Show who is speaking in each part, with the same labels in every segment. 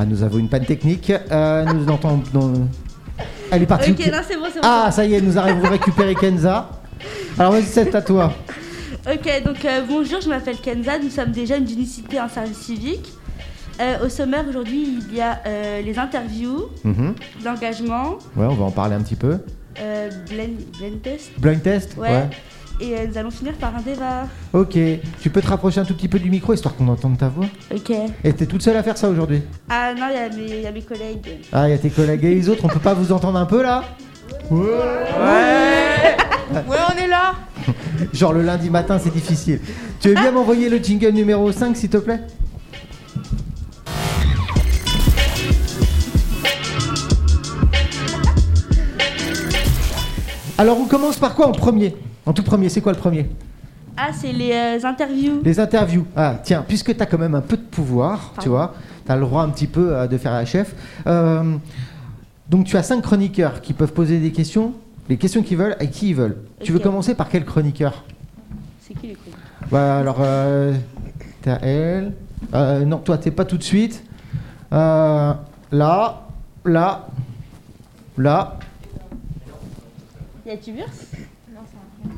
Speaker 1: Ah, nous avons une panne technique. Euh, nous entendons. non. Elle est partie.
Speaker 2: Ok, là c'est bon, c'est bon.
Speaker 1: Ah, ça y est, nous arrivons à récupérer Kenza. Alors vas-y, c'est à toi.
Speaker 2: Ok, donc euh, bonjour, je m'appelle Kenza, nous sommes des jeunes d'unicité en service civique. Euh, au sommaire aujourd'hui, il y a euh, les interviews,
Speaker 1: Mhm.
Speaker 2: l'engagement,
Speaker 1: Ouais, on va en parler un petit peu.
Speaker 2: euh, blend, blend test,
Speaker 1: Blind test
Speaker 2: ouais, et euh, nous allons finir par un débat.
Speaker 1: Ok, tu peux te rapprocher un tout petit peu du micro histoire qu'on entende ta voix.
Speaker 2: Ok.
Speaker 1: Et t'es toute seule à faire ça aujourd'hui
Speaker 2: Ah non, il y a mes- il y, a mes collègues.
Speaker 1: Ah, il y a tes collègues et les autres, on peut pas vous entendre un peu là
Speaker 3: Ouais, on est là
Speaker 1: Genre le lundi matin, c'est difficile. Tu veux bien m'envoyer le jingle numéro 5, s'il te plaît Alors, on commence par quoi en premier En tout premier, c'est quoi le premier
Speaker 2: Ah, c'est les euh, interviews.
Speaker 1: Les interviews. Ah, tiens, puisque tu as quand même un peu de pouvoir, tu
Speaker 2: Pardon.
Speaker 1: vois, tu as le droit un petit peu euh, de faire la chef. Euh, donc, tu as cinq chroniqueurs qui peuvent poser des questions, les questions qu'ils veulent et qui ils veulent. Tu veux
Speaker 2: Ok.
Speaker 1: commencer par quel chroniqueur
Speaker 2: C'est qui les collègues
Speaker 1: bah, Alors, euh, t'as elle. Euh, non, toi, t'es pas tout de suite. Euh, là, là, là.
Speaker 2: Il y a Tuburs Non, c'est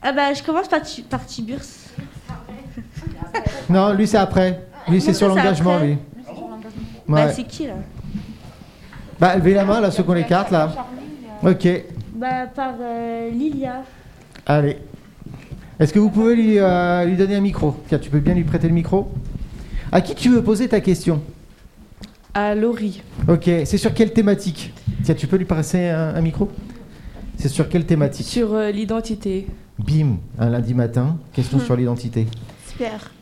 Speaker 2: Ah bah, je commence par, Tu- par Tuburs.
Speaker 1: Non, lui, c'est après. Lui, c'est
Speaker 2: Ah, Non, ça,
Speaker 1: sur
Speaker 2: c'est
Speaker 1: l'engagement,
Speaker 2: après.
Speaker 1: lui.
Speaker 2: Bah,
Speaker 1: Ouais.
Speaker 2: c'est qui là
Speaker 1: Bah, levez la main, là, ceux qu'on les cartes, là.
Speaker 2: euh,
Speaker 1: Ok,
Speaker 2: Bah, par euh, Lilia.
Speaker 1: Allez. Est-ce que vous pouvez lui, euh, lui donner un micro Tiens, tu peux bien lui prêter le micro À qui tu veux poser ta question
Speaker 3: À Laurie.
Speaker 1: Ok, c'est sur quelle thématique Tiens, tu peux lui passer un, un micro C'est sur quelle thématique
Speaker 3: Sur euh, l'identité.
Speaker 1: Bim, un lundi matin, question sur l'identité.
Speaker 2: Super.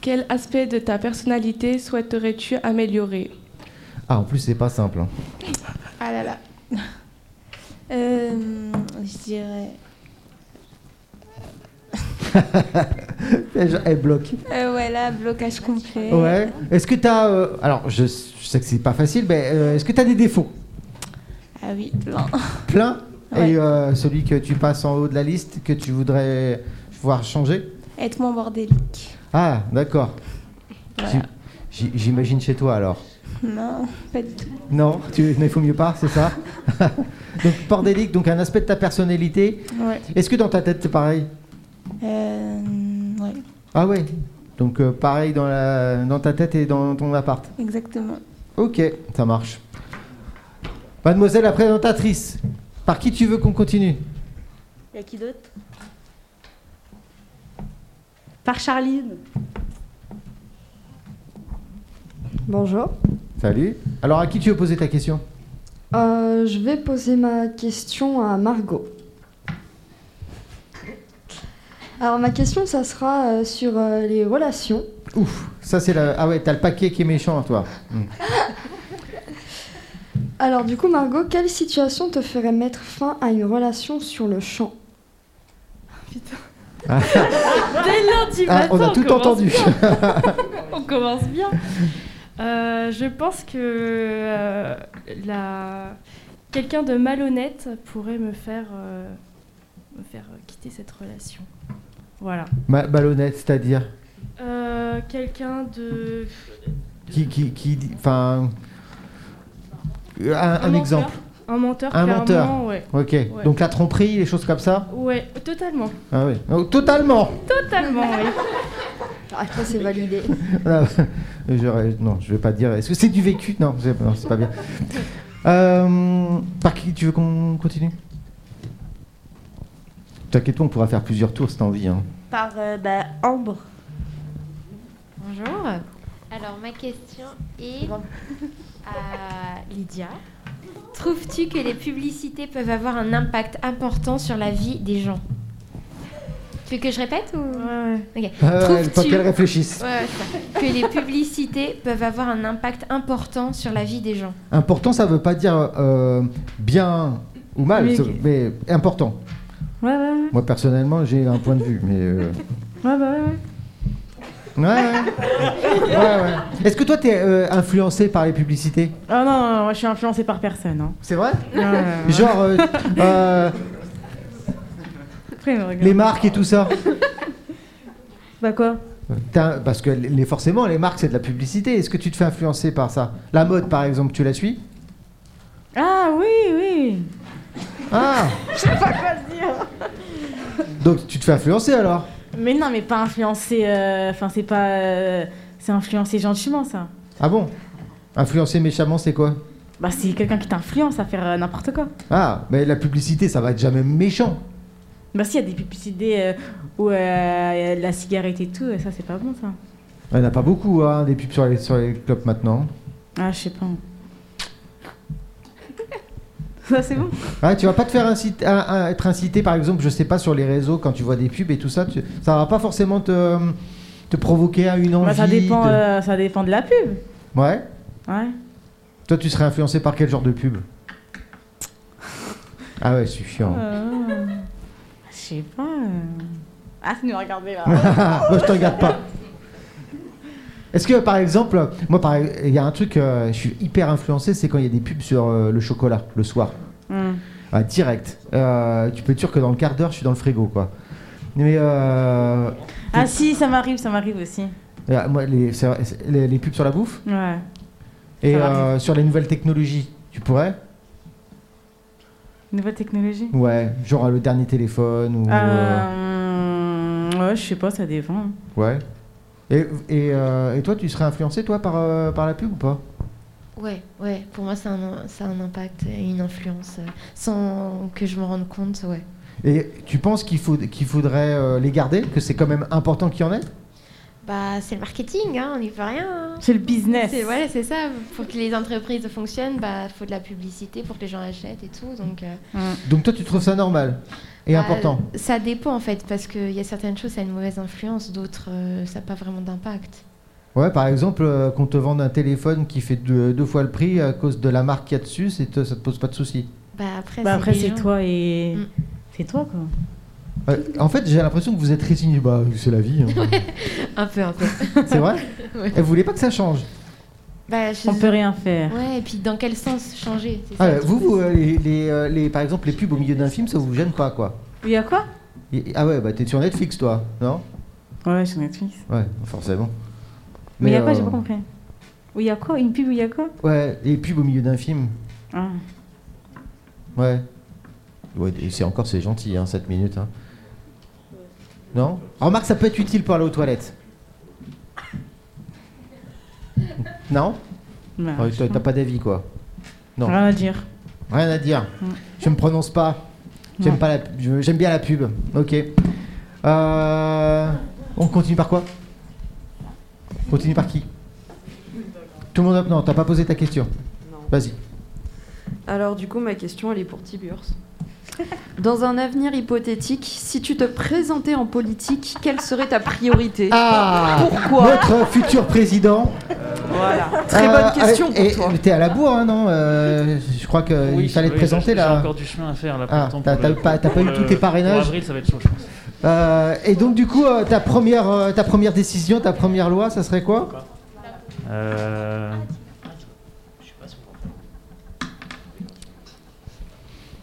Speaker 3: Quel aspect de ta personnalité souhaiterais-tu améliorer
Speaker 1: Ah, en plus, c'est pas simple. hein.
Speaker 4: Ah là là. Euh, je dirais.
Speaker 1: Elle bloque.
Speaker 4: Euh, ouais, là, blocage complet.
Speaker 1: Ouais. Est-ce que t'as. euh, alors, je, je sais que c'est pas facile, mais euh, est-ce que t'as des défauts
Speaker 4: Ah oui, plein.
Speaker 1: Plein
Speaker 4: Ouais.
Speaker 1: Et euh, celui que tu passes en haut de la liste, que tu voudrais voir changer
Speaker 4: Être moins bordélique.
Speaker 1: Ah, d'accord.
Speaker 4: Voilà.
Speaker 1: J'im- j'im- J'imagine chez toi alors.
Speaker 4: Non, pas du tout.
Speaker 1: Non, tu, il faut mieux pas, c'est ça Donc, bordélique, donc un aspect de ta personnalité.
Speaker 4: Ouais.
Speaker 1: Est-ce que dans ta tête, c'est pareil
Speaker 4: Euh, ouais,
Speaker 1: Ah ouais Donc, euh, pareil dans, la, dans ta tête et dans ton appart.
Speaker 4: exactement.
Speaker 1: Ok, ça marche. Mademoiselle la présentatrice, par qui tu veux qu'on continue
Speaker 2: Il y a qui d'autre Par Charline.
Speaker 5: Bonjour.
Speaker 1: Salut. Alors, à qui tu veux poser ta question
Speaker 5: Euh, je vais poser ma question à Margot. Alors ma question, ça sera euh, sur euh, les relations.
Speaker 1: Ouf, ça c'est la. Ah ouais, t'as le paquet qui est méchant, toi.
Speaker 5: Alors du coup, Margot, quelle situation te ferait mettre fin à une relation sur le champ
Speaker 6: Dès lundi
Speaker 1: Ah,
Speaker 6: matin,
Speaker 1: on a tout
Speaker 6: commence
Speaker 1: entendu.
Speaker 6: bien. on commence bien. Euh, je pense que euh, la... quelqu'un de malhonnête pourrait me faire, euh, me faire quitter cette relation. Voilà.
Speaker 1: Ma- Malhonnête, c'est-à-dire
Speaker 6: Euh, quelqu'un de.
Speaker 1: qui, qui, qui dit- enfin, un, un
Speaker 6: menteur.
Speaker 1: exemple.
Speaker 6: Un menteur,
Speaker 1: Un
Speaker 6: clairement,
Speaker 1: menteur.
Speaker 6: ouais.
Speaker 1: Ok. Donc la tromperie, les choses comme ça.
Speaker 6: Ouais, totalement.
Speaker 1: Ah oui. Oh, totalement.
Speaker 6: Totalement, oui.
Speaker 5: Ah, ça c'est validé.
Speaker 1: Ah, j'aurais- non, je vais pas dire. Est-ce que c'est du vécu Non, c'est non, c'est pas bien. Euh, par qui tu veux qu'on continue T'inquiète pas, on pourra faire plusieurs tours si t'as envie. hein.
Speaker 2: Par euh, bah, Ambre.
Speaker 7: Bonjour. Alors ma question est à Lydia. Trouves-tu que les publicités peuvent avoir un impact important sur la vie des gens Tu veux que je répète ou
Speaker 6: Ouais,
Speaker 7: Ok.
Speaker 1: Ah ouais, faut
Speaker 7: Trouves-tu
Speaker 1: qu'elle réfléchisse.
Speaker 7: Ouais, ouais, c'est ça. que les publicités peuvent avoir un impact important sur la vie des gens
Speaker 1: Important, ça veut pas dire euh, bien ou mal,
Speaker 6: Oui.
Speaker 1: ça- mais important.
Speaker 6: ouais, ouais, ouais.
Speaker 1: Moi personnellement, j'ai un point de vue, mais. euh,
Speaker 6: Ouais, bah, ouais, ouais.
Speaker 1: Ouais, ouais. ouais, ouais. Est-ce que toi, t'es euh, influencé par les publicités
Speaker 8: Ah non, non, non, moi, je suis influencée par personne. Hein.
Speaker 1: C'est vrai
Speaker 8: Euh,
Speaker 1: Genre, euh, euh,
Speaker 8: après, me regarde.
Speaker 1: les marques et tout ça
Speaker 8: Bah quoi
Speaker 1: T'as- Parce que les, forcément, les marques, c'est de la publicité. Est-ce que tu te fais influencer par ça La mode, par exemple, tu la suis
Speaker 8: Ah oui, oui.
Speaker 1: Ah Donc tu te fais influencer alors
Speaker 8: Mais non, mais pas influencer. euh, Enfin, c'est pas. euh, c'est influencer gentiment, ça.
Speaker 1: Ah bon Influencer méchamment, c'est quoi
Speaker 8: Bah, c'est quelqu'un qui t'influence à faire euh, n'importe quoi.
Speaker 1: Ah, mais la publicité, ça va être jamais méchant.
Speaker 8: Bah, s'il y a des publicités euh, où euh, la cigarette et tout, ça, c'est pas bon, ça.
Speaker 1: Il n'y en a pas beaucoup, hein, des pubs sur les, sur les clopes maintenant.
Speaker 8: Ah, je sais pas. ça, c'est bon.
Speaker 1: Ah, tu vas pas te faire inciter, à- à être incité, par exemple, je sais pas, sur les réseaux, quand tu vois des pubs et tout ça, tu- ça va pas forcément te, te provoquer à une envie.
Speaker 8: Bah, ça, dépend,
Speaker 1: de-
Speaker 8: euh, ça dépend de la pub.
Speaker 1: Ouais
Speaker 8: Ouais.
Speaker 1: Toi, tu serais influencé par quel genre de pub Ah ouais, suffisant.
Speaker 8: Euh, je sais pas. euh. Ah, c'est nous regarder là.
Speaker 1: moi, je te regarde pas. Est-ce que, par exemple, moi, par- il y a un truc, euh, je suis hyper influencé, c'est quand il y a des pubs sur euh, le chocolat, le soir.
Speaker 8: Hum.
Speaker 1: Ah, direct. Euh, tu peux être sûr que dans le quart d'heure, je suis dans le frigo, quoi. Mais euh,
Speaker 8: Ah, si, ça m'arrive, ça m'arrive aussi.
Speaker 1: euh, moi, les, c'est vrai, c'est- les- les pubs sur la bouffe
Speaker 8: Ouais.
Speaker 1: et
Speaker 8: Ça va.
Speaker 1: euh, sur les nouvelles technologies, tu pourrais
Speaker 8: Nouvelle technologie.
Speaker 1: Ouais, genre euh, le dernier téléphone ou. euh,
Speaker 8: Euh, ouais, je sais pas, ça dépend.
Speaker 1: ouais. Et, et, euh, et toi, tu serais influencé, toi, par, euh, par la pub ou pas
Speaker 7: Ouais, ouais, pour moi, ça a un, ça a un impact et une influence. euh, Sans que je m'en rende compte, ouais.
Speaker 1: Et tu penses qu'il faut, qu'il faudrait euh, les garder Que c'est quand même important qu'il y en ait
Speaker 7: Bah, c'est le marketing, hein, on n'y peut rien. hein.
Speaker 8: C'est le business.
Speaker 7: C'est voilà, c'est ça. Pour que les entreprises fonctionnent, bah, faut de la publicité pour que les gens achètent et tout. Donc, euh,
Speaker 1: Donc toi, tu trouves ça normal et
Speaker 7: bah,
Speaker 1: important
Speaker 7: Ça dépend en fait, parce qu'il y a certaines choses, ça a une mauvaise influence, d'autres, euh, ça n'a pas vraiment d'impact.
Speaker 1: Ouais, par exemple, euh, qu'on te vende un téléphone qui fait deux, deux fois le prix à cause de la marque qu'il y a dessus, c'est te- ça te pose pas de soucis.
Speaker 7: Bah après,
Speaker 8: Bah, après,
Speaker 7: des
Speaker 8: c'est
Speaker 7: gens.
Speaker 8: toi et.
Speaker 7: Mm.
Speaker 8: C'est toi, quoi.
Speaker 1: Ouais, Euh, en fait, j'ai l'impression que vous êtes résignés. Bah, c'est la vie. hein.
Speaker 7: Un peu, un peu.
Speaker 1: c'est vrai
Speaker 7: Ouais.
Speaker 1: Et vous voulez pas que ça change
Speaker 7: bah, je-
Speaker 8: On peut rien faire.
Speaker 7: Ouais, et puis dans quel sens changer c'est ça
Speaker 1: Ah,
Speaker 7: le
Speaker 1: Vous,
Speaker 7: truc
Speaker 1: vous, euh, les, les, euh, les- par exemple, les pubs au milieu d'un film, ça vous gêne pas, quoi
Speaker 8: Il y a quoi
Speaker 1: Et- Ah ouais, bah t'es sur Netflix, toi, non
Speaker 8: Ouais, sur Netflix.
Speaker 1: Ouais, forcément.
Speaker 8: Mais il y a quoi
Speaker 1: euh,
Speaker 8: J'ai pas compris. Où il y a quoi Une pub où il y a quoi
Speaker 1: Ouais, les pubs au milieu d'un film.
Speaker 8: Ah.
Speaker 1: Ouais. Ouais, et c'est encore c'est gentil, hein, 7 minutes. Hein. Non Remarque, ça peut être utile pour aller aux toilettes. Non
Speaker 8: Bah,
Speaker 1: Ouais,
Speaker 8: je
Speaker 1: T'as
Speaker 8: sais
Speaker 1: t'as pas d'avis, quoi. Non.
Speaker 8: Rien à dire.
Speaker 1: Rien à dire. Je me prononce pas. J'aime
Speaker 8: Ouais.
Speaker 1: pas la, je- j'aime bien la pub. Ok. Euh, on continue par quoi On continue par qui Tout le monde a- Non, t'as pas posé ta question. Vas-y.
Speaker 9: Alors du coup, ma question, elle est pour Tiburce. Dans un avenir hypothétique, si tu te présentais en politique, quelle serait ta priorité
Speaker 1: Ah
Speaker 9: Pourquoi
Speaker 1: Notre futur Euh. président.
Speaker 9: Voilà. Très bonne question
Speaker 1: et,
Speaker 9: pour toi.
Speaker 1: et T'es à la bourre, hein, non Euh, Je crois qu'il
Speaker 10: Oui,
Speaker 1: fallait te
Speaker 10: oui,
Speaker 1: présenter
Speaker 10: j'ai- J'ai
Speaker 1: là.
Speaker 10: encore du chemin à faire là.
Speaker 1: Ah,
Speaker 10: pourtant,
Speaker 1: t'as-
Speaker 10: pour
Speaker 1: t'as
Speaker 10: le-
Speaker 1: pas- t'as pas
Speaker 10: pour
Speaker 1: eu
Speaker 10: le-
Speaker 1: tous tes parrainages
Speaker 10: Pour avril, ça va être chaud, je pense.
Speaker 1: Euh, et donc du coup, euh, ta première, euh, ta première décision, ta première loi, ça serait quoi
Speaker 10: Euh...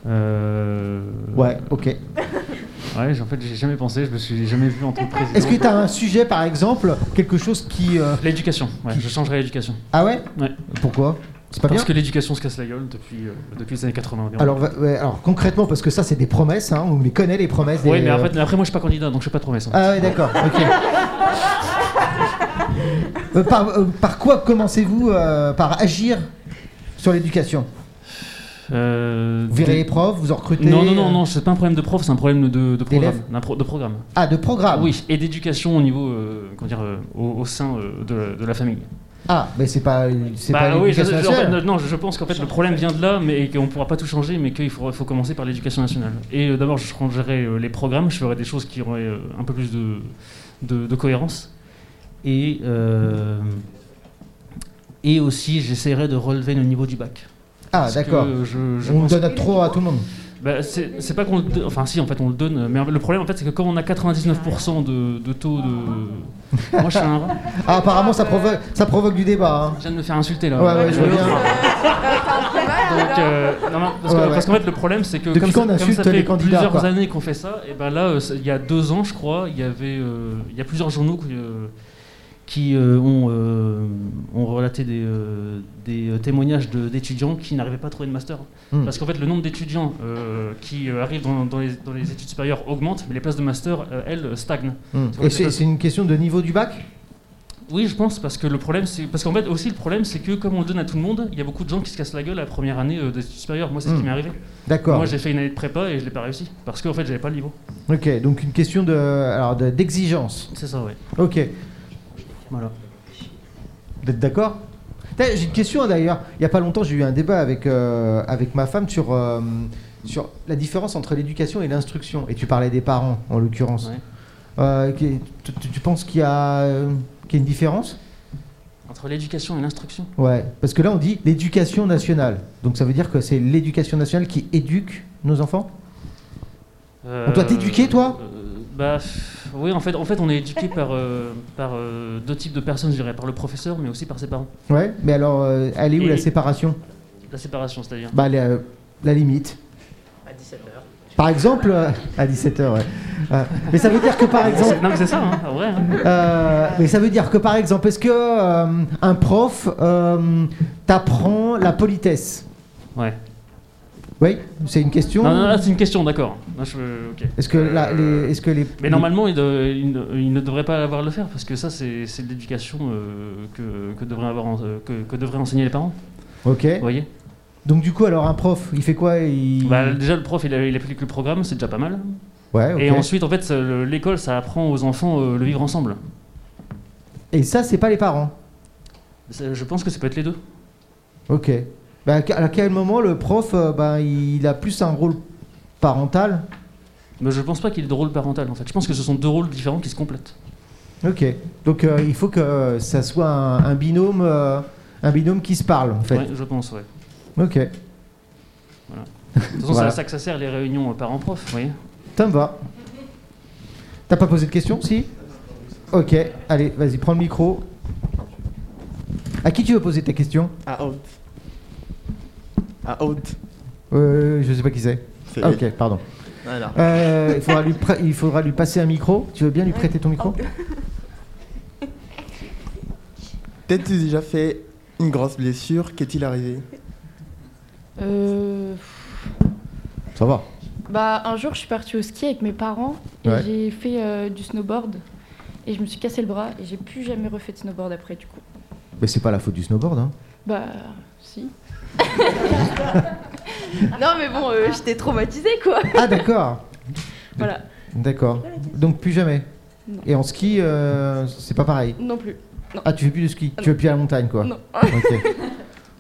Speaker 10: Euh...
Speaker 1: Ouais, ok.
Speaker 10: Ouais, j'ai- en fait, j'ai jamais pensé, je me suis jamais vu en tant que président.
Speaker 1: Est-ce que t'as un sujet, par exemple, quelque chose qui, euh,
Speaker 10: L'éducation, ouais, je changerai l'éducation.
Speaker 1: ah ouais
Speaker 10: Ouais.
Speaker 1: Pourquoi C'est pas
Speaker 10: Parce
Speaker 1: bien.
Speaker 10: que l'éducation se casse la gueule depuis, euh, depuis les années 80 environ.
Speaker 1: Alors, va- ouais, alors concrètement, parce que ça, c'est des promesses, hein, on les connaît les promesses.
Speaker 10: oui,
Speaker 1: des-
Speaker 10: mais en fait, après, moi, je suis pas candidat, donc je fais pas de promesse. hein.
Speaker 1: euh, Ah ouais, d'accord. Ok. Euh, par, euh, par quoi commencez-vous euh, Par agir sur l'éducation.
Speaker 10: Euh,
Speaker 1: Vous virez
Speaker 10: des-
Speaker 1: les profs, vous en recrutez
Speaker 10: Non, non, non,
Speaker 1: euh,
Speaker 10: non, c'est pas un problème de prof, c'est un problème de, de programme.
Speaker 1: D'élèves
Speaker 10: d'un pro- de programme.
Speaker 1: Ah, de programme
Speaker 10: oui, et d'éducation au niveau, euh, comment dire, euh, au, au sein euh, de, de la famille.
Speaker 1: Ah, mais c'est pas, c'est pas
Speaker 10: Bah oui, je,
Speaker 1: l'éducation
Speaker 10: je- en fait,
Speaker 1: nationale.
Speaker 10: non, je pense qu'en fait le problème vient de là, mais qu'on ne pourra pas tout changer, mais qu'il faut, faut commencer par l'éducation nationale. Et euh, d'abord, je changerai euh, les programmes, je ferai des choses qui auraient euh, un peu plus de, de, de cohérence. Et, euh, et aussi, j'essaierai de relever le niveau du bac.
Speaker 1: Ah,
Speaker 10: Parce
Speaker 1: d'accord.
Speaker 10: que Je, je
Speaker 1: On
Speaker 10: pense-
Speaker 1: donne trop à tout le monde.
Speaker 10: Bah, c'est c'est pas qu'on le donne- Enfin, si, en fait, on le donne. Mais le problème, en fait, c'est que quand on a 99% de, de taux de. Moi, je suis un rat.
Speaker 1: Ah, apparemment, ça provoque, ça provoque du débat. hein.
Speaker 10: Je viens de me faire insulter là.
Speaker 1: Ouais, ouais, je vois bien.
Speaker 10: Donc, euh, non, non, parce que-
Speaker 1: Ouais, ouais.
Speaker 10: parce qu'en fait, le problème, c'est que
Speaker 1: Depuis
Speaker 10: comme,
Speaker 1: quand on
Speaker 10: ça- comme
Speaker 1: insulte
Speaker 10: ça fait
Speaker 1: les candidats,
Speaker 10: plusieurs
Speaker 1: quoi.
Speaker 10: années qu'on fait ça, et ben là, euh, ça- il y a deux ans, je crois, il y avait, euh, il y a plusieurs journaux qui, euh, qui, euh, ont, euh, ont relaté des, euh, des, euh, témoignages de- d'étudiants qui n'arrivaient pas à trouver de master.
Speaker 1: Hmm.
Speaker 10: Parce qu'en fait, le nombre d'étudiants euh, qui euh, arrivent dans, dans les, dans les études supérieures augmente, mais les places de master, euh, elles, stagnent.
Speaker 1: Hmm.
Speaker 10: Tu vois,
Speaker 1: Et
Speaker 10: les
Speaker 1: c'est
Speaker 10: places-
Speaker 1: c'est une question de niveau du bac
Speaker 10: oui, je pense, parce que le problème, c'est. Parce qu'en fait, aussi, le problème, c'est que comme on le donne à tout le monde, il y a beaucoup de gens qui se cassent la gueule à la première année euh, d'études supérieures. Moi, c'est ce qui
Speaker 1: Mm.
Speaker 10: m'est arrivé.
Speaker 1: D'accord.
Speaker 10: Moi, j'ai fait une année de prépa et je l'ai pas réussi. Parce qu'en fait, j'avais pas le niveau.
Speaker 1: Ok, donc une question de, alors de- d'exigence.
Speaker 10: C'est ça, ouais.
Speaker 1: ok,
Speaker 10: Voilà.
Speaker 1: vous êtes d'accord Tiens, J'ai une question hein, d'ailleurs. Il y a pas longtemps, j'ai eu un débat avec, euh, avec ma femme sur, euh, sur la différence entre l'éducation et l'instruction. Et tu parlais des parents, en l'occurrence.
Speaker 10: Ouais.
Speaker 1: Euh, qui- tu, tu- tu penses qu'il y, a, euh, qu'il y a une différence
Speaker 10: Entre l'éducation et l'instruction.
Speaker 1: Ouais, parce que là on dit l'éducation nationale. Donc ça veut dire que c'est l'éducation nationale qui éduque nos enfants On doit t'éduquer, toi
Speaker 10: Euh, Bah, pff, oui, en fait, en fait, on est éduqué par, euh, par euh, deux types de personnes, je dirais. Par le professeur, mais aussi par ses parents.
Speaker 1: Ouais, mais alors euh, elle est où
Speaker 10: Et-
Speaker 1: la séparation
Speaker 10: La séparation, c'est-à-dire.
Speaker 1: Bah elle est, euh, la limite.
Speaker 11: À 17h.
Speaker 1: Par exemple, euh, à 17h, ouais. Euh, mais ça veut dire que par exemple.
Speaker 10: Non, mais c'est ça, hein, en vrai. hein.
Speaker 1: Euh, mais ça veut dire que par exemple, est-ce que euh, un prof euh, t'apprend la politesse
Speaker 10: Ouais.
Speaker 1: Oui, c'est une question.
Speaker 10: Non, non, non, c'est une question, d'accord. Non, je- ok.
Speaker 1: Est-ce que, la- les, est-ce que les.
Speaker 10: Mais normalement, il, de- il ne- il ne devrait pas avoir à le faire parce que ça, c'est c'est de l'éducation euh, que, que, devraient avoir en- euh, que, que devraient enseigner les parents.
Speaker 1: Ok.
Speaker 10: Vous voyez
Speaker 1: Donc du coup, alors un prof, il fait quoi il...
Speaker 10: Bah, Déjà, le prof, il, a- il applique le programme, c'est déjà pas mal.
Speaker 1: Ouais, ok.
Speaker 10: Et ensuite, en fait, ça- le- l'école, ça apprend aux enfants euh, le vivre ensemble.
Speaker 1: Et ça, c'est pas les parents.
Speaker 10: Ça- Je pense que ça peut être les deux.
Speaker 1: Ok. Bah, à que- à quel moment le prof, euh, bah, il a plus un rôle parental
Speaker 10: Mais je pense pas qu'il y ait de rôle parental, en fait. Je pense que ce sont deux rôles différents qui se complètent.
Speaker 1: Ok. Donc euh, il faut que ça soit un, un binôme, euh, un binôme qui se parle, en fait.
Speaker 10: Ouais, je pense, ouais.
Speaker 1: Ok.
Speaker 10: Voilà. De toute façon, c'est
Speaker 1: Voilà.
Speaker 10: à ça que ça sert les réunions euh, parents-prof, vous voyez
Speaker 1: Ça me va. T'as pas posé de question, si Ok, allez, vas-y, prends le micro. À qui tu veux poser ta question
Speaker 11: À Aude. À Aude.
Speaker 1: euh, Je sais pas qui c'est.
Speaker 11: C'est
Speaker 1: Ah,
Speaker 11: elle.
Speaker 1: ok, pardon.
Speaker 11: Voilà.
Speaker 1: Euh, il, faudra lui prê- il faudra lui passer un micro. Tu veux bien lui prêter ton micro
Speaker 11: T'as-tu déjà fait une grosse blessure Qu'est-il arrivé
Speaker 12: Euh,
Speaker 1: Ça va.
Speaker 12: bah, un jour, je suis partie au ski avec mes parents et
Speaker 1: Ouais.
Speaker 12: j'ai fait euh, du snowboard et je me suis cassé le bras et j'ai plus jamais refait de snowboard après du coup.
Speaker 1: Mais c'est pas la faute du snowboard. Hein.
Speaker 12: Bah, si. non, mais bon, euh, j'étais traumatisée quoi.
Speaker 1: Ah, d'accord.
Speaker 12: Voilà.
Speaker 1: D'accord. Donc plus jamais.
Speaker 12: Non.
Speaker 1: Et en ski, euh, c'est pas pareil.
Speaker 12: Non plus. Non.
Speaker 1: Ah, tu fais plus de ski,
Speaker 12: Ah
Speaker 1: tu fais
Speaker 12: non.
Speaker 1: plus à la montagne, quoi.
Speaker 12: Non.
Speaker 1: Ok.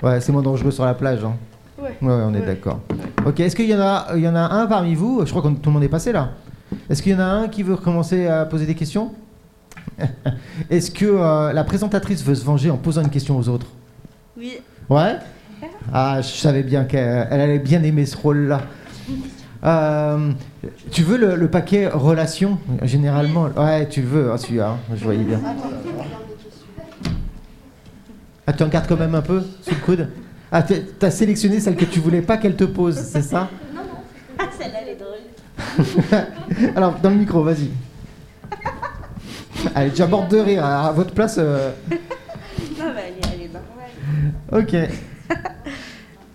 Speaker 1: Ouais, c'est moins dangereux sur la plage. Hein.
Speaker 12: Ouais.
Speaker 1: on est
Speaker 12: Ouais.
Speaker 1: d'accord. Ok, est-ce qu'il y, en a- il y en a un parmi vous Je crois que tout le monde est passé là. Est-ce qu'il y en a un qui veut recommencer à poser des questions Est-ce que euh, la présentatrice veut se venger en posant une question aux autres
Speaker 2: Oui.
Speaker 1: Ouais Ah, je savais bien qu'elle elle allait bien aimer ce rôle-là. Euh, tu veux le, le paquet relations Généralement, ouais, tu le veux, hein, celui-là, hein, je voyais bien. Ah, tu en gardes quand même un peu sous le coude Ah, t'es- t'as sélectionné celle que tu voulais pas qu'elle te pose, c'est ça
Speaker 2: Ah, celle-là, elle est drôle.
Speaker 1: Alors, dans le micro, vas-y. Elle est déjà morte de rire, à votre place. euh,
Speaker 2: Non, mais elle est, elle est normale.
Speaker 1: Ok.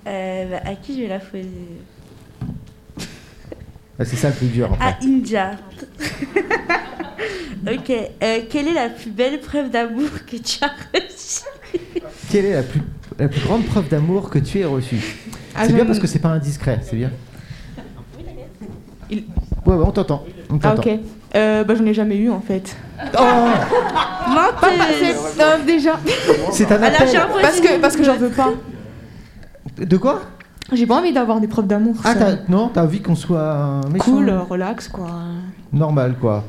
Speaker 2: Euh, bah, à qui je vais la poser
Speaker 1: Ah, C'est ça le plus dur, en fait.
Speaker 2: À India. ok. euh, quelle est la plus belle preuve d'amour que tu as reçue
Speaker 1: Quelle est la plus, la plus grande preuve d'amour que tu aies reçue
Speaker 12: Ah,
Speaker 1: C'est bien
Speaker 12: j'aime-
Speaker 1: parce que c'est pas indiscret, c'est bien. Ouais, ouais, on t'entend. on
Speaker 3: Ah
Speaker 1: t'entend.
Speaker 3: ok. Euh, bah j'en ai jamais eu en fait. Ah,
Speaker 1: Oh
Speaker 3: Pas par septembre déjà.
Speaker 1: C'est
Speaker 12: Ah,
Speaker 1: un appel.
Speaker 3: Parce que parce que j'en veux pas.
Speaker 1: De quoi
Speaker 3: J'ai pas envie d'avoir des preuves d'amour. ça.
Speaker 1: Ah, t'as- non, t'as envie qu'on soit méchant.
Speaker 3: Cool, euh, relax quoi.
Speaker 1: Normal, quoi.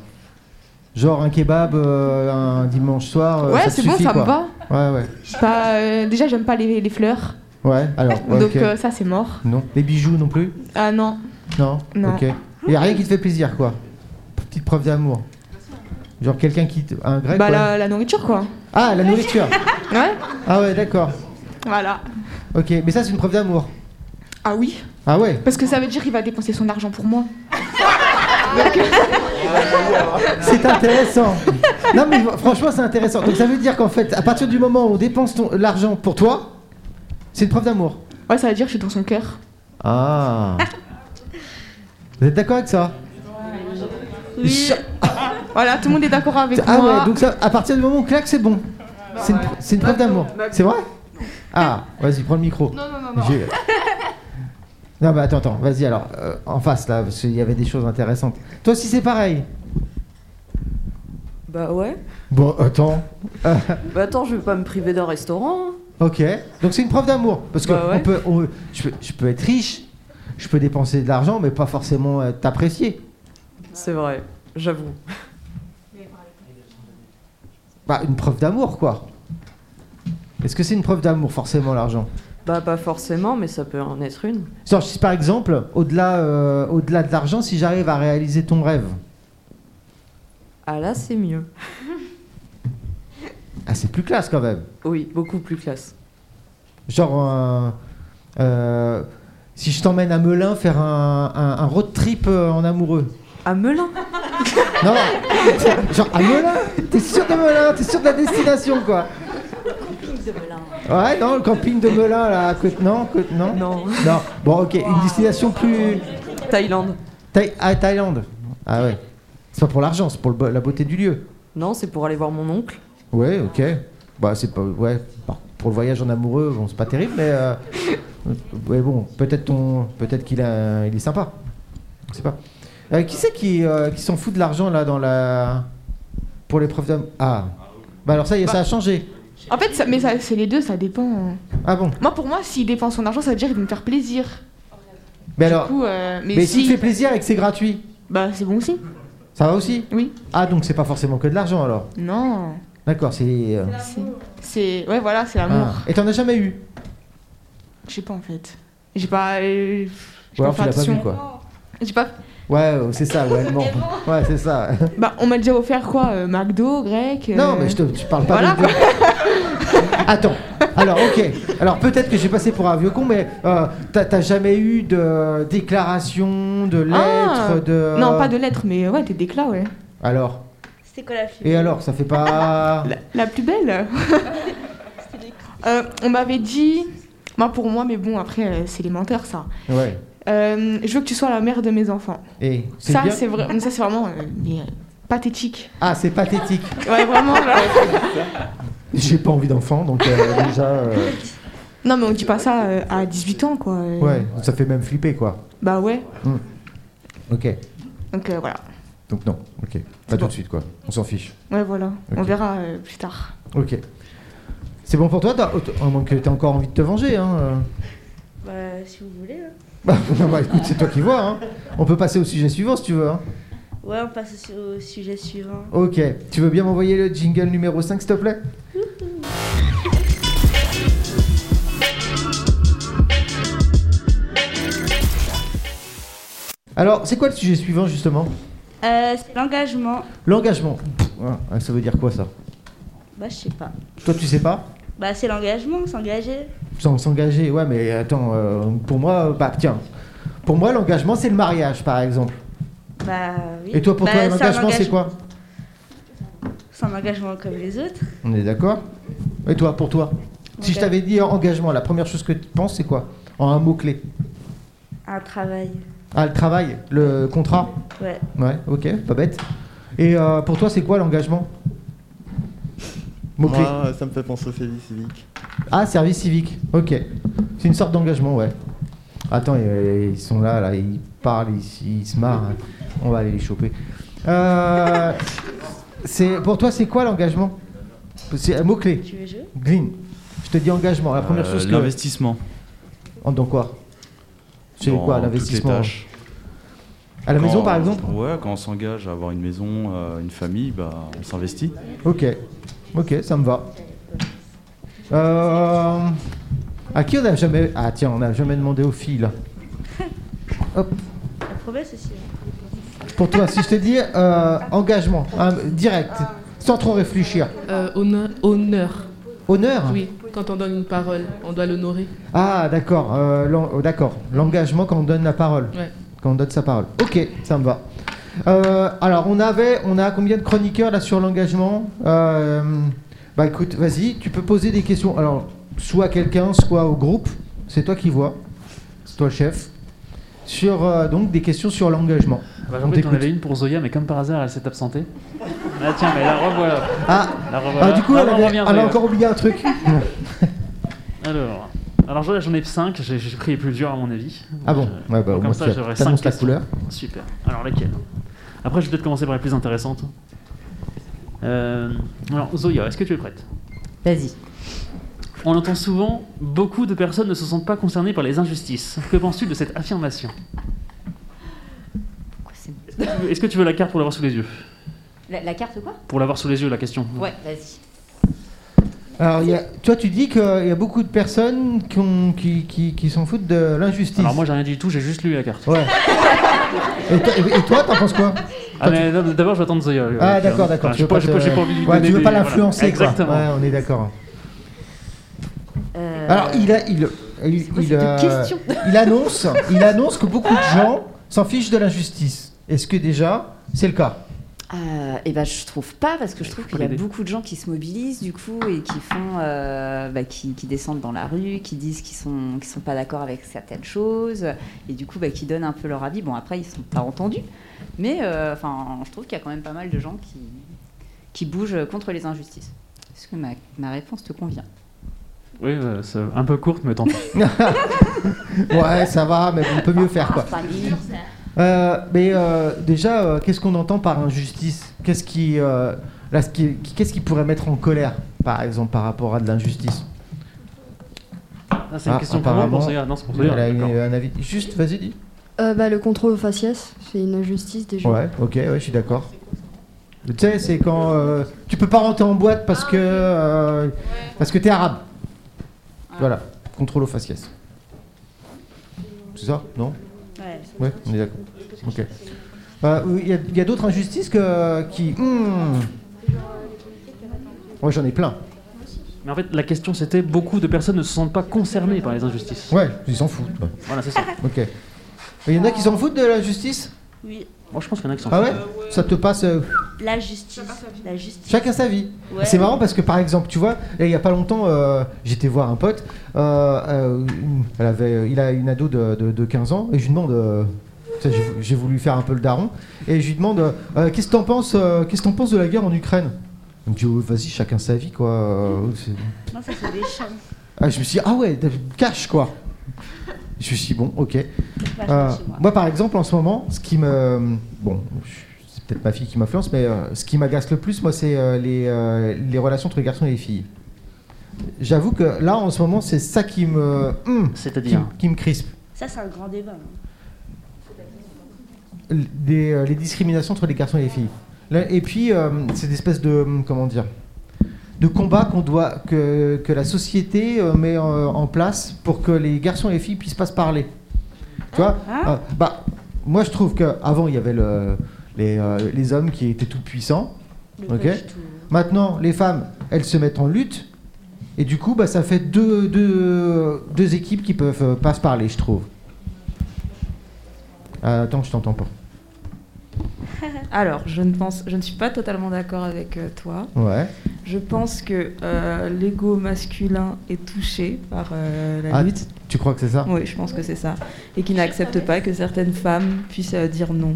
Speaker 1: Genre un kebab euh, un dimanche soir. euh,
Speaker 3: Ouais,
Speaker 1: ça te
Speaker 3: c'est bon,
Speaker 1: suffit,
Speaker 3: ça me
Speaker 1: quoi. Ouais,
Speaker 13: Bah,
Speaker 3: Pas, euh, déjà j'aime pas les, les fleurs.
Speaker 13: euh,
Speaker 1: ouais. Ouais, alors. ouais,
Speaker 3: Donc
Speaker 1: ok.
Speaker 3: euh, ça c'est mort.
Speaker 1: Non. Les bijoux non plus
Speaker 3: Ah non.
Speaker 1: Non
Speaker 13: Non.
Speaker 1: Ok. Il n'y a rien qui te fait plaisir, quoi. Petite preuve d'amour. Genre quelqu'un qui. te- Un grec
Speaker 13: Bah
Speaker 1: quoi.
Speaker 13: la, la nourriture quoi.
Speaker 1: Ah, la nourriture
Speaker 13: Ouais.
Speaker 1: Ah ouais, d'accord.
Speaker 13: Voilà.
Speaker 1: Ok, mais ça, c'est une preuve d'amour.
Speaker 13: Ah oui.
Speaker 1: Ah ouais
Speaker 13: Parce que ça veut dire qu'il va dépenser son argent pour moi.
Speaker 1: C'est intéressant. Non mais franchement c'est intéressant. Donc ça veut dire qu'en fait à partir du moment où on dépense ton- l'argent pour toi, c'est une preuve d'amour.
Speaker 13: Ouais, ça veut dire que je suis dans son cœur.
Speaker 1: Ah. Vous êtes d'accord avec ça
Speaker 13: Oui. voilà, tout le monde est d'accord avec
Speaker 1: Ah
Speaker 13: moi.
Speaker 1: ouais, donc ça, à partir du moment où on claque c'est bon. C'est une, c'est une preuve d'amour. C'est vrai Ah, vas-y prends le micro.
Speaker 13: Non, non, non,
Speaker 1: non. Non bah attends, attends, vas-y alors, euh, en face là, parce qu'il y avait des choses intéressantes. Toi aussi c'est pareil.
Speaker 9: Bah ouais.
Speaker 1: Bon, attends. Euh,
Speaker 9: Bah attends, je vais pas me priver d'un restaurant. hein.
Speaker 1: Ok, donc c'est une preuve d'amour. Parce que
Speaker 9: Bah ouais.
Speaker 1: on peut, on- je, peux, je peux être riche, je peux dépenser de l'argent, mais pas forcément euh, t'apprécier.
Speaker 9: C'est vrai, j'avoue.
Speaker 1: Bah, une preuve d'amour, quoi. Est-ce que c'est une preuve d'amour, forcément, l'argent
Speaker 9: Bah pas forcément, mais ça peut en être une.
Speaker 1: Genre, si par exemple, au-delà euh, au-delà de l'argent, si j'arrive à réaliser ton rêve,
Speaker 9: Ah là, c'est mieux.
Speaker 1: ah, c'est plus classe quand même.
Speaker 9: Oui, beaucoup plus classe.
Speaker 1: Genre, euh, euh, si je t'emmène à Melun faire un, un- un road trip euh, en amoureux.
Speaker 9: À Melun
Speaker 1: Non Genre à Melun T'es sûr de Melun T'es sûr de la destination, quoi Ouais, non, le camping de Melun, là, à côté, non, côte- non Non. Bon, ok, une destination plus...
Speaker 9: Thaïlande.
Speaker 1: Thaï- ah, Thaïlande. Ah ouais. C'est pas pour l'argent, c'est pour le bo- la beauté du lieu.
Speaker 9: Non, c'est pour aller voir mon oncle.
Speaker 1: Ouais, ok. Bah, c'est pas... Ouais, par- pour le voyage en amoureux, bon, c'est pas terrible, mais... euh, ouais, bon, peut-être ton... Peut-être qu'il a... il est sympa. Je sais pas. Euh, qui c'est qui, euh, qui s'en fout de l'argent, là, dans la... Pour les profs d'hommes Ah. Bah alors ça, y est, ça a changé.
Speaker 13: En fait, ça- mais ça, c'est les deux, ça dépend.
Speaker 1: Ah bon
Speaker 13: Moi, pour moi, s'il dépense son argent, ça veut dire qu'il veut me faire plaisir.
Speaker 1: Mais
Speaker 13: Du
Speaker 1: alors,
Speaker 13: coup, euh, mais
Speaker 1: mais s'il
Speaker 13: si-
Speaker 1: te fait plaisir et que c'est gratuit
Speaker 13: Bah, c'est bon aussi.
Speaker 1: Ça va aussi
Speaker 13: Oui.
Speaker 1: Ah, donc c'est pas forcément que de l'argent alors
Speaker 13: Non.
Speaker 1: D'accord, c'est. euh,
Speaker 13: C'est- C'est. Ouais, voilà, c'est l'amour.
Speaker 1: ah. Et t'en as jamais eu
Speaker 13: Je sais pas en fait. J'ai pas. euh, j'ai
Speaker 1: Ou alors tu
Speaker 13: fait
Speaker 1: l'as pas vu
Speaker 13: attention.
Speaker 1: quoi
Speaker 13: J'ai pas.
Speaker 1: Ouais, euh, c'est ça, ouais, elle ment. Ouais, c'est ça.
Speaker 13: Bah, on m'a déjà offert quoi euh, McDo, grec. euh,
Speaker 1: Non, mais je te je parle pas
Speaker 13: Voilà,
Speaker 1: de. Attends, alors ok. Alors peut-être que j'ai passé pour un vieux con, mais euh, t'as t'as jamais eu de déclaration, de lettre,
Speaker 13: Ah
Speaker 1: de.
Speaker 13: Non, pas de lettres, mais ouais, t'es déclat, ouais.
Speaker 1: Alors
Speaker 2: C'était quoi la fille
Speaker 1: Et alors, ça fait pas.
Speaker 13: La plus belle Euh, On m'avait dit. Bah, pour moi, mais bon, après, euh, c'est les menteurs, ça.
Speaker 1: Ouais.
Speaker 13: Euh, je veux que tu sois la mère de mes enfants.
Speaker 1: Et Eh, c'est
Speaker 13: Ça,
Speaker 1: bien
Speaker 13: c'est vrai... ça, c'est vraiment euh, mais, euh, pathétique.
Speaker 1: Ah, c'est pathétique.
Speaker 13: Ouais, vraiment. là.
Speaker 1: J'ai pas envie d'enfant, donc euh, déjà. euh,
Speaker 13: Non, mais on dit pas ça euh, à 18 ans, quoi. euh.
Speaker 1: Ouais, ça fait même flipper quoi.
Speaker 13: Bah ouais.
Speaker 1: Hmm. Ok,
Speaker 13: Donc euh, voilà.
Speaker 1: donc non, ok. Pas tout de suite quoi, on s'en fiche.
Speaker 13: Ouais, voilà. On
Speaker 1: Ok.
Speaker 13: verra euh, plus tard.
Speaker 1: Ok. C'est bon pour toi, euh, t'as- à moins que t'aies encore envie de te venger. Hein. euh.
Speaker 2: Bah, si vous voulez. hein.
Speaker 1: Bah, bah, écoute, c'est toi qui vois. Hein. On peut passer au sujet suivant si tu veux. hein.
Speaker 2: Ouais, on passe au su- au sujet suivant.
Speaker 1: Ok, tu veux bien m'envoyer le jingle numéro 5 s'il te plaît Alors, c'est quoi le sujet suivant justement
Speaker 2: Euh, c'est l'engagement.
Speaker 1: L'engagement. Pff, ouais, Ça veut dire quoi ça
Speaker 2: Bah, je sais pas.
Speaker 1: Toi, tu sais pas
Speaker 2: Bah, c'est l'engagement, s'engager.
Speaker 1: Sans s'engager, ouais, mais attends, euh, pour moi, euh, bah tiens, pour moi, l'engagement, c'est le mariage, par exemple.
Speaker 2: Bah, oui.
Speaker 1: Et toi, pour
Speaker 2: Bah,
Speaker 1: toi,
Speaker 2: c'est un
Speaker 1: l'engagement, c'est
Speaker 2: engage-
Speaker 1: quoi
Speaker 2: C'est un engagement comme les autres.
Speaker 1: On est d'accord Et toi, pour toi Si je
Speaker 2: Engage-
Speaker 1: t'avais dit engagement, la première chose que tu penses, c'est quoi En un mot-clé.
Speaker 2: Un travail.
Speaker 1: Ah, le travail, le contrat
Speaker 2: Ouais.
Speaker 1: Ouais, ok, pas bête. Et euh, pour toi, c'est quoi l'engagement Mot-clé.
Speaker 11: Moi, euh, ça me fait penser au service civique.
Speaker 1: Ah, service civique, ok. C'est une sorte d'engagement, ouais. Attends, ils, ils sont là, là, ils parlent, ils, ils se marrent. hein. On va aller les choper. Euh, c'est- pour toi, c'est quoi l'engagement C'est un mot-clé.
Speaker 2: Tu veux jouer
Speaker 1: Green. Je te dis engagement, la première
Speaker 14: Euh,
Speaker 1: chose que...
Speaker 14: L'investissement.
Speaker 1: En- Dans quoi C'est
Speaker 14: Dans
Speaker 1: quoi
Speaker 14: toutes les
Speaker 1: l'investissement
Speaker 14: tâches.
Speaker 1: À la
Speaker 14: Quand-
Speaker 1: maison, par exemple
Speaker 14: Ouais, quand on s'engage à avoir une maison, euh, une famille, bah, on s'investit.
Speaker 1: Ok, ok, ça me va. Euh, À qui on n'a jamais... Ah tiens, on n'a jamais demandé aux filles, là. Hop.
Speaker 2: promesse aussi.
Speaker 1: Pour toi, si je te dis euh, engagement, hein, direct, sans trop réfléchir.
Speaker 15: Euh, honneur, honneur.
Speaker 1: Honneur
Speaker 15: Oui, quand on donne une parole, on doit l'honorer.
Speaker 1: Ah, d'accord, euh, l'en- oh, d'accord. L'engagement quand on donne la parole.
Speaker 15: Ouais.
Speaker 1: Quand on donne sa parole. Ok, ça me va. Euh, alors, on avait, on a combien de chroniqueurs là sur l'engagement Euh, Bah écoute, vas-y, tu peux poser des questions. Alors, soit à quelqu'un, soit au groupe. C'est toi qui vois. C'est toi le chef. Sur euh, donc des questions sur l'engagement.
Speaker 16: Bah,
Speaker 1: On
Speaker 16: J'en
Speaker 1: t'écoute.
Speaker 16: avais une pour Zoya, mais comme par hasard, elle s'est absentée. Ah tiens, mais la revoilà.
Speaker 1: Ah,
Speaker 16: la revoilà.
Speaker 1: Ah, du coup,
Speaker 16: Non,
Speaker 1: elle,
Speaker 16: non,
Speaker 1: avait-
Speaker 16: on revient,
Speaker 1: elle a
Speaker 16: Zoya.
Speaker 1: encore oublié un truc.
Speaker 16: Alors, alors j'en- j'en ai 5, j'ai j'ai pris les plus durs à mon avis.
Speaker 1: Ah bon,
Speaker 16: Donc, euh,
Speaker 1: ouais, bah, au
Speaker 16: Comme
Speaker 1: moins,
Speaker 16: ça,
Speaker 1: tu as-
Speaker 16: j'aurai cinq
Speaker 1: t'annonces la
Speaker 16: questions.
Speaker 1: couleur.
Speaker 16: Super. Alors, laquelle Après, je vais peut-être commencer par les plus intéressantes. Euh, alors, Zoya, est-ce que tu es prête
Speaker 17: Vas-y.
Speaker 16: On entend souvent beaucoup de personnes ne se sentent pas concernées par les injustices. Que penses-tu de cette affirmation Est-ce que tu veux- Est-ce que tu veux la carte pour l'avoir sous les yeux
Speaker 17: La, la carte quoi
Speaker 16: Pour l'avoir sous les yeux, la question.
Speaker 10: Mm.
Speaker 17: Ouais, vas-y.
Speaker 1: Alors, il y a- toi, tu dis qu'il y a beaucoup de personnes qui, ont- qui- qui- qui s'en foutent de l'injustice.
Speaker 16: Alors moi j'ai rien dit du tout, j'ai juste lu la carte.
Speaker 1: Ouais. Et toi- et- et toi, t'en penses quoi
Speaker 16: Ah mais non, d'abord je vais attendre Zoya. euh,
Speaker 1: Ah
Speaker 16: puis,
Speaker 1: d'accord,
Speaker 16: euh,
Speaker 1: d'accord.
Speaker 16: enfin,
Speaker 1: tu
Speaker 16: J'ai
Speaker 1: veux
Speaker 16: pas,
Speaker 1: pas
Speaker 16: j'ai
Speaker 1: te-
Speaker 16: pas, j'ai pas envie de lui
Speaker 1: Ouais,
Speaker 16: donner
Speaker 1: tu veux pas
Speaker 16: des- voilà.
Speaker 1: l'influencer, quoi.
Speaker 16: Exactement. Euh,
Speaker 1: Ouais, on est d'accord. Alors il a, il, il, il,
Speaker 16: cette
Speaker 1: euh,
Speaker 16: question
Speaker 1: il annonce, il annonce que beaucoup de gens s'en fichent de l'injustice. Est-ce que déjà c'est le cas
Speaker 17: et ben je trouve pas parce que je trouve qu'il y a
Speaker 1: l'aider.
Speaker 17: beaucoup de gens qui se mobilisent du coup et qui font, euh, bah, qui, qui descendent dans la rue, qui disent qu'ils sont, qu'ils sont pas d'accord avec certaines choses et du coup bah, qui donnent un peu leur avis. Bon après ils sont pas entendus, mais euh, enfin je trouve qu'il y a quand même pas mal de gens qui qui bougent contre les injustices. Est-ce que ma, ma réponse te convient
Speaker 16: Oui, euh, c'est un peu courte mais tant pis.
Speaker 1: Ouais, ça va, mais on peut mieux faire quoi.
Speaker 16: Ah,
Speaker 17: Pas sûr, ça.
Speaker 1: Euh, mais euh, déjà, euh, qu'est-ce qu'on entend par injustice Qu'est-ce qui, euh, là, ce qui- qui- qu'est-ce qui pourrait mettre en colère, par exemple, par rapport à de l'injustice
Speaker 16: Ah, c'est une question pour moi ou pour Zoya Non, c'est pour Zoya.
Speaker 1: elle a eu
Speaker 16: d'accord.
Speaker 1: un avis. Juste, vas-y, dis.
Speaker 5: Euh, bah, le contrôle aux faciès, c'est une injustice déjà.
Speaker 1: Ouais, ok, ouais, je suis d'accord. Tu sais, c'est quand euh, tu peux pas rentrer en boîte parce que euh, parce que t'es arabe. Voilà, contrôle aux faciès. C'est ça Non
Speaker 17: Ouais.
Speaker 1: on est d'accord. Ok. Euh, oui, Il y a- il y a, d'autres injustices que, qui. Hmm. Ouais, j'en ai plein.
Speaker 16: Mais en fait la question c'était beaucoup de personnes ne se sentent pas concernées par les injustices.
Speaker 1: Ouais, ils s'en foutent. quoi.
Speaker 16: Voilà c'est ça.
Speaker 1: Ok. Il y en a qui s'en foutent de la justice
Speaker 2: Oui.
Speaker 16: Moi je pense qu'il y en a qui s'en
Speaker 1: Ah ouais
Speaker 16: foutent.
Speaker 1: Ça te passe. euh,
Speaker 2: La justice. La justice.
Speaker 1: Chacun sa vie.
Speaker 2: Ouais.
Speaker 1: C'est marrant parce que par exemple, tu vois, là, il y a pas longtemps, euh, j'étais voir un pote, euh, euh, une- elle avait, il a une ado de, de- de 15 ans, et je lui demande, euh, tu sais, j'ai vou- j'ai voulu faire un peu le daron, et je lui demande, euh, Euh, qu'est-ce que t'en penses, euh, qu'est-ce que t'en penses de la guerre en Ukraine Elle me dit, Oh, vas-y, chacun sa vie, quoi. euh, c'est-
Speaker 2: Non, ça c'est des chants.
Speaker 1: ah, je me suis dit, ah ouais, d- cash quoi. Je me suis dit, bon, ok.
Speaker 2: Vachement
Speaker 1: Euh,
Speaker 2: chez moi.
Speaker 1: moi, par exemple, en ce moment, ce qui me. Bon, je- c'est peut-être ma fille qui m'influence, mais euh, ce qui m'agace le plus, moi, c'est euh, les, euh, les relations entre les garçons et les filles. J'avoue que là, en ce moment, c'est ça qui me. hum,
Speaker 16: C'est-à-dire
Speaker 1: qui, qui me crispe.
Speaker 2: Ça c'est un grand débat. hein.
Speaker 1: L- des, euh, les discriminations entre les garçons et les filles. Là, et puis, euh, cette espèce de. hum, Comment dire de combat qu'on doit que, que la société euh, met en, en place pour que les garçons et les filles puissent pas se parler. Tu vois
Speaker 2: Ah.
Speaker 1: Euh, Bah moi je trouve que avant il y avait le, les, euh, les hommes qui étaient tout puissants.
Speaker 2: Le
Speaker 1: ok
Speaker 2: pas du tout.
Speaker 1: Maintenant les femmes elles se mettent en lutte et du coup bah ça fait deux, deux, deux équipes qui peuvent euh, pas se parler je trouve. Euh, attends je t'entends pas.
Speaker 18: Alors, je ne pense, je ne suis pas totalement d'accord avec euh, toi.
Speaker 1: Ouais.
Speaker 18: Je pense que euh, l'ego masculin est touché par euh, la
Speaker 1: Ah,
Speaker 18: lutte.
Speaker 1: tu crois que c'est ça
Speaker 18: Oui, je pense que c'est ça, et qui n'accepte pas que certaines femmes puissent euh, dire non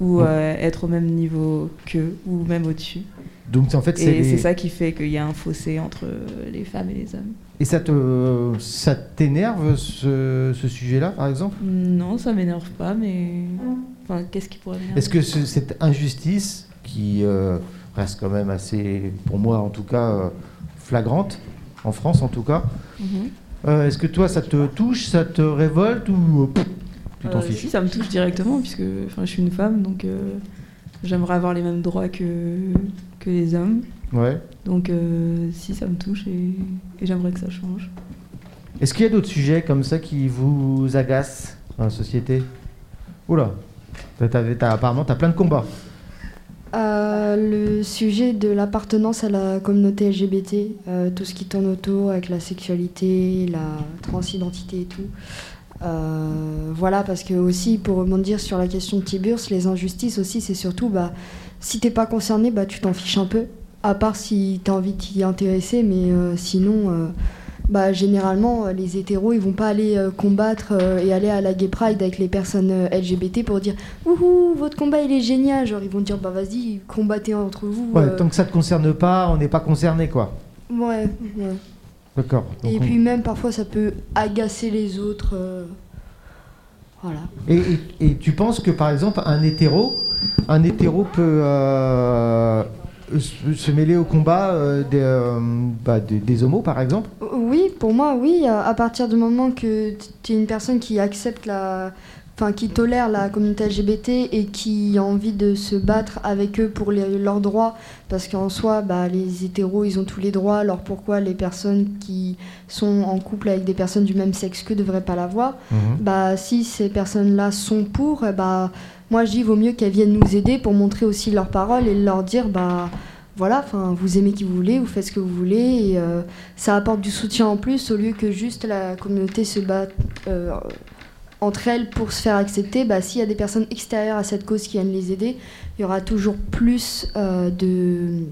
Speaker 18: ou
Speaker 1: Ouais.
Speaker 18: euh, être au même niveau qu'eux ou même au-dessus.
Speaker 1: Donc en fait c'est
Speaker 18: Et
Speaker 1: les-
Speaker 18: c'est ça qui fait qu'il y a un fossé entre euh, les femmes et les hommes.
Speaker 1: Et ça te ça t'énerve ce, ce sujet là par exemple
Speaker 18: Non, ça m'énerve pas, mais enfin, qu'est-ce qui pourrait m'énerver
Speaker 1: Est-ce que ce- cette injustice, qui euh, reste quand même assez, pour moi en tout cas, euh, flagrante, en France en tout cas,
Speaker 18: Mhm.
Speaker 1: euh, est-ce que toi ça te touche, ça te révolte ou euh, pff, tu t'en
Speaker 18: Euh,
Speaker 1: fiches
Speaker 18: Si, ça me touche directement, puisque enfin, je suis une femme, donc euh, j'aimerais avoir les mêmes droits que, que les hommes.
Speaker 1: Ouais.
Speaker 18: Donc euh, si, ça me touche et, et j'aimerais que ça change.
Speaker 1: Est-ce qu'il y a d'autres sujets comme ça qui vous agacent dans la société Oula, T'as- t'as- t'as- apparemment, t'as plein de combats.
Speaker 5: Euh, le sujet de l'appartenance à la communauté LGBT, euh, tout ce qui tourne autour avec la sexualité, la transidentité et tout. Euh, voilà, parce que aussi, pour rebondir sur la question de Tiburce, les injustices aussi, c'est surtout, bah, si t'es pas concerné, bah, tu t'en fiches un peu, à part si t'as envie de t'y intéresser, mais euh, sinon, euh, bah, généralement, euh, les hétéros, ils vont pas aller euh, combattre euh, et aller à la Gay Pride avec les personnes euh, LGBT pour dire « Ouhou, votre combat, il est génial !» Genre, ils vont dire « Bah, vas-y, combattez entre vous
Speaker 1: Ouais,
Speaker 5: euh.
Speaker 1: Tant que ça te concerne pas, on n'est pas concerné, quoi.
Speaker 5: Ouais, ouais.
Speaker 1: D'accord. Donc
Speaker 5: Et
Speaker 1: on-
Speaker 5: puis même, parfois, ça peut agacer les autres. euh. Voilà.
Speaker 1: Et, et- et tu penses que par exemple un hétéro, un hétéro peut euh, se se mêler au combat euh, des, euh, bah, des, des homos par exemple
Speaker 5: Oui, pour moi, oui. À à partir du moment que tu es une personne qui accepte la. Enfin, qui tolère la communauté LGBT et qui a envie de se battre avec eux pour les- leurs droits, parce qu'en soi, bah, les hétéros, ils ont tous les droits, alors pourquoi les personnes qui sont en couple avec des personnes du même sexe que devraient pas l'avoir
Speaker 4: Mhm.
Speaker 5: bah, si ces personnes-là sont pour, eh bah, moi je dis vaut mieux qu'elles viennent nous aider pour montrer aussi leur parole et leur dire bah voilà, 'fin, vous aimez qui vous voulez, vous faites ce que vous voulez, et euh, ça apporte du soutien en plus au lieu que juste la communauté se batte euh, entre elles pour se faire accepter. Bah, S'il y a des personnes extérieures à cette cause qui viennent les aider, il y aura toujours plus euh, de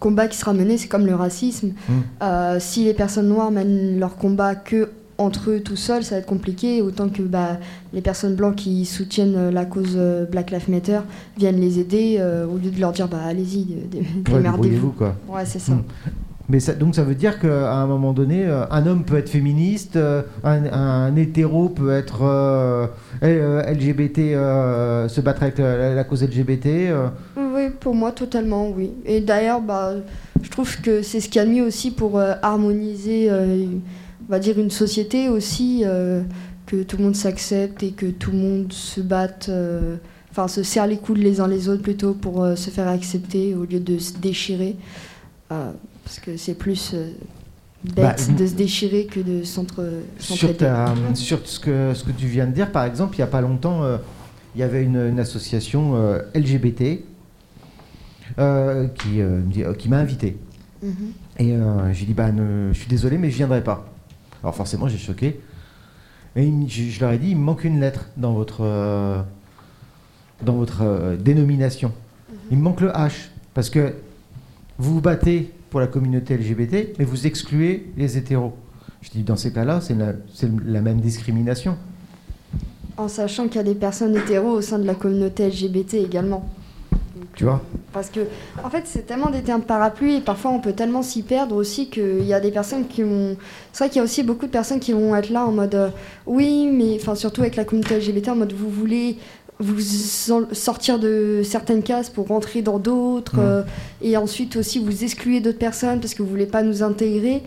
Speaker 5: combat qui sera mené, c'est comme le racisme.
Speaker 4: Mm.
Speaker 1: Hum.
Speaker 5: Euh, si les personnes noires mènent leur combat que entre eux tout seuls, ça va être compliqué, autant que bah, les personnes blanches qui soutiennent euh, la cause euh, Black Lives Matter viennent les aider euh, au lieu de leur dire bah allez-y, euh, dé- démerdez-vous.
Speaker 1: débrouillez-vous, quoi.
Speaker 5: Ouais, c'est ça.
Speaker 1: Mm. Mais ça, donc ça veut dire qu'à un moment donné, euh, un homme peut être féministe, euh, un, un hétéro peut être euh, L- euh, LGBT, euh, se battre avec la, la- la cause LGBT. euh.
Speaker 5: Oui, pour moi, totalement, oui. Et d'ailleurs, bah, je trouve que c'est ce qu'il y a de mieux aussi pour euh, harmoniser, euh, on va dire, une société aussi, euh, que tout le monde s'accepte et que tout le monde se batte, euh, enfin, se serre les coudes les uns les autres plutôt pour euh, se faire accepter au lieu de se déchirer. Euh, parce que c'est plus euh, bête
Speaker 1: Bah,
Speaker 5: de se déchirer que de s'entre.
Speaker 1: Sur,
Speaker 5: s'entraider.
Speaker 1: ta- euh, sur ce, que, ce que tu viens de dire, par exemple, il n'y a pas longtemps, euh, il y avait une, une association euh, LGBT euh, qui, euh, me dit- euh, qui m'a invité.
Speaker 5: Mhm.
Speaker 1: Et euh, j'ai dit, bah, ne- je suis désolé, mais je viendrai pas. Alors forcément, j'ai choqué. Et il me- je, je leur ai dit, il me manque une lettre dans votre, euh, dans votre euh, dénomination. Il me manque le H. Parce que vous vous battez pour la communauté LGBT, mais vous excluez les hétéros. Je dis, dans ces cas-là, c'est la, c'est la même discrimination.
Speaker 5: En sachant qu'il y a des personnes hétéros au sein de la communauté LGBT également.
Speaker 1: Tu vois
Speaker 5: Parce que, en fait, c'est tellement des termes parapluies et parfois on peut tellement s'y perdre aussi qu'il y a des personnes qui ont. C'est vrai qu'il y a aussi beaucoup de personnes qui vont être là en mode euh, oui, mais enfin, surtout avec la communauté LGBT, en mode vous voulez vous en- sortir de certaines cases pour rentrer dans d'autres
Speaker 4: Mhm.
Speaker 5: euh, et ensuite aussi vous excluez d'autres personnes parce que vous voulez pas nous intégrer.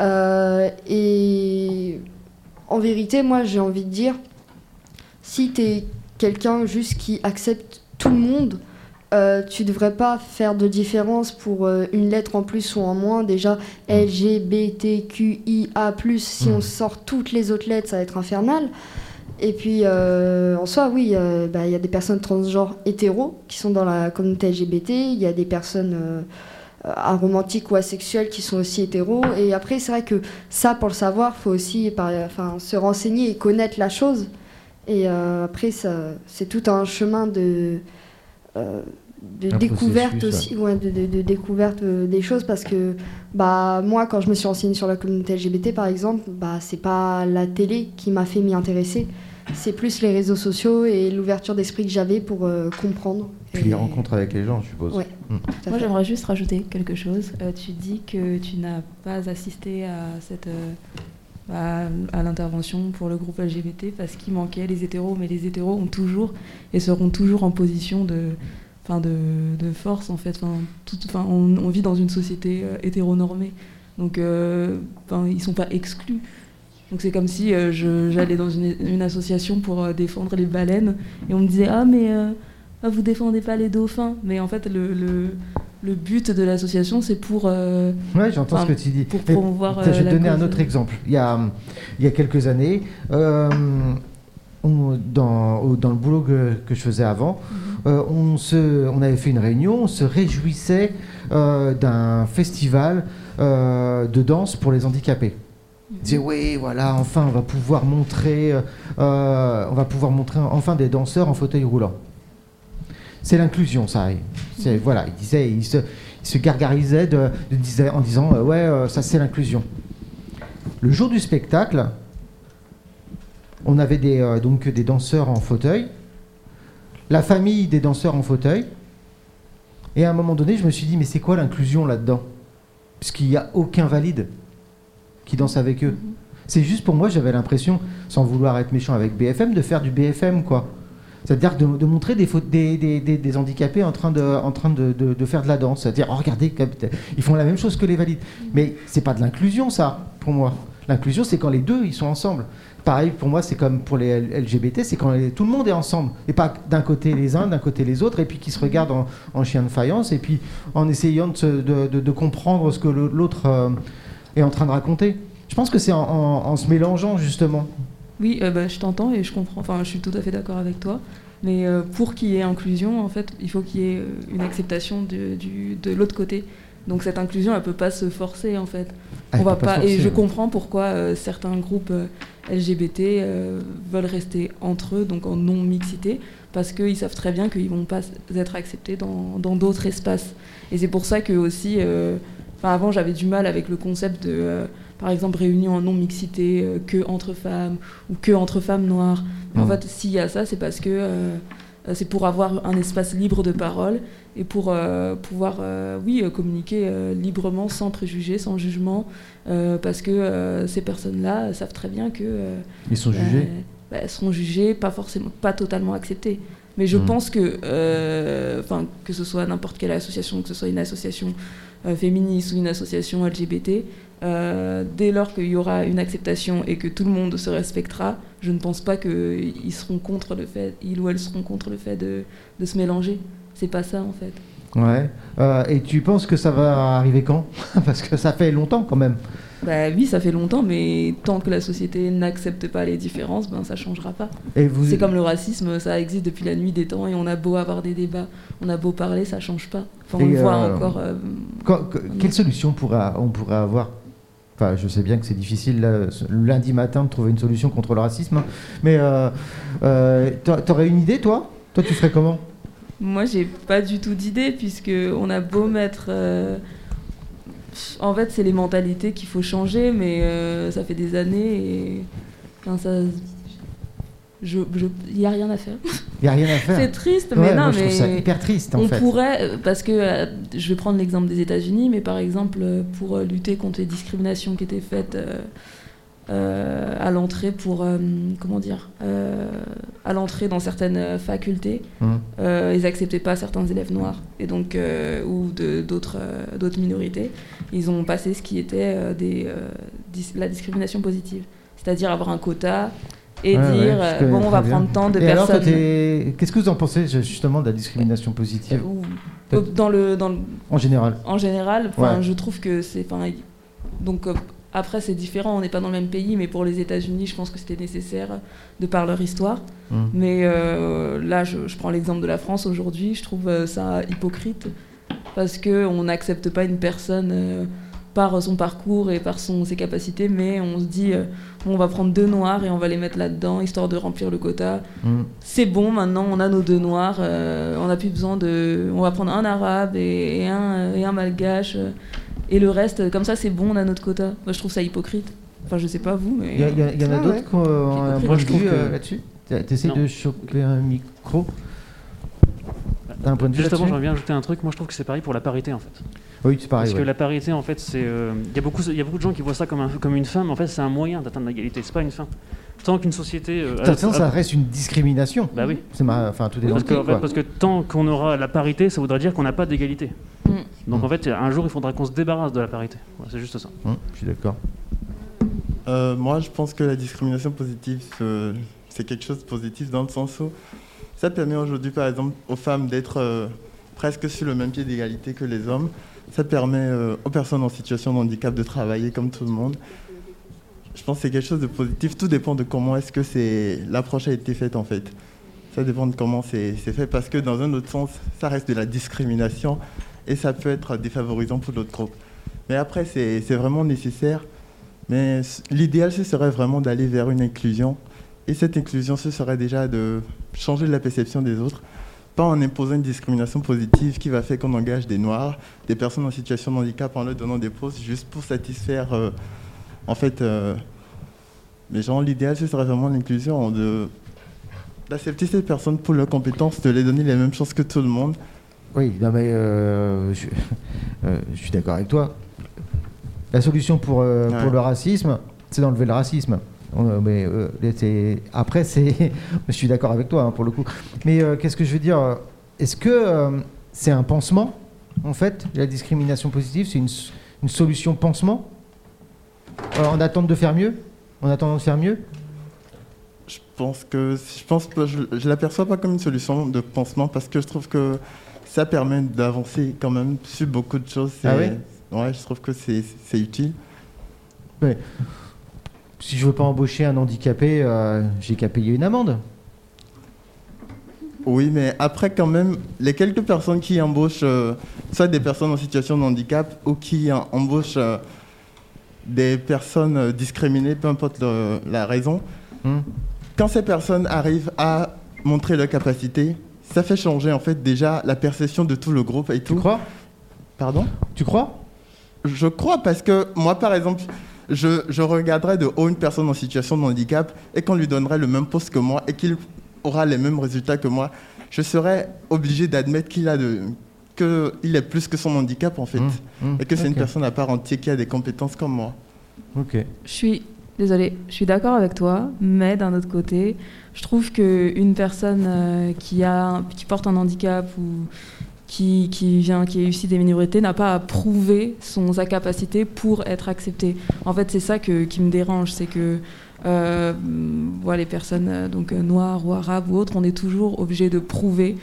Speaker 5: Euh, et en vérité, moi j'ai envie de dire si t'es quelqu'un juste qui accepte tout le monde, euh, tu devrais pas faire de différence pour euh, une lettre en plus ou en moins. Déjà, LGBTQIA, si on sort toutes les autres lettres, ça va être infernal. Et puis, euh, en soi, oui, euh, bah, il y a des personnes transgenres hétéros qui sont dans la communauté LGBT, il y a des personnes. euh, euh, aromantiques ou asexuels qui sont aussi hétéros. Et après, c'est vrai que ça, pour le savoir, faut aussi par- enfin, se renseigner et connaître la chose. Et euh, après, ça- c'est tout un chemin de, euh, de
Speaker 4: Un
Speaker 5: découverte
Speaker 4: processus,
Speaker 5: aussi, ouais, de, de- de découverte euh, des choses. Parce que bah, moi, quand je me suis renseignée sur la communauté LGBT, par exemple, bah, c'est pas la télé qui m'a fait m'y intéresser. C'est plus les réseaux sociaux et l'ouverture d'esprit que j'avais pour euh, comprendre.
Speaker 1: Puis les rencontres avec les gens, je suppose.
Speaker 5: Ouais.
Speaker 1: Mm.
Speaker 5: à
Speaker 19: Moi,
Speaker 5: fait.
Speaker 19: j'aimerais juste rajouter quelque chose. Euh, tu dis que tu n'as pas assisté à cette euh, à, à l'intervention pour le groupe LGBT parce qu'il manquait les hétéros, mais les hétéros ont toujours et seront toujours en position de, enfin de, de force en fait. Enfin, tout- enfin, on, on vit dans une société euh, hétéronormée, donc euh, enfin, ils sont pas exclus. Donc c'est comme si euh, je- j'allais dans une, une association pour euh, défendre les baleines et on me disait ah mais euh, ah, vous défendez pas les dauphins. Mais en fait le, le, le but de l'association c'est pour euh,
Speaker 1: Ouais, j'entends
Speaker 19: enfin,
Speaker 1: ce que tu dis.
Speaker 19: pour
Speaker 1: Mais
Speaker 19: promouvoir. euh,
Speaker 1: tiens, je vais
Speaker 19: la
Speaker 1: te donner un
Speaker 19: cause.
Speaker 1: autre exemple. Il y a, hum, il y a quelques années, euh, on- dans, au- dans le boulot que, que je faisais avant,
Speaker 19: Mhm.
Speaker 1: euh, on, se, on avait fait une réunion, on se réjouissait euh, d'un festival euh, de danse pour les handicapés.
Speaker 19: Mhm.
Speaker 1: On disait oui, voilà, enfin, on va pouvoir montrer, euh, euh, on va pouvoir montrer enfin des danseurs en fauteuil roulant. C'est l'inclusion, ça. C'est- Voilà, il disait, il se, il se gargarisait de, de- disait- en disant euh, ouais, euh, ça c'est l'inclusion. Le jour du spectacle, on avait des, euh, donc des danseurs en fauteuil, la famille des danseurs en fauteuil. Et à un moment donné, je me suis dit, mais c'est quoi l'inclusion là-dedans Puisqu'il n'y a aucun valide qui danse avec eux. C'est juste pour moi, j'avais l'impression, sans vouloir être méchant avec BFM, de faire du BFM, quoi. C'est-à-dire de, de montrer des, fautes- des, des- des- des handicapés en train de, en train de, de- de faire de la danse. C'est-à-dire, oh, regardez, comme- ils font la même chose que les valides. Mais c'est pas de l'inclusion, ça, pour moi. L'inclusion, c'est quand les deux, ils sont ensemble. Pareil, pour moi, c'est comme pour les L- LGBT, c'est quand les- tout le monde est ensemble. Et pas d'un côté les uns, d'un côté les autres, et puis qui se regardent en, en chien de faïence, et puis en essayant de, se- de- de- de comprendre ce que le- l'autre euh, est en train de raconter. Je pense que c'est en- en- en se mélangeant, justement.
Speaker 18: Oui, euh, bah, je t'entends et je comprends. Enfin, je suis tout à fait d'accord avec toi. Mais euh, pour qu'il y ait inclusion, en fait, il faut qu'il y ait euh, une acceptation de, du- de l'autre côté. Donc cette inclusion, elle peut pas se forcer, en fait.
Speaker 19: Ah, elle
Speaker 18: On va
Speaker 19: peut pas se
Speaker 18: pas. et
Speaker 19: forcer,
Speaker 18: je
Speaker 19: ouais.
Speaker 18: comprends pourquoi euh, certains groupes euh, LGBT euh, veulent rester entre eux, donc en non mixité, parce qu'ils savent très bien qu'ils vont pas s- être acceptés dans dans d'autres espaces. Et c'est pour ça que aussi. euh, Enfin, avant, j'avais du mal avec le concept de, euh, par exemple, réunion en non-mixité, euh, que entre femmes ou que entre femmes noires. Mais En
Speaker 19: Mhm.
Speaker 18: fait, s'il y a ça, c'est parce que euh, euh, c'est pour avoir un espace libre de parole et pour euh, pouvoir, euh, oui, euh, communiquer euh, librement, sans préjugés, sans jugement, euh, parce que euh, ces personnes-là euh, savent très bien que. euh,
Speaker 1: Ils sont
Speaker 18: bah,
Speaker 1: jugés.
Speaker 18: bah, elles seront jugées, pas forcément, pas totalement acceptées. Mais je
Speaker 1: Mhm.
Speaker 18: pense que, euh, 'fin, que ce soit n'importe quelle association, que ce soit une association euh, féministe ou une association LGBT, euh, dès lors qu'il y aura une acceptation et que tout le monde se respectera, je ne pense pas qu'ils seront contre le fait, ils ou elles seront contre le fait de, de se mélanger. C'est pas ça en fait.
Speaker 1: Ouais. Euh, et tu penses que ça va arriver quand Parce que ça fait longtemps, quand même.
Speaker 18: Bah oui, ça fait longtemps, mais tant que la société n'accepte pas les différences, ben ça changera pas.
Speaker 1: Et vous-
Speaker 18: C'est comme le racisme, ça existe depuis la nuit des temps et on a beau avoir des débats, on a beau parler, ça change pas. Enfin, on
Speaker 1: Et,
Speaker 18: le voit
Speaker 1: euh,
Speaker 18: encore. euh,
Speaker 1: quand- que- quelle solution pourra, on pourrait avoir Enfin, je sais bien que c'est difficile là, ce- le lundi matin de trouver une solution contre le racisme, hein. mais euh, euh, t'a- t'aurais une idée, toi Toi, tu ferais comment
Speaker 18: Moi, j'ai pas du tout d'idée, puisque on a beau mettre. euh, En fait, c'est les mentalités qu'il faut changer, mais euh, ça fait des années et. Enfin, ça. Je, je- y a rien à faire.
Speaker 1: Il y a rien à faire.
Speaker 18: C'est triste,
Speaker 1: Ouais,
Speaker 18: mais non,
Speaker 1: moi, je trouve
Speaker 18: mais
Speaker 1: ça hyper triste, en
Speaker 18: on
Speaker 1: fait.
Speaker 18: pourrait, euh, parce que euh, je vais prendre l'exemple des États-Unis, mais par exemple euh, pour euh, lutter contre les discriminations qui étaient faites euh, euh, à l'entrée pour euh, comment dire, euh, à l'entrée dans certaines euh, facultés,
Speaker 1: Mhm.
Speaker 18: euh, ils acceptaient pas certains élèves noirs et donc euh, ou de- d'autres euh, d'autres minorités. Ils ont passé ce qui était euh, des, euh, dis- la discrimination positive, c'est-à-dire avoir un quota et
Speaker 1: Ouais, ouais,
Speaker 18: dire
Speaker 1: je
Speaker 18: euh,
Speaker 1: connais
Speaker 18: bon on
Speaker 1: très
Speaker 18: va
Speaker 1: bien.
Speaker 18: prendre tant de
Speaker 1: Et alors,
Speaker 18: personnes.
Speaker 1: toi, t'es- qu'est-ce que vous en pensez je- justement de la discrimination positive
Speaker 18: Euh, dans le dans le-
Speaker 1: En général.
Speaker 18: en général enfin,
Speaker 1: Ouais.
Speaker 18: je trouve que c'est enfin, y- donc euh, après c'est différent on n'est pas dans le même pays mais pour les États-Unis je pense que c'était nécessaire de par leur histoire
Speaker 1: Mm.
Speaker 18: mais euh, là je, je prends l'exemple de la France aujourd'hui je trouve euh, ça hypocrite parce que on n'accepte pas une personne euh, par son parcours et par son, ses capacités, mais on se dit euh, bon, on va prendre deux noirs et on va les mettre là-dedans histoire de remplir le quota
Speaker 1: Mm.
Speaker 18: c'est bon, maintenant on a nos deux noirs, euh, on n'a plus besoin de. On va prendre un arabe et, et un, et un malgache, euh, et le reste, comme ça c'est bon, on a notre quota. Moi je trouve ça hypocrite. Enfin, je sais pas vous, mais.
Speaker 1: Il y, a- il y a- il y en a
Speaker 18: Ah
Speaker 1: d'autres
Speaker 18: ouais.
Speaker 1: qui ont un
Speaker 18: Hypocrite.
Speaker 1: point de vue euh, là-dessus T'as- T'essayes
Speaker 10: Non.
Speaker 1: de choper un micro T'as un point de vue
Speaker 10: Juste avant,
Speaker 1: là-dessus
Speaker 10: j'aimerais bien ajouter un truc. Moi, je trouve que c'est pareil pour la parité, en fait.
Speaker 1: Oui, c'est pareil,
Speaker 10: Parce que
Speaker 1: ouais.
Speaker 10: la parité, en fait, c'est. euh, Il y, a beaucoup- il y a beaucoup de gens qui voient ça comme, un- comme une fin, mais en fait, c'est un moyen d'atteindre l'égalité. C'est pas une fin. Tant qu'une société. euh,
Speaker 1: De toute façon,
Speaker 10: a-
Speaker 1: ça reste une discrimination.
Speaker 10: Bah oui.
Speaker 1: C'est ma... Enfin, tout est
Speaker 10: Oui,
Speaker 1: dans
Speaker 10: parce,
Speaker 1: le
Speaker 10: que,
Speaker 1: prix,
Speaker 10: en fait,
Speaker 1: quoi.
Speaker 10: parce que tant qu'on aura la parité, ça voudra dire qu'on n'a pas d'égalité. Donc en fait, un jour, il faudra qu'on se débarrasse de la parité. Voilà, c'est juste ça.
Speaker 1: Hum, je suis d'accord.
Speaker 11: Euh, moi, je pense que la discrimination positive, ce- c'est quelque chose de positif dans le sens où ça permet aujourd'hui, par exemple, aux femmes d'être euh, presque sur le même pied d'égalité que les hommes. Ça permet euh, aux personnes en situation de handicap de travailler comme tout le monde. je pense que c'est quelque chose de positif. Tout dépend de comment est-ce que c'est l'approche a été faite en fait. Ça dépend de comment c'est c'est fait parce que dans un autre sens, ça reste de la discrimination et ça peut être défavorisant pour l'autre groupe. Mais après, c'est c'est vraiment nécessaire. Mais s- l'idéal, ce serait vraiment d'aller vers une inclusion. Et cette inclusion, ce serait déjà de changer la perception des autres, pas en imposant une discrimination positive qui va faire qu'on engage des Noirs, des personnes en situation de handicap en leur donnant des postes juste pour satisfaire euh, en fait, euh, les gens, l'idéal, ce serait vraiment l'inclusion, de- d'accepter ces personnes pour leurs compétences, de les donner les mêmes chances que tout le monde.
Speaker 1: Oui, non mais euh, je, euh, je suis d'accord avec toi. La solution pour, euh, pour le racisme, c'est d'enlever le racisme. On, euh, mais, euh, les- c'est- après, c'est, je suis d'accord avec toi hein, pour le coup. Mais euh, qu'est-ce que je veux dire euh, Est-ce que euh, c'est un pansement en fait La discrimination positive, c'est une, s- une solution pansement Euh, En attente de faire mieux En attendant de faire mieux
Speaker 11: Je pense que je pense pas- je, je l'aperçois pas comme une solution de pansement parce que je trouve que ça permet d'avancer quand même sur beaucoup de choses.
Speaker 1: Ah
Speaker 11: C'est- ouais, je trouve que c'est c'est utile.
Speaker 1: Ouais. Si je veux pas embaucher un handicapé, euh, j'ai qu'à payer une amende.
Speaker 11: Oui, mais après, quand même, les quelques personnes qui embauchent euh, soit des personnes en situation de handicap ou qui en- embauchent euh, des personnes euh, discriminées, peu importe le- la raison,
Speaker 1: Hmm.
Speaker 11: quand ces personnes arrivent à montrer leur capacité, ça fait changer en fait déjà la perception de tout le groupe et tout. Tu
Speaker 1: crois
Speaker 11: Pardon
Speaker 1: Tu crois
Speaker 11: Je crois parce que moi, par exemple, je, je regarderais de haut une personne en situation de handicap et qu'on lui donnerait le même poste que moi et qu'il aura les mêmes résultats que moi. Je serais obligé d'admettre qu'il a de qu'il est plus que son handicap en fait
Speaker 1: Mm, mm,
Speaker 11: et que c'est une
Speaker 1: ok.
Speaker 11: personne à part entière qui a des compétences comme moi.
Speaker 1: Ok.
Speaker 18: Je suis désolée, je suis d'accord avec toi, mais d'un autre côté, je trouve que une personne euh, qui a un- qui porte un handicap ou qui, qui vient qui est issue des minorités n'a pas à prouver son sa capacité pour être acceptée. En fait, c'est ça que, qui me dérange, c'est que euh, voilà, les personnes euh, donc euh, noires ou arabes ou autres, on est toujours obligé de prouver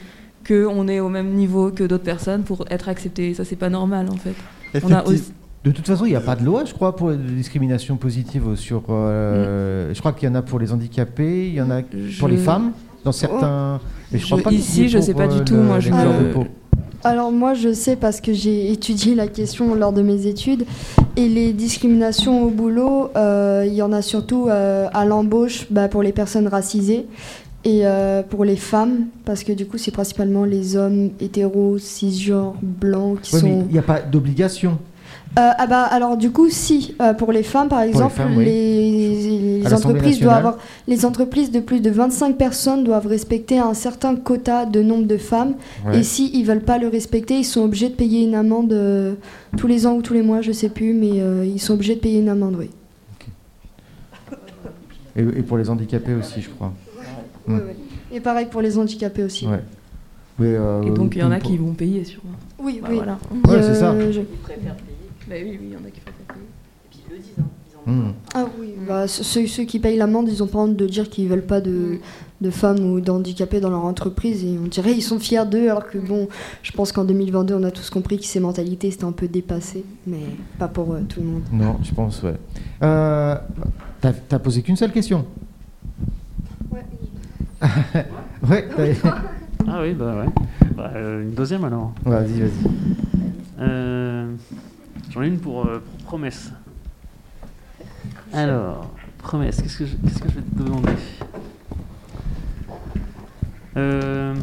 Speaker 18: qu'on est au même niveau que d'autres personnes pour être accepté. Ça, c'est pas normal en fait. On a aussi-
Speaker 1: De toute façon, il n'y a pas de loi, je crois, pour les discriminations positives sur.
Speaker 18: Mm.
Speaker 1: euh, Je crois qu'il y en a pour les handicapés, il y en a pour les femmes, dans certains. Mais je crois
Speaker 18: Oh. Je-
Speaker 1: pas qu'il y
Speaker 18: ici,
Speaker 1: ait
Speaker 18: je
Speaker 1: pour,
Speaker 18: sais pas
Speaker 1: euh,
Speaker 18: du tout,
Speaker 1: le-
Speaker 18: moi,
Speaker 1: les
Speaker 18: je-
Speaker 1: couleurs de
Speaker 18: Euh,
Speaker 1: peau.
Speaker 5: Alors moi je sais parce que j'ai étudié la question lors de mes études et les discriminations au boulot, euh, il y en a surtout euh, à l'embauche bah, pour les personnes racisées et euh, pour les femmes parce que du coup c'est principalement les hommes hétéros, cisgenres, blancs qui
Speaker 1: Ouais, mais
Speaker 5: sont...
Speaker 1: il n'y a pas d'obligation.
Speaker 5: Euh, ah bah alors du coup si Euh, pour les femmes par exemple
Speaker 1: femmes, oui.
Speaker 5: les,
Speaker 1: À
Speaker 5: les
Speaker 1: l'Assemblée
Speaker 5: entreprises doivent
Speaker 1: nationale.
Speaker 5: avoir les entreprises de plus de 25 personnes doivent respecter un certain quota de nombre de femmes
Speaker 1: Ouais.
Speaker 5: et si ils veulent pas le respecter ils sont obligés de payer une amende euh, tous les ans ou tous les mois je sais plus mais euh, ils sont obligés de payer une amende oui.
Speaker 1: Et, et pour les handicapés aussi, je crois. Mm.
Speaker 5: Ouais, ouais. Et pareil pour les handicapés aussi.
Speaker 1: Ouais. Mais, euh,
Speaker 18: Et donc il y en a
Speaker 1: pour-
Speaker 18: qui vont payer sûrement.
Speaker 5: Oui,
Speaker 18: Bah,
Speaker 5: oui. Euh,
Speaker 18: voilà.
Speaker 1: Ouais, c'est ça.
Speaker 5: je-
Speaker 18: Bah oui, oui, il y en a qui préfèrent payer. Et puis ils le disent. hein.
Speaker 1: Mm.
Speaker 5: Ah oui, bah, ce- ceux, ceux qui payent l'amende, ils ont pas honte de dire qu'ils veulent pas de, de femmes ou d'handicapés dans leur entreprise et on dirait ils sont fiers d'eux alors que bon, je pense qu'en 2022 on a tous compris que ces mentalités c'était un peu dépassé, mais pas pour euh, tout le monde.
Speaker 1: Non, je pense, ouais. Euh, t'as, t'as posé qu'une seule question Ouais. ouais, t'as-
Speaker 10: Ah oui, bah ouais. Bah, euh, une deuxième alors.
Speaker 1: Vas-y, vas-y.
Speaker 10: Euh, J'en ai une pour, euh, pour promesse. Alors, promesse, qu'est-ce que je, qu'est-ce que je vais te demander Euh,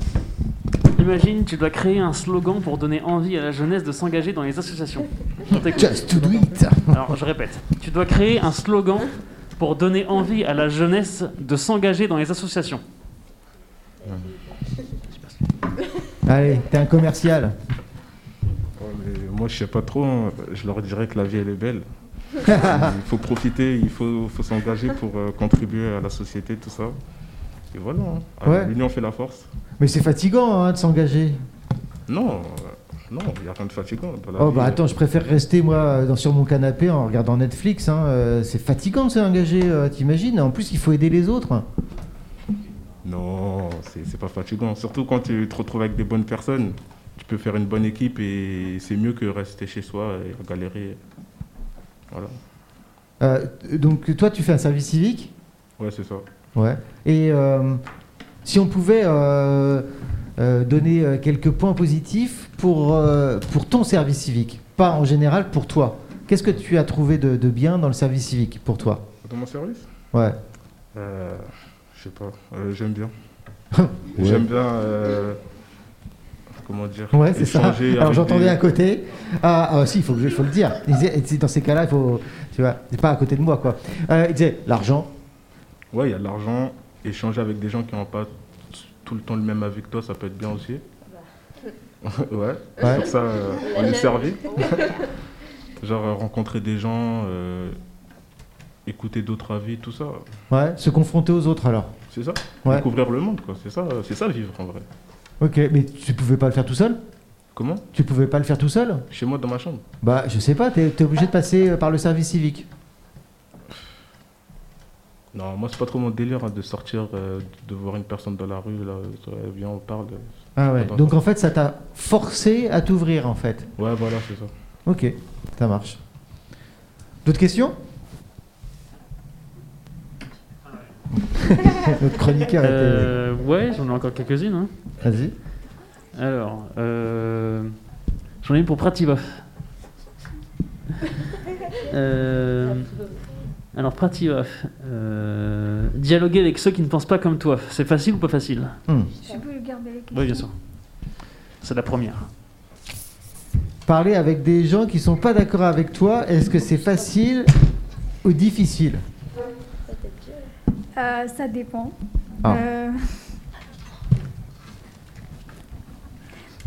Speaker 10: Imagine, tu dois créer un slogan pour donner envie à la jeunesse de s'engager dans les associations. On t'écoute.
Speaker 1: Just to do it.
Speaker 10: Alors, je répète, tu dois créer un slogan pour donner envie à la jeunesse de s'engager dans les associations.
Speaker 1: Allez, t'es un commercial.
Speaker 20: Ouais, mais Moi, je sais pas trop. hein. Je leur dirais que la vie, elle est belle. il faut profiter, il faut, faut s'engager pour euh, contribuer à la société, tout ça. Et voilà. hein. Ah,
Speaker 1: Ouais.
Speaker 20: L'union fait la force.
Speaker 1: Mais c'est fatigant hein, de s'engager.
Speaker 20: Non, euh, non, il n'y a rien de fatigant. dans la
Speaker 1: Oh
Speaker 20: vie. euh.
Speaker 1: bah attends, je préfère rester moi dans, sur mon canapé en regardant Netflix. hein, euh, c'est fatigant de s'engager, euh, t'imagines En plus, il faut aider les autres.
Speaker 20: Non, c'est c'est pas fatigant. Surtout quand tu te retrouves avec des bonnes personnes, tu peux faire une bonne équipe et c'est mieux que rester chez soi et galérer. Voilà.
Speaker 1: Euh, donc toi, tu fais un service civique
Speaker 20: Ouais, c'est ça.
Speaker 1: Ouais. Et euh, si on pouvait euh, euh, donner euh, quelques points positifs pour, euh, pour ton service civique, pas en général pour toi, qu'est-ce que tu as trouvé de, de bien dans le service civique pour toi
Speaker 20: Dans mon service
Speaker 1: Ouais.
Speaker 20: Euh, Je sais pas, euh, j'aime bien.
Speaker 1: Ouais.
Speaker 20: J'aime bien. euh, comment dire
Speaker 1: Ouais, c'est ça.
Speaker 20: échanger
Speaker 1: Alors
Speaker 20: avec
Speaker 1: j'entendais
Speaker 20: des-
Speaker 1: à côté. Ah, ah, si, il faut, que je- faut le dire. Il disait- et dans ces cas-là, il faut. Tu vois, c'est pas à côté de moi, quoi. Euh, il disait l'argent.
Speaker 20: Ouais, il y a de l'argent. Échanger avec des gens qui n'ont pas t- tout le temps le même avis que toi, ça peut être bien aussi. ouais,
Speaker 1: Ouais.
Speaker 20: pour ça, euh, on est servi. Genre euh, rencontrer des gens, euh, écouter d'autres avis, tout ça.
Speaker 1: Ouais, se confronter aux autres, alors.
Speaker 20: C'est ça
Speaker 1: Ouais.
Speaker 20: Découvrir le monde, quoi. C'est ça, euh, c'est ça vivre en vrai.
Speaker 1: Ok, mais tu pouvais pas le faire tout seul
Speaker 20: Comment
Speaker 1: Tu pouvais pas le faire tout seul
Speaker 20: Chez moi, dans ma chambre.
Speaker 1: Bah, je sais pas, t'es t'es obligé de passer euh, par le service civique.
Speaker 20: Non, moi, c'est pas trop mon délire hein, de sortir, euh, de voir une personne dans la rue, là, euh, viens, on parle.
Speaker 1: Ah ouais,
Speaker 20: Attends.
Speaker 1: donc en fait, ça t'a forcé à t'ouvrir, en fait.
Speaker 20: Ouais, voilà, c'est ça.
Speaker 1: Ok, ça marche. D'autres questions Notre chroniqueur était-
Speaker 16: Euh, ouais, j'en ai encore quelques-unes. hein.
Speaker 1: Vas-y.
Speaker 16: Alors, euh, j'en ai une pour Prativa. Euh, alors, Prativa, euh, dialoguer avec ceux qui ne pensent pas comme toi, c'est facile ou pas facile
Speaker 1: Hmm.
Speaker 2: Je peux le garder avec
Speaker 16: Oui, bien sûr. C'est la première.
Speaker 1: Parler avec des gens qui sont pas d'accord avec toi, est-ce que c'est facile ou difficile
Speaker 21: Euh, ça dépend.
Speaker 1: Ah.
Speaker 21: Euh,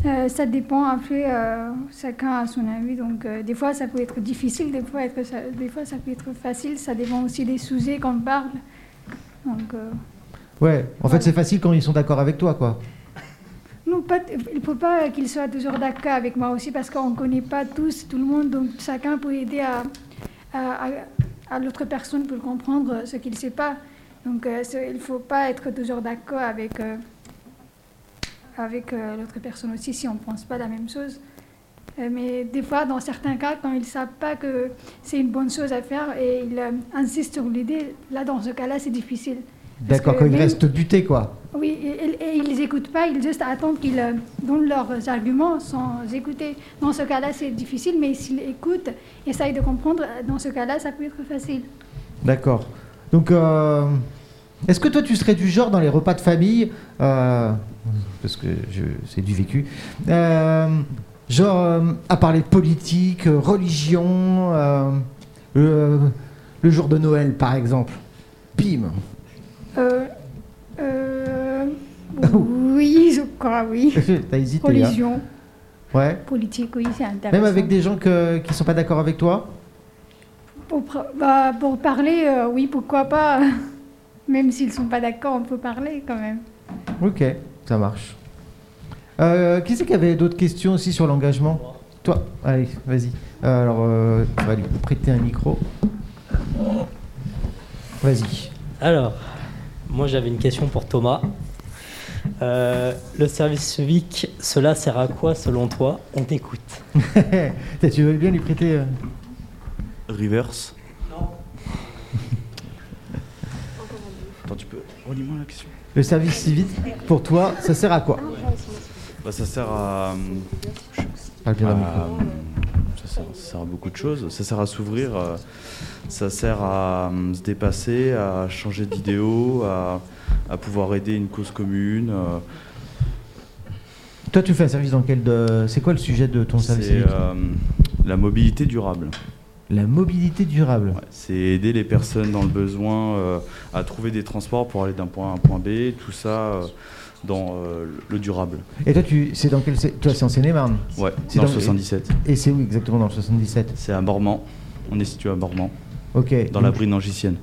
Speaker 21: euh, ça dépend, après, euh, chacun a son avis. Donc, euh, des fois, ça peut être difficile, des fois, être, ça, des fois, ça peut être facile. Ça dépend aussi des sujets qu'on parle. Donc, euh,
Speaker 1: Ouais, en fait, c'est facile quand ils sont d'accord avec toi, quoi.
Speaker 21: non, pas, t- il ne faut pas qu'il soit toujours d'accord avec moi aussi, parce qu'on ne connaît pas tous, tout le monde. Donc, chacun peut aider à, à, à- à l'autre personne pour comprendre ce qu'il ne sait pas. Donc, euh, ce- il ne faut pas être toujours d'accord avec, euh, avec euh, l'autre personne aussi si on ne pense pas la même chose. Euh, mais des fois, dans certains cas, quand ils ne savent pas que c'est une bonne chose à faire et ils euh, insistent sur l'idée, là, dans ce cas-là, c'est difficile. Parce
Speaker 1: D'accord,
Speaker 21: que
Speaker 1: quand ils
Speaker 21: même-
Speaker 1: restent butés, quoi.
Speaker 21: oui, et, et- et ils n'écoutent pas, ils juste attendent qu'ils euh, donnent leurs arguments sans écouter. Dans ce cas-là, c'est difficile, mais s'ils écoutent, essayent de comprendre, euh, dans ce cas-là, ça peut être facile.
Speaker 1: D'accord. Donc, euh, est-ce que toi, tu serais du genre dans les repas de famille, euh, parce que je, c'est du vécu, euh, genre euh, à parler de politique, euh, religion, euh, le, le jour de Noël, par exemple Bim
Speaker 21: Euh, euh, oui, je crois, oui.
Speaker 1: T'as hésité, hein.
Speaker 21: Religion,
Speaker 1: Ouais.
Speaker 21: politique, oui, c'est intéressant.
Speaker 1: Même avec des gens que- qui sont pas d'accord avec toi
Speaker 21: Pour, pr- bah, pour parler, euh, oui, pourquoi pas. Même s'ils ne sont pas d'accord, on peut parler quand même.
Speaker 1: Ok, ça marche. Euh, qui c'est qui avait d'autres questions aussi sur l'engagement Toi, allez, vas-y. Euh, alors, euh, on va lui prêter un micro. Vas-y.
Speaker 22: Alors, moi j'avais une question pour Thomas. Euh, le service civique, cela sert à quoi selon toi On t'écoute.
Speaker 1: Tiens, tu veux bien lui prêter euh,
Speaker 14: Reverse. Attends, tu peux. Relis-moi la question.
Speaker 1: le service civique Pour toi, ça sert à quoi
Speaker 14: Bah, ça sert à. euh,
Speaker 1: Parle bien dans le
Speaker 14: à, euh, ça, sert, ça sert à beaucoup de choses. Ça sert à s'ouvrir, euh, ça sert à euh, se dépasser, à changer d'idéaux, à, à pouvoir aider une cause commune. euh,
Speaker 1: Toi, tu fais un service dans lequel de... C'est quoi le sujet de ton service
Speaker 14: c'est
Speaker 1: civique
Speaker 14: euh, la mobilité durable.
Speaker 1: La mobilité durable.
Speaker 14: C'est aider les personnes dans le besoin euh, à trouver des transports pour aller d'un point A à un point B, tout ça euh, dans euh, le durable.
Speaker 1: Et toi, tu... c'est dans quel... c'est- Toi, c'est en Seine-et-Marne
Speaker 14: Ouais,
Speaker 1: C'est
Speaker 14: dans le 77.
Speaker 1: Et c'est où exactement dans le 77
Speaker 14: C'est à Mormant. On est situé à Mormant.
Speaker 1: Ok.
Speaker 14: Dans la brine angicienne.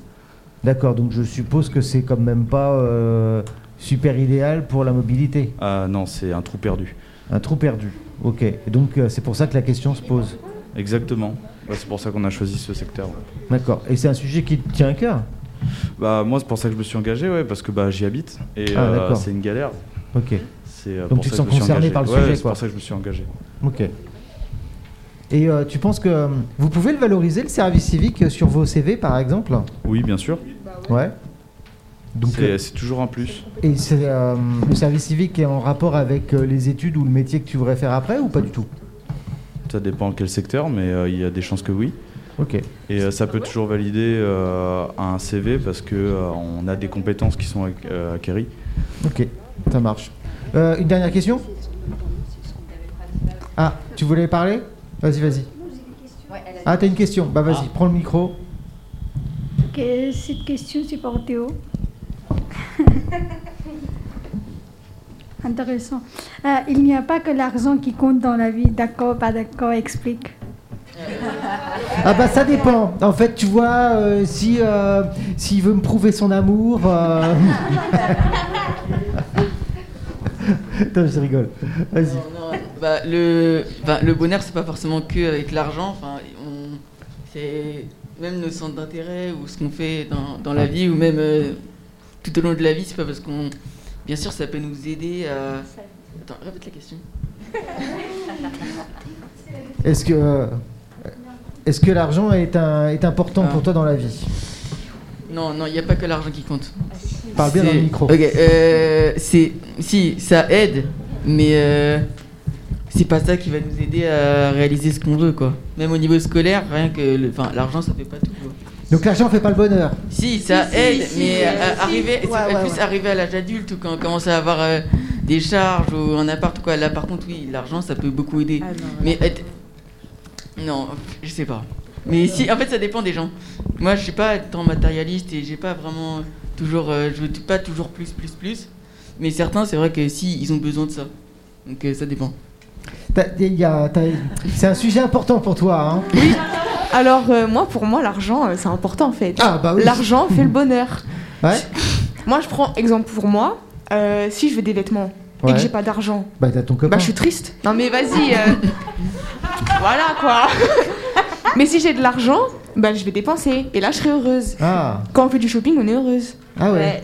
Speaker 1: D'accord, donc je suppose que c'est quand même pas euh, super idéal pour la mobilité.
Speaker 14: Ah non, c'est un trou perdu.
Speaker 1: Un trou perdu. Ok, Et donc euh, c'est pour ça que la question se pose.
Speaker 14: Exactement. Bah, c'est pour ça qu'on a choisi ce secteur.
Speaker 1: D'accord, et c'est un sujet qui te tient à cœur
Speaker 14: Bah moi c'est pour ça que je me suis engagé, ouais, parce que bah j'y habite et
Speaker 1: Ah,
Speaker 14: euh,
Speaker 1: d'accord.
Speaker 14: c'est une galère.
Speaker 1: Ok.
Speaker 14: C'est euh,
Speaker 1: Donc
Speaker 14: pour
Speaker 1: tu te
Speaker 14: ça que je me
Speaker 1: sens
Speaker 14: suis
Speaker 1: concerné
Speaker 14: engagé.
Speaker 1: par le
Speaker 14: Ouais,
Speaker 1: sujet,
Speaker 14: C'est
Speaker 1: quoi.
Speaker 14: pour ça que je me suis engagé.
Speaker 1: Ok. Et euh, tu penses que euh, vous pouvez le valoriser, le service civique, euh, sur vos CV, par exemple
Speaker 14: Oui, bien sûr.
Speaker 1: Ouais.
Speaker 14: C'est- c'est toujours un plus.
Speaker 1: Et c'est, euh, le service civique est en rapport avec euh, les études ou le métier que tu voudrais faire après ou pas du tout
Speaker 14: Ça dépend quel secteur, mais euh, il y a des chances que oui.
Speaker 1: Ok.
Speaker 14: Et euh, ça peut toujours valider euh, un CV parce que euh, on a des compétences qui sont ac- euh, acquéries.
Speaker 1: Ok, ça marche. Euh, une dernière question Ah, tu voulais parler Vas-y, vas-y. Ah, t'as une question Bah vas-y, prends le micro.
Speaker 21: Ok, cette question, c'est pour Théo. Intéressant. Euh, il n'y a pas que l'argent qui compte dans la vie. D'accord, pas d'accord, explique.
Speaker 1: Ah bah ça dépend. En fait, tu vois, euh, si euh, s'il veut me prouver son amour. euh, Attends, je rigole. Vas-y.
Speaker 6: Bah, le, enfin, le bonheur, c'est pas forcément que avec l'argent. Enfin, on- c'est même nos centres d'intérêt ou ce qu'on fait dans, dans la vie ou même euh, tout au long de la vie. C'est pas parce qu'on. Bien sûr, ça peut nous aider à. Attends, répète la question.
Speaker 1: Est-ce que euh, est-ce que l'argent est un- est important pour toi dans la vie
Speaker 6: Non, non, il n'y a pas que l'argent qui compte.
Speaker 1: Parle bien dans le
Speaker 6: C'est-
Speaker 1: micro.
Speaker 6: Ok, euh, c'est. Si, ça aide, mais euh, c'est pas ça qui va nous aider à réaliser ce qu'on veut, quoi. Même au niveau scolaire, rien que. le- Enfin, l'argent, ça fait pas tout. quoi.
Speaker 1: Donc l'argent fait pas le bonheur.
Speaker 6: Si, ça
Speaker 1: si,
Speaker 6: aide,
Speaker 1: si,
Speaker 6: mais
Speaker 1: euh,
Speaker 6: à-
Speaker 1: si.
Speaker 6: arriver, c'est
Speaker 1: Ouais,
Speaker 6: pas
Speaker 1: ouais,
Speaker 6: plus
Speaker 1: ouais.
Speaker 6: arriver à l'âge adulte ou quand on commence à avoir euh, des charges ou un appart ou quoi. Là, par contre, oui, l'argent, ça peut beaucoup aider.
Speaker 1: Ah,
Speaker 6: mais être- non, je sais pas. Mais si, en fait, ça dépend des gens. Moi, je suis pas tant matérialiste et j'ai pas vraiment toujours, euh, je veux t- pas toujours plus, plus, plus. Mais certains, c'est vrai que si, ils ont besoin de ça. Donc euh, ça dépend.
Speaker 1: T'as- il y a- t'as- C'est un sujet important pour toi. Hein
Speaker 13: Alors, euh, moi, pour moi, l'argent, euh, c'est important en fait.
Speaker 1: Ah, bah oui. Mmh.
Speaker 13: L'argent fait le bonheur.
Speaker 1: Ouais.
Speaker 13: Moi, je prends exemple pour moi. euh, si je veux des vêtements et
Speaker 1: Ouais.
Speaker 13: que j'ai pas d'argent,
Speaker 1: Bah t'as ton copain.
Speaker 13: bah je suis triste. Non, mais vas-y. euh, voilà quoi. mais si j'ai de l'argent, bah je vais dépenser et là, je serai heureuse.
Speaker 1: Ah.
Speaker 13: Quand on fait du shopping, on est heureuse.
Speaker 1: Ah ouais. Ouais,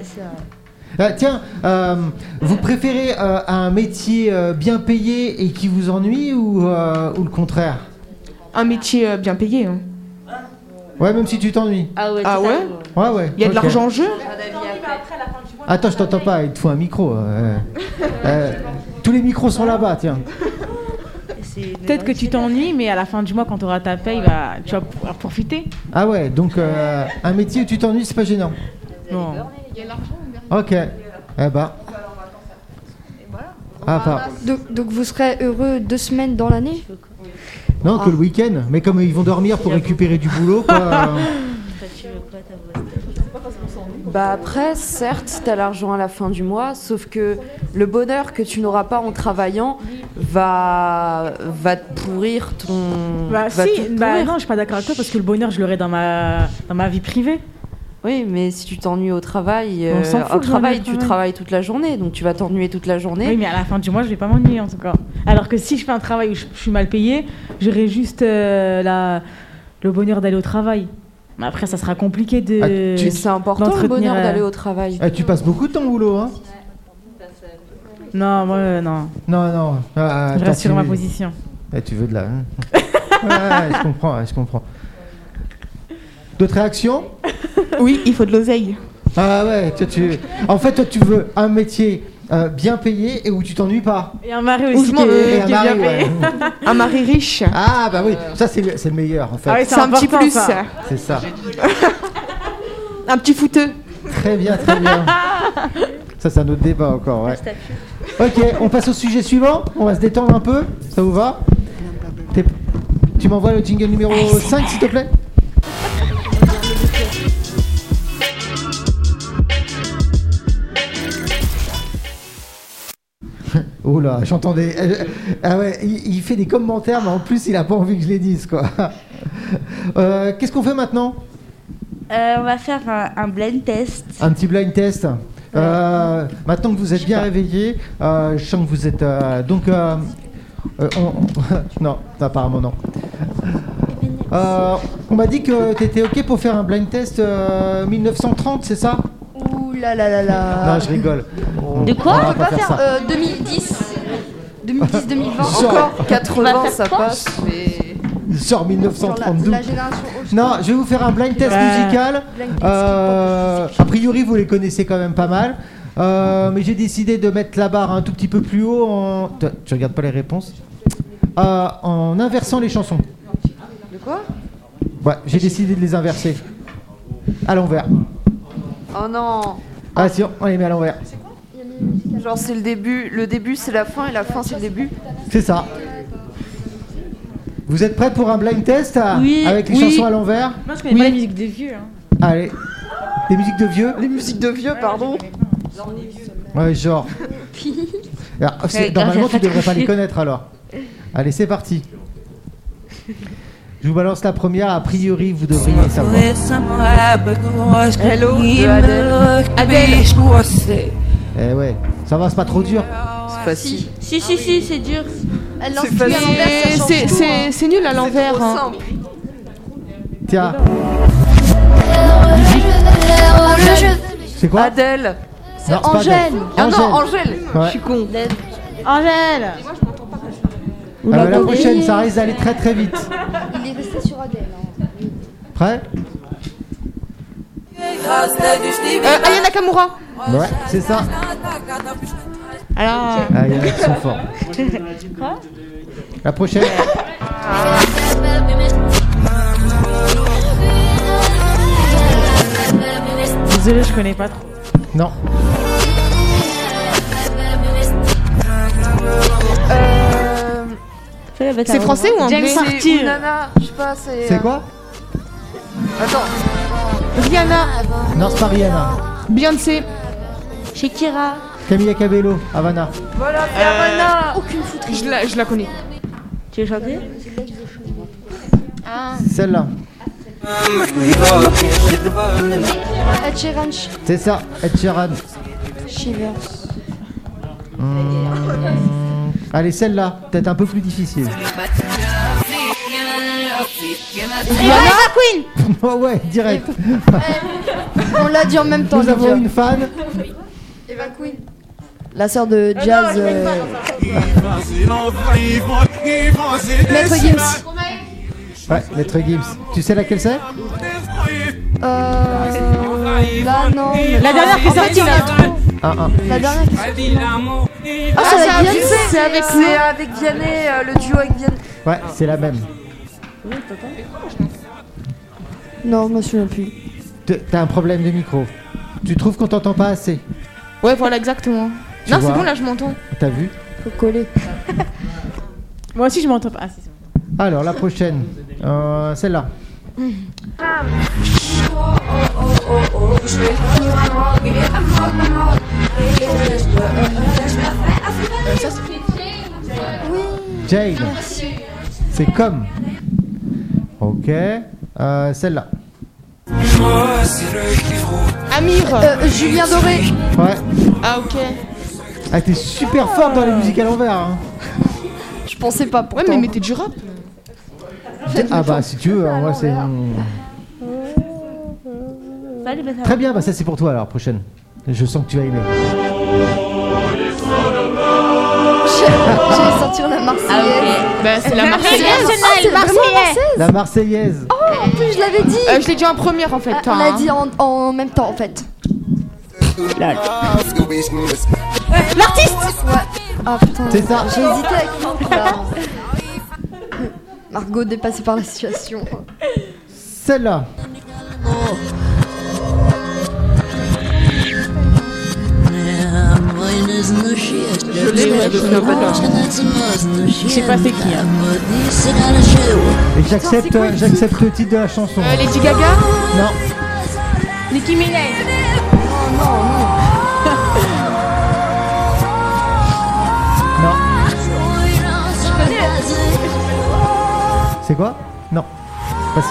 Speaker 1: Ah, tiens, euh, vous préférez euh, un métier euh, bien payé et qui vous ennuie ou, euh, ou le contraire
Speaker 13: Un métier euh, bien payé. hein.
Speaker 1: Ouais, même si tu t'ennuies.
Speaker 13: Ah ouais. Ah ouais.
Speaker 1: Ouais, ouais.
Speaker 13: Il y a de
Speaker 1: ok.
Speaker 13: l'argent en jeu.
Speaker 1: Attends, je t'entends pas, il te faut un micro. euh. Euh, tous les micros sont là-bas, tiens.
Speaker 8: Peut-être que tu t'ennuies, mais à la fin du mois, quand tu auras ta paye, bah, tu vas pouvoir profiter.
Speaker 1: Ah ouais, donc euh, un métier où tu t'ennuies, c'est pas gênant.
Speaker 8: Non.
Speaker 1: Ok. Eh bah. Ah, pas.
Speaker 5: Donc, donc vous serez heureux deux semaines dans l'année
Speaker 1: Non, que le week-end. Mais comme ils vont dormir pour récupérer du boulot, quoi. euh,
Speaker 9: Bah après, certes, t'as l'argent à la fin du mois, sauf que le bonheur que tu n'auras pas en travaillant va, va te pourrir ton.
Speaker 8: Bah,
Speaker 9: va tout
Speaker 8: si,
Speaker 9: te
Speaker 8: bah,
Speaker 9: pourrir.
Speaker 8: non, je suis pas d'accord avec toi parce que le bonheur, je l'aurai dans ma, dans ma vie privée.
Speaker 9: Oui, mais si tu t'ennuies au travail,
Speaker 8: On s'en
Speaker 9: euh,
Speaker 8: fout
Speaker 9: au
Speaker 8: que je m'ennuie au
Speaker 9: travail, tu
Speaker 8: travail.
Speaker 9: travailles toute la journée, donc tu vas t'ennuyer toute la journée.
Speaker 8: Oui, mais à la fin du mois, je vais pas m'ennuyer en tout cas. Alors que si je fais un travail où je, je suis mal payée, j'aurai juste euh, la, le bonheur d'aller au travail. Mais après, ça sera compliqué de.
Speaker 1: Ah, tu-
Speaker 9: C'est important le
Speaker 8: d'entretenir,
Speaker 9: bonheur
Speaker 8: euh,
Speaker 9: d'aller au travail.
Speaker 1: eh, tu passes beaucoup de temps au boulot, hein
Speaker 8: Non, moi, euh, non.
Speaker 1: Non, non. Ah,
Speaker 8: Je
Speaker 1: attends,
Speaker 8: reste sur
Speaker 1: tu-
Speaker 8: ma position.
Speaker 1: Eh, tu veux de la. hein Ouais, je comprends, ouais, je comprends. D'autres réactions
Speaker 13: Oui, il faut de l'oseille.
Speaker 1: Ah ouais, toi, tu... en fait, toi, tu veux un métier euh, bien payé et où tu t'ennuies pas.
Speaker 8: Et un mari
Speaker 1: Ou je
Speaker 8: aussi.
Speaker 1: m'en-
Speaker 8: qui est-
Speaker 1: Et
Speaker 8: qui
Speaker 1: un
Speaker 8: est
Speaker 1: mari,
Speaker 8: bien payé.
Speaker 1: euh, ouais.
Speaker 13: Un mari riche.
Speaker 1: Ah bah oui, ça c'est le, c'est le meilleur en fait.
Speaker 13: Ah oui, c'est C'est un petit important, plus. ça.
Speaker 1: C'est ça.
Speaker 13: Un petit fouteux.
Speaker 1: Très bien, très bien. Ça c'est un autre débat encore. Ouais. Ok, on passe au sujet suivant. On va se détendre un peu. Ça vous va T'es- Tu m'envoies le jingle numéro 5 s'il te plaît Oh là, j'entendais. euh, Ah ouais, il, il fait des commentaires, mais en plus, il a pas envie que je les dise, quoi. Euh, Qu'est-ce qu'on fait maintenant
Speaker 2: Euh, on va faire un, un blend test.
Speaker 1: Un petit blind test. Euh, maintenant que vous êtes bien réveillé, je sens que vous êtes. euh, donc. euh, euh, on- on- non, apparemment non. Euh, on m'a dit que t'étais ok pour faire un blind test euh, 1930, c'est ça
Speaker 5: Ouh là Ah là là là.
Speaker 1: Non, je rigole.
Speaker 5: De quoi
Speaker 1: On va
Speaker 5: On peut pas faire,
Speaker 1: ça.
Speaker 5: euh, 2010 2010-2020
Speaker 1: Genre.
Speaker 5: encore
Speaker 9: 80,
Speaker 5: ça
Speaker 9: ça
Speaker 5: passe
Speaker 9: passe, mais.
Speaker 1: Sort 1932.
Speaker 7: Sur la- la génération Old
Speaker 1: non,
Speaker 7: School.
Speaker 1: je vais vous faire un blind test
Speaker 7: Ouais.
Speaker 1: musical.
Speaker 7: Blind test
Speaker 1: Euh, a priori, vous les connaissez quand même pas mal. Euh, mais j'ai décidé de mettre la barre un tout petit peu plus haut. En... Tu, tu regardes pas les réponses Euh, En inversant les chansons.
Speaker 9: De quoi
Speaker 1: Ouais, j'ai décidé de les inverser. À l'envers.
Speaker 9: Oh non
Speaker 1: Ah si, on les met à l'envers.
Speaker 9: Genre c'est le début, le début c'est la fin et la fin c'est le début.
Speaker 1: C'est ça. Vous êtes prêts pour un blind test à-
Speaker 9: Oui.
Speaker 1: avec les
Speaker 9: Oui.
Speaker 1: chansons à l'envers
Speaker 8: Moi, je connais pas la musique des vieux. hein.
Speaker 1: Allez. Des musiques de vieux
Speaker 9: Les musiques de vieux, pardon.
Speaker 1: Ouais, genre. Alors, Ah, c'est-
Speaker 9: Ouais, grave,
Speaker 1: normalement,
Speaker 9: j'ai
Speaker 1: tu devrais pas
Speaker 9: raccroché.
Speaker 1: les connaître alors. Allez, c'est parti. Je vous balance la première. A priori, vous devriez les savoir.
Speaker 7: Hello,
Speaker 9: de Adèle.
Speaker 7: Adèle.
Speaker 1: Eh ouais, ça va, c'est pas trop dur. C'est
Speaker 9: facile.
Speaker 2: Si, si, si, c'est dur.
Speaker 9: C'est facile.
Speaker 13: Mais c'est- c'est- c'est nul à l'envers. hein.
Speaker 1: Tiens, c'est quoi Ah,
Speaker 9: Adèle.
Speaker 1: C'est pas Angèle. Adèle.
Speaker 9: Ah non,
Speaker 1: Angèle.
Speaker 9: Angèle.
Speaker 1: Ouais.
Speaker 9: Je suis con.
Speaker 8: Angèle
Speaker 1: Ah bah, la prochaine, ça risque d'aller très très vite.
Speaker 5: Il est resté sur Adèle. hein.
Speaker 1: Prêt
Speaker 13: Euh, Aya Nakamura.
Speaker 1: Ouais, c'est ça.
Speaker 13: Alors.
Speaker 1: Ah, il y en a qui sont forts. La prochaine
Speaker 8: Désolé, je connais pas trop.
Speaker 1: Non.
Speaker 13: C'est français ou anglais
Speaker 9: C'est ou Nana, je sais pas, c'est.
Speaker 1: C'est quoi
Speaker 9: Attends.
Speaker 13: Rihanna.
Speaker 1: Non, c'est pas Rihanna.
Speaker 13: Beyoncé.
Speaker 2: Shakira.
Speaker 1: Camilla Cabello, Havana.
Speaker 9: Voilà, c'est Havana. Aucune fouterie.
Speaker 13: Euh, Je la, je la connais.
Speaker 2: Tu veux chanter
Speaker 1: Celle-là.
Speaker 5: Ed Sheeran, Sh-
Speaker 1: C'est ça, Ed Sheeran.
Speaker 5: Shivers.
Speaker 1: Hmm. Allez, celle-là, peut-être un peu plus difficile.
Speaker 5: Queen
Speaker 1: oh ouais, direct.
Speaker 5: On l'a dit en même temps.
Speaker 1: Nous
Speaker 5: les
Speaker 1: avons
Speaker 5: gars.
Speaker 1: une fan.
Speaker 5: Eva Queen. La sœur de Jazz. euh, Maître Gims.
Speaker 1: Ouais, Maître Gibbs. Tu sais laquelle c'est
Speaker 5: Euh. Là, non. mais-
Speaker 7: La dernière qui
Speaker 5: En fait,
Speaker 7: sortit,
Speaker 5: il y en a
Speaker 7: là.
Speaker 5: trop.
Speaker 1: Ah, ah.
Speaker 5: La dernière qui
Speaker 9: Ah,
Speaker 5: c'est
Speaker 9: c'est
Speaker 5: avec
Speaker 9: avec
Speaker 5: Vianney,
Speaker 9: C'est avec,
Speaker 5: c'est, euh,
Speaker 9: Vianney, euh, le duo avec Vianney.
Speaker 1: Ouais, c'est la même.
Speaker 5: Non, je m'en souviens plus.
Speaker 1: T- T'as un problème de micro. Tu trouves qu'on t'entend pas assez
Speaker 13: Ouais, voilà, exactement.
Speaker 1: Tu
Speaker 13: non, c'est
Speaker 1: vois.
Speaker 13: bon, là, je m'entends.
Speaker 1: T'as vu
Speaker 5: Faut coller.
Speaker 8: Moi aussi, je m'entends pas. Ah, si, c'est
Speaker 1: Alors, la prochaine. Euh, Celle-là. Jane. C'est comme. Ok. Euh, Celle-là.
Speaker 13: Amir. Euh, Julien Doré.
Speaker 1: Ouais.
Speaker 13: Ah, ok.
Speaker 1: Ah, t'es super forte dans les musiques à l'envers. hein.
Speaker 13: Je pensais pas. Ouais, mais mettez du rap.
Speaker 1: Ah bah, si tu veux, hein, moi c'est.
Speaker 2: bon. Allez, bah, ça va.
Speaker 1: Très bien, bah ça c'est pour toi alors, prochaine. Je sens que tu vas aimer.
Speaker 5: euh, J'allais sortir la Marseillaise.
Speaker 13: Bah, c'est la
Speaker 5: Mais
Speaker 13: Marseillaise.
Speaker 5: c'est national.
Speaker 13: Ah, c'est vraiment
Speaker 5: Vraiment
Speaker 13: la Marseillaise.
Speaker 1: La Marseillaise.
Speaker 5: Oh, en plus, je l'avais dit.
Speaker 13: Euh, je l'ai dit en première, en fait.
Speaker 5: Ah,
Speaker 13: toi,
Speaker 5: on l'a
Speaker 13: hein.
Speaker 5: dit en, en même temps en fait.
Speaker 13: L'artiste
Speaker 5: Ah putain.
Speaker 1: C'est ça.
Speaker 5: J'ai hésité avec l'autre là. Margot dépassée par la situation.
Speaker 1: Celle-là.
Speaker 7: Je
Speaker 13: l'ai, ouais, de Cléopatra.
Speaker 7: Je sais pas c'est qui.
Speaker 1: Et j'accepte, j'accepte le titre de la chanson.
Speaker 13: Euh, Lady Gaga
Speaker 1: Non.
Speaker 13: Nicki Minaj.
Speaker 1: Non. C'est quoi Non. Pas si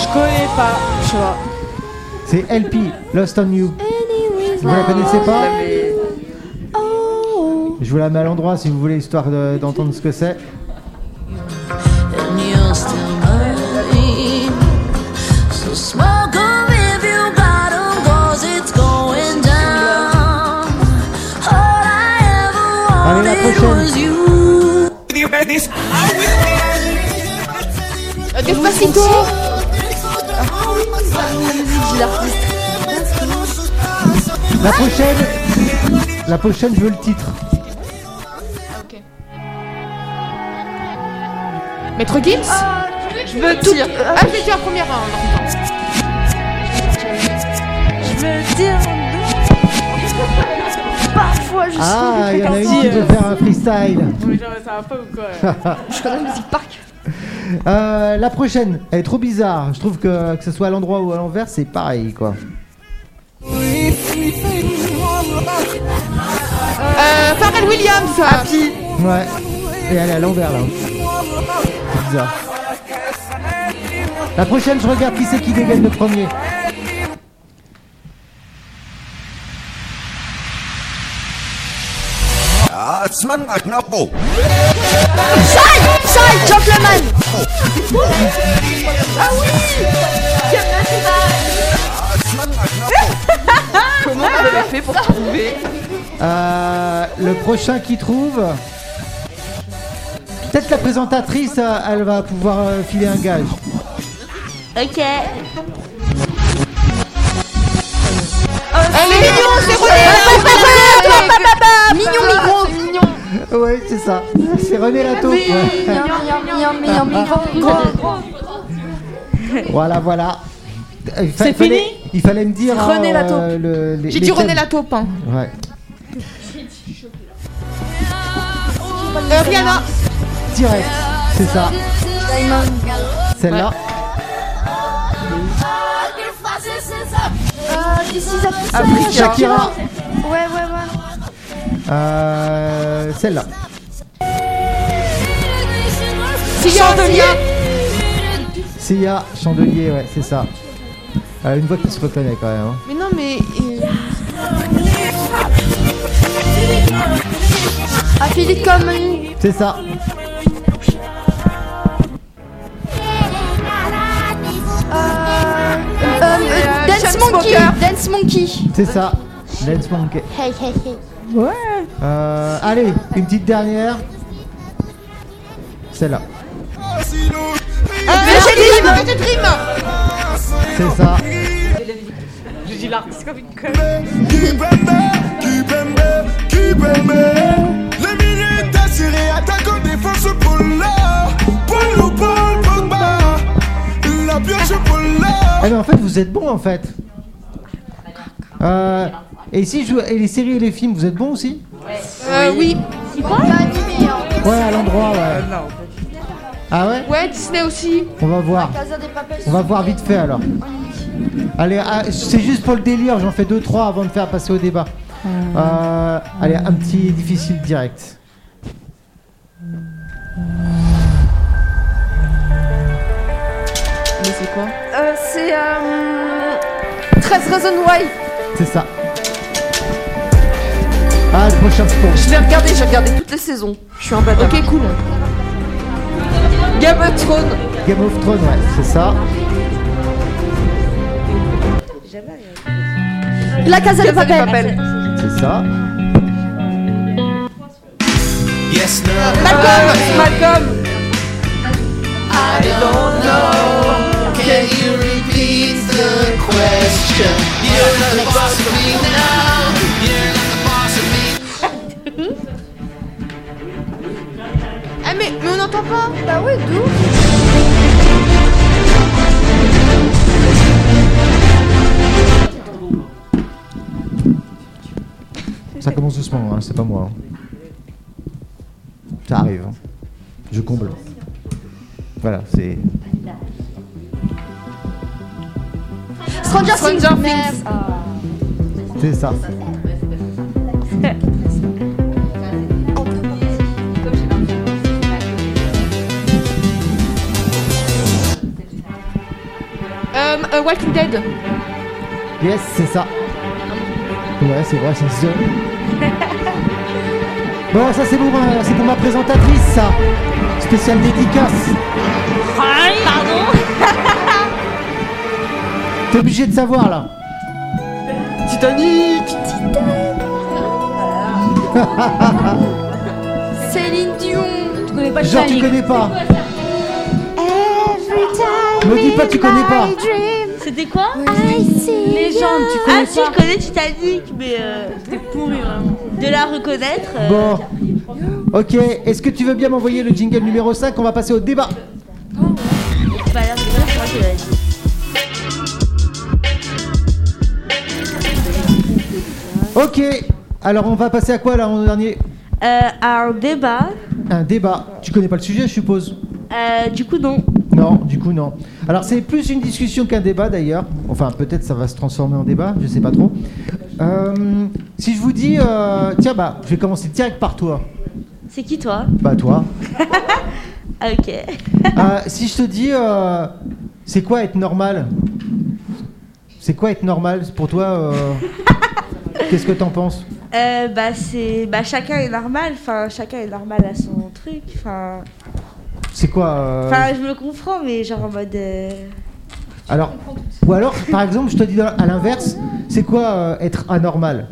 Speaker 13: Je connais pas. Je sais pas.
Speaker 1: C'est LP, Lost on You. Vous la connaissez pas Je vous la mets à l'endroit si vous voulez, histoire de- d'entendre ce que c'est. Allez, la prochaine.
Speaker 4: this.
Speaker 13: Despacito
Speaker 1: La prochaine, la prochaine, je veux le titre.
Speaker 13: Maître Gims Ah, Je veux tout. Ah, je l'ai dit en première hein, non.
Speaker 4: Je veux dire. Parfois, je
Speaker 1: Ah,
Speaker 4: suis
Speaker 1: il y en a une qui
Speaker 13: euh,
Speaker 1: veut faire un freestyle.
Speaker 4: ça va pas ou quoi
Speaker 1: Je connais la musique park. Euh, la prochaine, elle est trop bizarre. Je trouve que que ce soit à l'endroit ou à l'envers, c'est pareil quoi.
Speaker 13: Euh, Pharrell Williams Happy
Speaker 1: Ouais. Et elle est à l'envers là. C'est bizarre. La prochaine, je regarde qui c'est qui dégaine le premier.
Speaker 4: Ah, smack my knuckle. Side, side, gentleman. Ah oui.
Speaker 9: Comment vous avez fait pour trouver
Speaker 1: Euh, le prochain qui trouve. Peut-être la présentatrice, euh, elle va pouvoir euh, filer un gage.
Speaker 2: Ok.
Speaker 13: Elle est mignon, c'est hein. René Mignon, mignon
Speaker 1: Ouais, c'est ça. C'est René Lato. Ouais. Voilà, voilà. Il fa-
Speaker 13: C'est
Speaker 1: fallait-
Speaker 13: fini
Speaker 1: Il fallait me dire.
Speaker 13: René
Speaker 1: hein,
Speaker 13: Latour.
Speaker 1: le- les-
Speaker 13: J'ai
Speaker 1: les
Speaker 13: dit René
Speaker 1: thèmes.
Speaker 13: la taupe. hein.
Speaker 1: Ouais.
Speaker 13: Euh, Rihanna
Speaker 1: Direct. C'est ça. Celle-là. Ah, Shakira.
Speaker 4: Ouais, ouais, ouais.
Speaker 1: Euh, Celle-là.
Speaker 13: Chandelier
Speaker 1: Sia Chandelier, ouais, c'est ça. Euh, une voix qui se reconnaît quand même. hein.
Speaker 13: Mais non, mais.
Speaker 4: euh, Affilié comme
Speaker 1: C'est ça. Euh,
Speaker 4: Dance Monkey. Dance Monkey.
Speaker 1: C'est ça. Let's Monkey.
Speaker 4: Hey, hey, hey.
Speaker 1: Ouais. allez, une petite dernière. Celle-là.
Speaker 13: J'ai Dream Dream
Speaker 1: C'est ça.
Speaker 4: Je dis l'artiste comme une conne.
Speaker 1: Ah mais en fait, vous êtes bon en fait. Euh, et ici, je, et les séries et les films, vous êtes bon aussi
Speaker 13: Euh, oui. hein.
Speaker 1: Ouais, à l'endroit, ouais. Ah ouais
Speaker 13: Ouais, Disney aussi.
Speaker 1: On va voir. On va voir vite fait alors. Allez, ah, c'est juste pour le délire, j'en fais 2-3 avant de faire passer au débat. Euh, allez, un petit difficile direct.
Speaker 13: Mais c'est quoi euh, C'est. Euh... 13 Reasons Why.
Speaker 1: C'est ça. Ah, le prochain
Speaker 9: Je
Speaker 1: sport.
Speaker 9: l'ai regardé, j'ai regardé toutes les saisons. Je suis un bâtard.
Speaker 13: Ok, cool.
Speaker 9: Game of Thrones.
Speaker 1: Game of Thrones, ouais, c'est ça.
Speaker 9: La Casa de Papel.
Speaker 1: C'est ça.
Speaker 9: Malcolm. Malcolm.
Speaker 4: Can you repeat the question? You're not the boss of me now. You're not the boss of me.
Speaker 13: Ah, mais, mais on n'entend pas Bah ouais, d'où
Speaker 1: Ça commence doucement, hein, c'est pas moi. hein. Ça arrive. hein. Je comble. Voilà, c'est.
Speaker 4: Stranger,
Speaker 13: Stranger
Speaker 4: Things.
Speaker 13: Things.
Speaker 1: C'est ça.
Speaker 13: Euh, euh, Walking Dead.
Speaker 1: Yes, c'est ça. Ouais, c'est vrai, c'est ça. Bon, ça c'est pour, ma- c'est pour ma présentatrice, ça. Spéciale dédicace.
Speaker 4: Pardon.
Speaker 1: T'es obligé de savoir là.
Speaker 9: Titanic. Céline Dion.
Speaker 3: connais pas
Speaker 1: Genre, tu connais pas. Me dis pas, tu connais pas.
Speaker 2: C'était quoi Ah, Légende, tu connais Ah si, je connais Titanic, mais euh, c'était pourri vraiment. De la reconnaître. euh,
Speaker 1: Bon. Ok, est-ce que tu veux bien m'envoyer le jingle numéro 5 On va passer au débat.
Speaker 2: c'est pas l'air de dire, je crois que j'avais dit.
Speaker 1: Ok, alors on va passer à quoi là en dernier
Speaker 2: Euh, alors, débat,
Speaker 1: Un débat. Tu connais pas le sujet, je suppose
Speaker 2: euh, du coup, non.
Speaker 1: Non, du coup non. Alors c'est plus une discussion qu'un débat d'ailleurs. Enfin peut-être ça va se transformer en débat, je sais pas trop. Euh, si je vous dis, euh, tiens bah, je vais commencer direct par toi.
Speaker 2: C'est qui toi
Speaker 1: Bah toi.
Speaker 2: Ah, Ok.
Speaker 1: Euh, si je te dis, euh, c'est quoi être normal C'est quoi être normal pour toi euh, Qu'est-ce que t'en penses
Speaker 2: Euh, bah, c'est. Bah, chacun est normal, enfin, chacun est normal à son truc, enfin.
Speaker 1: C'est quoi euh,
Speaker 2: Enfin, je me comprends, mais genre en mode. euh,
Speaker 1: Alors, ou alors par exemple, je te dis dans- à l'inverse, c'est quoi euh, être anormal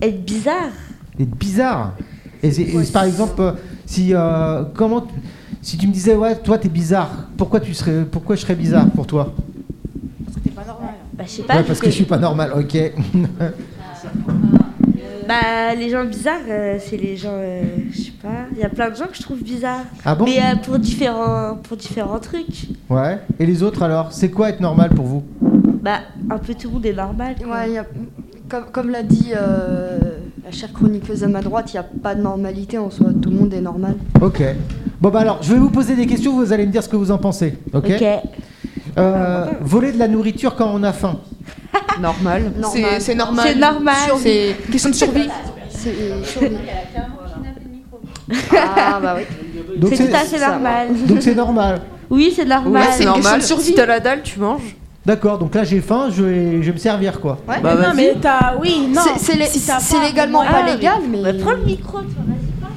Speaker 2: être bizarre.
Speaker 1: Être bizarre. Et c'est- et c'est par exemple, euh, si euh, comment t- si tu me disais ouais, toi t'es bizarre, pourquoi tu serais, pourquoi je serais bizarre pour toi
Speaker 2: Bah, je sais pas.
Speaker 1: Ouais, parce que je suis pas normal, ok.
Speaker 2: Bah, les gens bizarres, euh, c'est les gens. euh, je sais pas. Il y a plein de gens que je trouve bizarres.
Speaker 1: Ah bon
Speaker 2: Mais euh, pour, différents, pour différents trucs.
Speaker 1: ouais. Et les autres alors, c'est quoi être normal pour vous
Speaker 2: Bah, un peu tout le monde est normal. quoi.
Speaker 5: Ouais, il y a- comme, comme l'a dit euh, la chère chroniqueuse à ma droite, il n'y a pas de normalité en soi, tout le monde est normal.
Speaker 1: Ok. Bon bah alors, je vais vous poser des questions, vous allez me dire ce que vous en pensez, ok
Speaker 5: Ok.
Speaker 1: Euh, Voler de la nourriture quand on a faim.
Speaker 9: Normal.
Speaker 13: C'est- c'est normal.
Speaker 9: C'est normal.
Speaker 13: Survie.
Speaker 9: C'est euh,
Speaker 13: question de survie.
Speaker 5: C'est survie. Ah bah oui.
Speaker 1: Donc,
Speaker 2: c'est tout à fait normal.
Speaker 1: Donc c'est normal.
Speaker 2: Oui, c'est normal.
Speaker 9: Si t'as la dalle, tu manges.
Speaker 1: D'accord, donc là j'ai faim, je vais, je vais me servir quoi.
Speaker 9: Ouais. Mais
Speaker 1: Bah,
Speaker 9: non,
Speaker 1: vas-y.
Speaker 9: mais
Speaker 5: t'as-
Speaker 9: oui,
Speaker 5: non, C'est- c'est lé- si t'as c'est pas, légalement
Speaker 2: Ah,
Speaker 5: ouais, pas légal, mais- mais prends le
Speaker 2: micro, toi,
Speaker 8: vas-y, parle.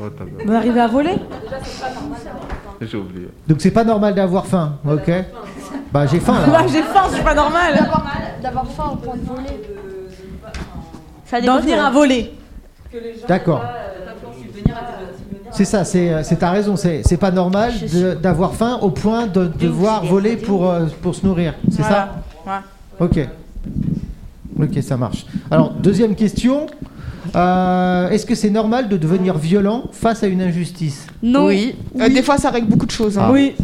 Speaker 20: Oh, t'as bien.
Speaker 8: On arrive à voler
Speaker 20: J'ai oublié.
Speaker 1: Donc c'est pas normal d'avoir faim, ok Bah j'ai faim là.
Speaker 8: Là, j'ai faim, je suis pas normal.
Speaker 5: D'avoir faim au point de voler.
Speaker 8: D'en venir à voler.
Speaker 1: D'accord. C'est ça, c'est euh, c'est ta raison, c'est c'est pas normal de- d'avoir faim au point de devoir voler pour, euh, pour se nourrir, c'est ça
Speaker 8: Voilà.
Speaker 1: Ok. Ok, ça marche. Alors, deuxième question. Euh, Est-ce que c'est normal de devenir violent face à une injustice
Speaker 2: Non.
Speaker 13: Oui. Euh, Des fois, ça règle beaucoup de choses. hein.
Speaker 1: Ah. Oui.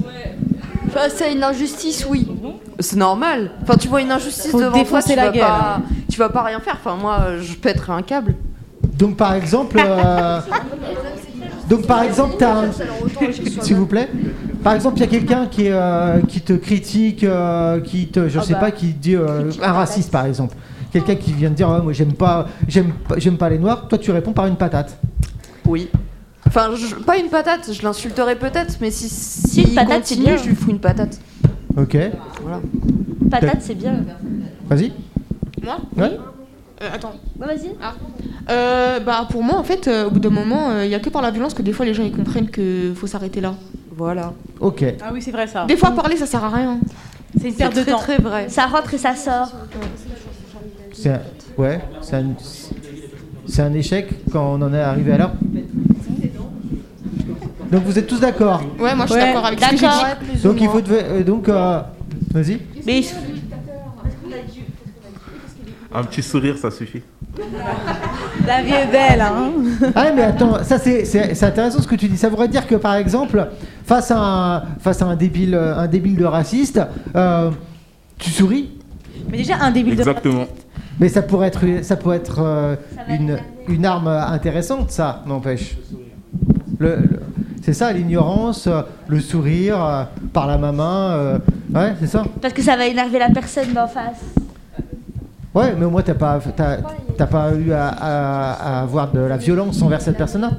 Speaker 9: Face à une injustice, oui. C'est normal. Enfin, tu vois une injustice
Speaker 13: Faut
Speaker 9: devant toi,
Speaker 13: défoncer
Speaker 9: tu
Speaker 13: la
Speaker 9: vas
Speaker 13: gueule.
Speaker 9: pas, tu vas pas rien faire. Enfin, moi, euh, je pèterai un câble.
Speaker 1: Donc, par exemple, euh, donc par exemple, t'as un- s'il vous plaît. Par exemple, il y a quelqu'un qui, est, euh, qui te critique, euh, qui te, je
Speaker 9: Ah
Speaker 1: sais
Speaker 9: bah.
Speaker 1: pas, qui dit euh, un raciste par exemple. Quelqu'un qui vient de dire, Ouais, moi j'aime pas, j'aime pas, j'aime pas les noirs. Toi, tu réponds par une patate.
Speaker 9: Oui. Enfin, je- pas une patate. Je l'insulterai peut-être, mais si si
Speaker 2: une
Speaker 9: il
Speaker 2: patate, c'est
Speaker 9: continue,
Speaker 2: bien.
Speaker 9: je lui fous une patate.
Speaker 1: Ok.
Speaker 9: Voilà.
Speaker 2: Patate, c'est bien.
Speaker 1: Vas-y.
Speaker 13: Moi
Speaker 1: Ouais.
Speaker 13: Euh, Attends. Ah.
Speaker 2: vas-y.
Speaker 13: Euh, bah pour moi en fait euh, au bout d'un moment il y a que par la violence que des fois les gens ils comprennent que faut s'arrêter là.
Speaker 9: Voilà.
Speaker 1: Ok.
Speaker 8: Ah oui, c'est vrai ça.
Speaker 13: Des fois parler ça sert à rien.
Speaker 8: C'est une perte de temps.
Speaker 9: vrai.
Speaker 2: Ça rentre et ça sort.
Speaker 1: C'est un- ouais, c'est un, c'est un échec quand on en est arrivé à là. Donc vous êtes tous d'accord
Speaker 13: Ouais, moi, je suis Ouais, d'accord avec ce que j'ai dit. d'accord. Ouais, plus
Speaker 1: Donc
Speaker 13: ou
Speaker 1: il
Speaker 13: moins.
Speaker 1: faut deve- euh, donc euh, vas-y.
Speaker 2: Mais
Speaker 20: Un petit sourire, ça suffit.
Speaker 8: La vie est belle, hein.
Speaker 1: Ah mais attends, ça c'est, c'est- c'est intéressant ce que tu dis. Ça voudrait dire que par exemple, face à un, face à un débile euh, un débile de raciste, euh, tu souris.
Speaker 8: Mais déjà, un débile de.
Speaker 1: Mais ça pourrait être ça pourrait être euh, une, une arme euh, intéressante ça, n'empêche. Le, le- c'est ça l'ignorance, euh, le sourire euh, par la main, euh, ouais c'est ça.
Speaker 2: Parce que ça va énerver la personne d'en face.
Speaker 1: Ouais, mais au moins, t'as pas, t'as, t'as pas eu à, à- à avoir de la violence envers cette personne-là.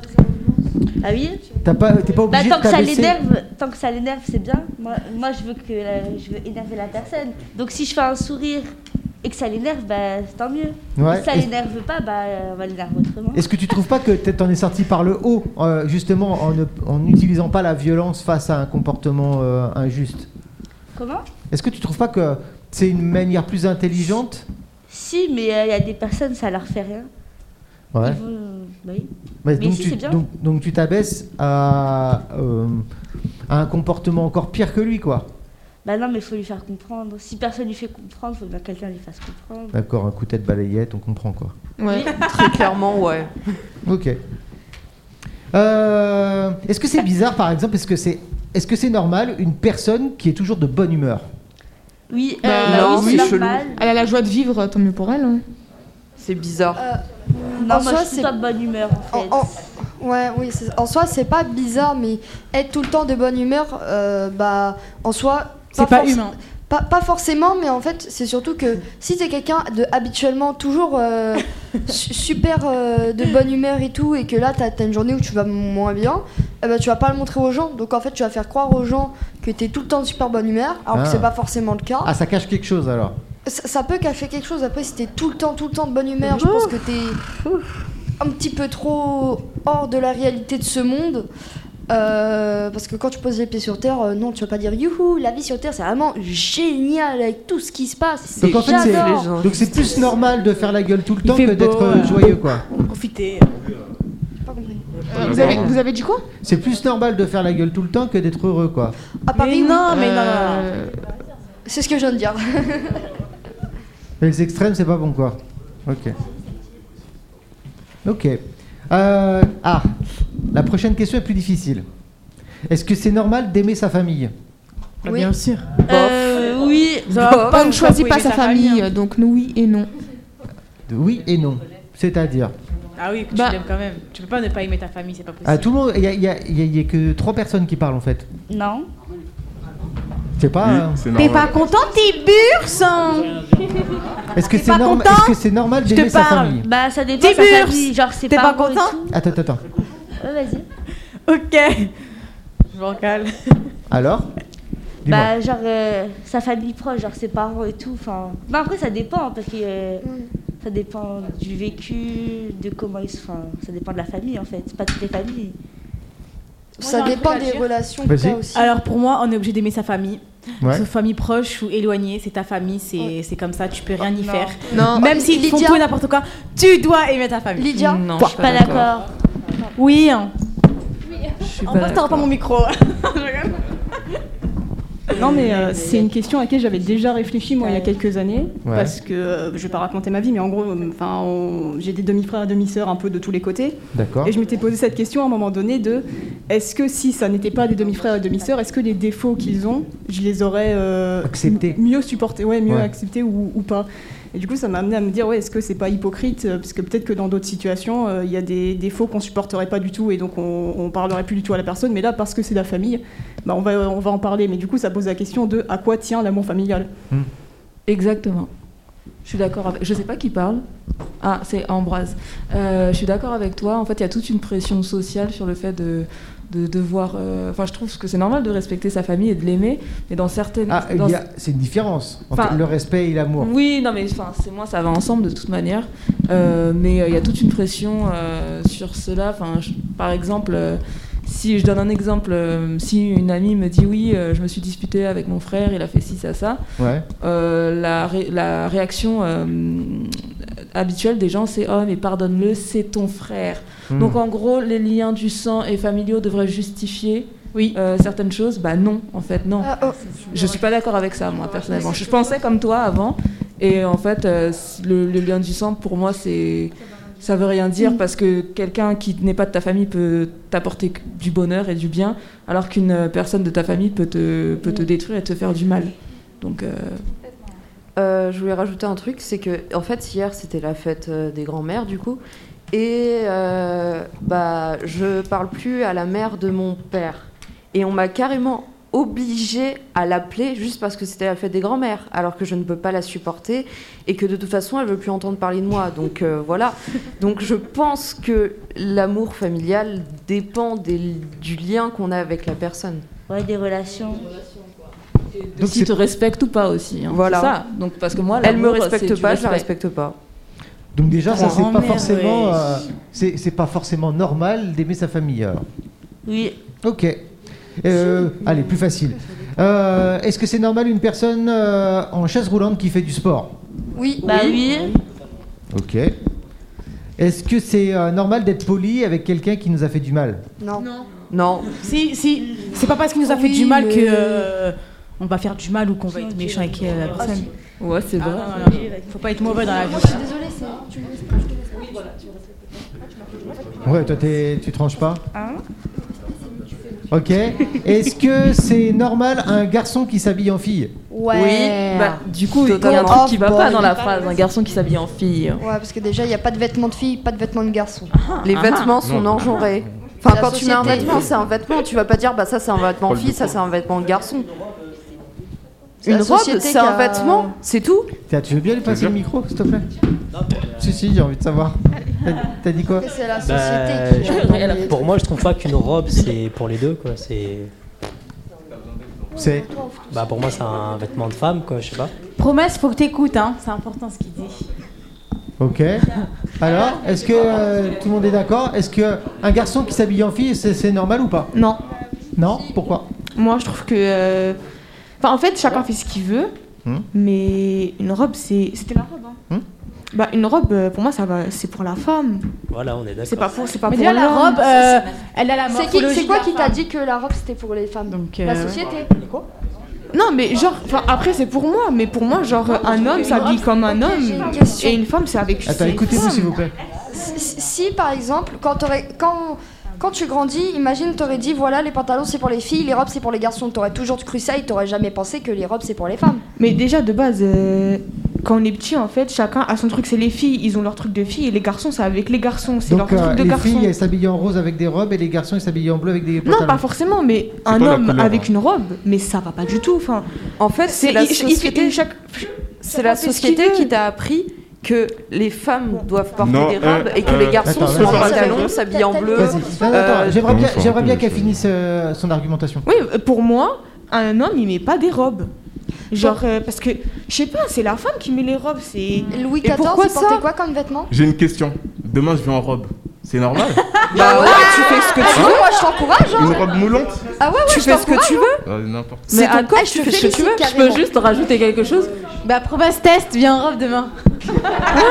Speaker 2: Ah oui
Speaker 1: T'as pas, t'es pas
Speaker 2: Bah,
Speaker 1: obligé
Speaker 2: tant
Speaker 1: de
Speaker 2: que ça
Speaker 1: t'abaisser.
Speaker 2: l'énerve, tant que ça l'énerve, c'est bien. Moi, moi, je veux que la- je veux énerver la personne. Donc si je fais un sourire et que ça l'énerve, bah tant mieux.
Speaker 1: Ouais.
Speaker 2: Si ça
Speaker 1: Et-
Speaker 2: l'énerve pas, bah on va l'énerver autrement.
Speaker 1: Est-ce que tu trouves pas que t'es- t'en es sorti par le haut, euh, justement, en ne- en n'utilisant pas la violence face à un comportement euh, injuste
Speaker 2: Comment
Speaker 1: Est-ce que tu trouves pas que c'est une manière plus intelligente
Speaker 2: euh, Si, mais il y a des personnes, ça leur fait rien.
Speaker 1: Ouais.
Speaker 2: Ils vont, euh, bah oui.
Speaker 1: Mais donc,
Speaker 2: si,
Speaker 1: tu,
Speaker 2: c'est bien.
Speaker 1: donc- donc tu t'abaisses à, euh, à un comportement encore pire que lui, quoi.
Speaker 2: Bah non, mais il faut lui faire comprendre. Si personne lui fait comprendre, faut bien que quelqu'un lui fasse comprendre.
Speaker 1: D'accord, un coup de tête balayette, on comprend, quoi.
Speaker 2: Ouais,
Speaker 9: très clairement, ouais.
Speaker 1: Ok. Euh, est-ce que c'est bizarre, par exemple, est-ce que c'est est-ce que c'est normal une personne qui est toujours de bonne humeur
Speaker 2: Oui,
Speaker 13: Bah,
Speaker 1: euh, non, oui, c'est
Speaker 2: normal.
Speaker 18: Elle a la joie de
Speaker 13: euh,
Speaker 18: vivre, tant mieux pour elle.
Speaker 13: hein.
Speaker 9: C'est bizarre.
Speaker 2: Non,
Speaker 5: En
Speaker 2: moi
Speaker 5: soi,
Speaker 2: je suis
Speaker 5: c'est-
Speaker 2: pas de bonne humeur en fait.
Speaker 5: Ouais, oui, c'est- en soi, c'est pas bizarre, mais être tout le temps de bonne humeur, euh, bah, en soi.
Speaker 3: C'est pas
Speaker 5: forc-
Speaker 3: humain.
Speaker 5: Pas, pas forcément, mais en fait, c'est surtout que si t'es quelqu'un de habituellement toujours euh, su- super euh, de bonne humeur et tout, et que là t'as as une journée où tu vas moins bien, eh ben, tu vas pas le montrer aux gens. Donc en fait, tu vas faire croire aux gens que t'es tout le temps de super bonne humeur, alors
Speaker 1: Ah.
Speaker 5: que c'est pas forcément le cas.
Speaker 1: Ah, ça cache quelque chose alors.
Speaker 5: Ça, ça peut cacher quelque chose. Après, si t'es tout le temps, tout le temps de bonne humeur, je pense que t'es un petit peu trop hors de la réalité de ce monde. Euh, parce que quand tu poses les pieds sur terre, euh, non, tu vas pas dire youhou, la vie sur terre, c'est vraiment génial avec tout ce qui se passe.
Speaker 1: Donc en fait, c'est
Speaker 5: J'adore.
Speaker 1: donc c'est plus normal de faire la gueule tout le temps
Speaker 5: fait
Speaker 1: que
Speaker 5: beau,
Speaker 1: d'être euh,
Speaker 5: euh,
Speaker 1: joyeux, quoi.
Speaker 3: Profitez.
Speaker 18: vous, avez, vous avez dit quoi
Speaker 1: C'est plus normal de faire la gueule tout le temps que d'être heureux, quoi.
Speaker 5: À Paris,
Speaker 3: non, mais non,
Speaker 18: Euh,
Speaker 5: C'est ce que je viens de dire.
Speaker 1: Mais les extrêmes, c'est pas bon, quoi. Ok. Ok. Euh, ah, la prochaine question est plus difficile. Est-ce que c'est normal d'aimer sa famille
Speaker 3: Bah, Oui. bien sûr.
Speaker 18: Euh,
Speaker 2: oui.
Speaker 1: Bof.
Speaker 18: on ne choisit
Speaker 1: Bof,
Speaker 18: pas
Speaker 1: oui,
Speaker 18: sa
Speaker 1: ça
Speaker 18: famille,
Speaker 13: hein.
Speaker 18: donc nous oui et non.
Speaker 1: Oui et non. C'est-à-dire
Speaker 3: Ah oui, que tu
Speaker 18: Bah.
Speaker 3: l'aimes quand même. Tu peux pas ne pas aimer ta famille, c'est pas possible.
Speaker 1: Ah, tout le monde, il y a, il y a- il y a- il y a que trois personnes qui parlent en fait.
Speaker 2: Non.
Speaker 1: C'est pas. euh,
Speaker 3: T'es pas content, t'es burse
Speaker 2: hein.
Speaker 1: Est-ce que
Speaker 3: T'es
Speaker 1: c'est
Speaker 3: pas
Speaker 1: normal
Speaker 3: content
Speaker 1: Est-ce que c'est normal d'aimer sa famille
Speaker 2: Bah ça dépend de sa
Speaker 3: Tiburce,
Speaker 2: famille. Genre c'est
Speaker 3: t'es
Speaker 2: pas
Speaker 3: pas content
Speaker 1: Attends, attends, attends.
Speaker 2: Ouais, vas-y.
Speaker 3: Ok. Je m'en cale.
Speaker 1: Alors Dis-moi.
Speaker 2: Bah genre euh, sa famille proche, genre ses parents et tout. Enfin, bah après ça dépend parce que euh, ça dépend du vécu, de comment ils se. Enfin, ça dépend de la famille en fait. C'est pas toutes les familles.
Speaker 5: Ça dépend des relations que
Speaker 1: Vas-y.
Speaker 5: t'as aussi.
Speaker 3: Alors pour moi, on est obligé d'aimer sa famille.
Speaker 1: Ouais.
Speaker 3: Sauf famille proche ou éloignée, c'est ta famille, c'est c'est comme ça, tu peux rien y
Speaker 5: Oh, non.
Speaker 3: faire.
Speaker 5: Non. Ah,
Speaker 3: Même s'ils font
Speaker 5: Lydia.
Speaker 3: tout et n'importe quoi, tu dois aimer ta famille.
Speaker 5: Lydia
Speaker 3: non,
Speaker 5: je suis pas d'accord.
Speaker 3: Oui. hein.
Speaker 13: suis
Speaker 3: En
Speaker 13: pas
Speaker 3: plus, t'auras pas
Speaker 13: d'accord.
Speaker 3: mon micro.
Speaker 13: Non, mais euh, c'est une question à laquelle j'avais déjà réfléchi moi il y a quelques années
Speaker 3: Ouais.
Speaker 13: parce que euh, je vais pas raconter ma vie, mais en gros, euh, enfin, on- j'ai des demi-frères, demi-sœurs un peu de tous les côtés.
Speaker 1: D'accord.
Speaker 13: Et je m'étais posé cette question à un moment donné de est-ce que si ça n'était pas des demi-frères et demi-sœurs, est-ce que les défauts qu'ils ont, je les aurais acceptés, mieux supportés, ouais, mieux
Speaker 1: Ouais.
Speaker 13: acceptés ou, ou pas. Et du coup, ça m'a amené à me dire ouais, est-ce que c'est pas hypocrite euh, parce que peut-être que dans d'autres situations, euh, il y a des défauts qu'on supporterait pas du tout et donc on, on parlerait plus du tout à la personne. Mais là, parce que c'est la famille, bah, on va on va en parler. Mais du coup, ça pose la question de à quoi tient l'amour familial.
Speaker 18: Exactement. Je suis d'accord avec. Je sais pas qui parle. Ah, c'est Ambroise. Euh, je suis d'accord avec toi. En fait, il y a toute une pression sociale sur le fait de de devoir. euh, Enfin, je trouve que c'est normal de respecter sa famille et de l'aimer, mais dans certaines.
Speaker 1: Ah, il
Speaker 18: bah, dans-
Speaker 1: y a- c'est une différence entre
Speaker 18: Enfin-
Speaker 1: le respect et l'amour.
Speaker 18: Oui, non, mais enfin, c'est moi, ça va ensemble de toute manière. Euh, mais euh, il y a toute une pression euh, sur cela. Enfin, je- par exemple, euh, si je donne un exemple, euh, si une amie me dit oui, euh, je me suis disputée avec mon frère, il a fait ci, ça, ça.
Speaker 1: Ouais.
Speaker 18: Euh, la, ré- la réaction euh, habituelle des gens, c'est oh mais pardonne-le, c'est ton frère.
Speaker 1: Hmm.
Speaker 13: Mm.
Speaker 18: Donc en gros, les liens du sang et familiaux devraient justifier. euh, certaines choses, bah non, en fait, non. Je suis pas d'accord avec ça, moi, personnellement. Je pensais comme toi avant, et en fait, euh, c- le, le lien du sang, pour moi, c'est. Ça veut rien dire parce que quelqu'un qui n'est pas de ta famille peut t'apporter que du bonheur et du bien, alors qu'une euh, personne de ta famille peut te, peut te détruire et te faire du mal. Donc, euh,
Speaker 9: Euh, je voulais rajouter un truc, c'est que en fait hier c'était la fête euh, des grands-mères du coup, et euh, bah je parle plus à la mère de mon père, et on m'a carrément obligée à l'appeler juste parce que c'était la fête des grands-mères, alors que je ne peux pas la supporter et que de toute façon elle veut plus entendre parler de moi, donc euh, voilà. Donc je pense que l'amour familial dépend des- du lien qu'on a avec la personne.
Speaker 2: Ouais, des relations.
Speaker 18: donc si te respecte ou pas aussi. hein,
Speaker 9: Voilà.
Speaker 18: c'est ça. Donc, parce que moi,
Speaker 9: Elle me
Speaker 18: l'amour, c'est
Speaker 9: respecte
Speaker 18: du
Speaker 9: pas, je la
Speaker 18: respect.
Speaker 9: respecte pas.
Speaker 1: Donc déjà, ça
Speaker 9: Ton
Speaker 1: c'est pas
Speaker 9: grand-mère,
Speaker 1: forcément,
Speaker 9: ouais.
Speaker 1: euh, c'est c'est pas forcément normal d'aimer sa famille. Alors.
Speaker 2: Oui.
Speaker 1: Ok. Euh, allez, plus facile. Euh, Est-ce que c'est normal une personne euh,
Speaker 23: Bah
Speaker 1: en chaise roulante qui fait du sport
Speaker 5: Oui.
Speaker 2: Bah oui.
Speaker 1: Ok. Est-ce que c'est euh, normal d'être poli avec quelqu'un qui nous a fait du mal
Speaker 9: Non.
Speaker 3: Non. Si, si. C'est pas parce qu'il nous a fait
Speaker 9: Oui,
Speaker 3: du mal que
Speaker 9: mais-
Speaker 3: euh, on va faire du mal ou qu'on va être méchant avec euh, la personne.
Speaker 23: Ouais, c'est
Speaker 3: Ah,
Speaker 23: vrai.
Speaker 3: non, non, non. Faut pas être mauvais dans la vie.
Speaker 5: Ah, Moi, je suis désolée, c'est. Tu me laisses pas, je te laisse.
Speaker 1: Ouais, toi t'es- tu tranches pas Ok. Est-ce que c'est normal un garçon qui s'habille en fille
Speaker 9: Ouais.
Speaker 23: Oui, bah, du coup, il y a un truc qui va pas dans la phrase, un garçon qui s'habille en fille.
Speaker 5: Ouais, parce que déjà, il n'y a pas de vêtements de filles, pas de vêtements de garçons.
Speaker 3: Ah,
Speaker 9: Les vêtements sont non genrés. Enfin,
Speaker 5: La
Speaker 9: quand tu mets un
Speaker 5: société-
Speaker 9: vêtement, c'est un vêtement. Tu vas pas dire, bah ça c'est un vêtement
Speaker 5: Paul
Speaker 9: fille, ça
Speaker 5: Ducrot.
Speaker 9: c'est un vêtement garçon.
Speaker 5: C'est
Speaker 9: Une
Speaker 5: la
Speaker 9: robe,
Speaker 5: société
Speaker 9: c'est
Speaker 5: qui
Speaker 9: un
Speaker 5: a-
Speaker 9: vêtement, c'est tout.
Speaker 1: Tiens, tu veux bien lui passer le micro, s'il te plaît Si, si, j'ai envie de savoir. T'as- T'as dit quoi
Speaker 5: euh, C'est la
Speaker 22: Bah,
Speaker 5: société qui a-
Speaker 22: je- pour moi, je trouve pas qu'une robe, c'est pour les deux, quoi. C'est.
Speaker 1: C'est.
Speaker 22: Bah, pour moi, c'est un vêtement de femme, quoi, je sais pas.
Speaker 3: Promesse, faut que t'écoutes, hein. C'est important ce qu'il dit.
Speaker 1: Ok. Alors, est-ce que euh, tout le monde est d'accord Est-ce que un garçon qui s'habille en fille, c'est c'est normal ou pas
Speaker 13: Non.
Speaker 1: Non Pourquoi
Speaker 13: Moi, je trouve que. euh, Enfin, en fait, chacun fait ce qu'il veut,
Speaker 1: Hmm.
Speaker 13: mais une robe, c'est. C'était la robe, hein
Speaker 1: Hmm.
Speaker 13: Bah, une robe, euh, pour moi, ça va... c'est pour la femme.
Speaker 22: Voilà, on est d'accord.
Speaker 13: C'est pas pour, c'est pas
Speaker 3: Mais
Speaker 13: pour
Speaker 3: déjà, la
Speaker 13: l'homme.
Speaker 3: robe, euh, elle a la
Speaker 5: C'est qui-
Speaker 3: morphologie.
Speaker 5: C'est quoi
Speaker 3: de la
Speaker 5: qui t'a
Speaker 3: femme.
Speaker 5: dit que la robe c'était pour les femmes
Speaker 13: euh,
Speaker 5: La société.
Speaker 13: Non, mais genre, enfin, après, c'est pour moi, mais pour moi, genre, un homme s'habille comme un homme,
Speaker 5: j'ai une question.
Speaker 13: et une femme, c'est avec.
Speaker 1: Attends,
Speaker 13: ses
Speaker 1: écoutez-vous
Speaker 13: femmes.
Speaker 1: s'il vous plaît.
Speaker 5: Si, si, par exemple, quand, t'aurais- quand, quand tu grandis, imagine, t'aurais dit voilà, les pantalons c'est pour les filles, les robes c'est pour les garçons. T'aurais toujours cru ça et t'aurais jamais pensé que les robes c'est pour les femmes.
Speaker 13: Mais déjà, de base, euh, quand on est petit, en fait, chacun a son truc. C'est les filles, ils ont leur truc de filles, et les garçons, c'est avec les garçons. C'est leur
Speaker 1: Donc, euh,
Speaker 13: truc de
Speaker 1: les
Speaker 13: garçons.
Speaker 1: filles, elles s'habillent en rose avec des robes et les garçons, ils s'habillent en bleu avec des pantalons.
Speaker 13: Non, pas forcément, mais
Speaker 1: C'est
Speaker 13: un
Speaker 1: pas la
Speaker 13: homme
Speaker 1: couleur, hein.
Speaker 13: avec une robe, mais ça va pas du tout. Enfin,
Speaker 18: en fait, c'est la société- C'est la
Speaker 13: fait ce
Speaker 18: société
Speaker 13: qu'il veut.
Speaker 18: qui t'a appris que les femmes doivent porter
Speaker 1: Non,
Speaker 18: des
Speaker 1: euh,
Speaker 18: robes et que
Speaker 1: euh,
Speaker 18: les garçons
Speaker 1: attends,
Speaker 18: sont en
Speaker 1: attends.
Speaker 18: pantalon, s'habillent en bleu.
Speaker 1: Vas-y. Non, non, attends,
Speaker 18: euh,
Speaker 1: J'aimerais bien,
Speaker 13: Bonsoir,
Speaker 1: j'aimerais bien qu'elle finisse euh, son argumentation.
Speaker 13: Oui, euh, pour moi, un homme, il met pas des robes. Genre, euh, parce que, je sais pas, c'est la femme qui met les robes, c'est.
Speaker 5: Louis
Speaker 13: Et
Speaker 5: XIV,
Speaker 13: pourquoi
Speaker 5: il
Speaker 13: ça
Speaker 5: portait quoi comme vêtements
Speaker 20: J'ai une question. Demain, je vais en robe. C'est normal
Speaker 5: Bah ouais,
Speaker 18: tu fais ce que
Speaker 5: Ah
Speaker 18: tu
Speaker 5: ouais,
Speaker 18: veux.
Speaker 5: moi, je t'encourage, hein.
Speaker 20: Une robe moulante
Speaker 5: Ah ouais, ouais,
Speaker 18: Tu
Speaker 5: je
Speaker 18: fais ce que
Speaker 5: t'encourage,
Speaker 18: tu
Speaker 5: hein.
Speaker 18: veux.
Speaker 20: Euh, N'importe
Speaker 18: Mais à quoi
Speaker 5: Ah, je
Speaker 18: tu
Speaker 5: te
Speaker 18: fais ce que tu
Speaker 5: félicite
Speaker 18: veux Je peux
Speaker 5: carrément.
Speaker 18: juste rajouter quelque chose
Speaker 3: Bah, promesse test, viens en robe demain.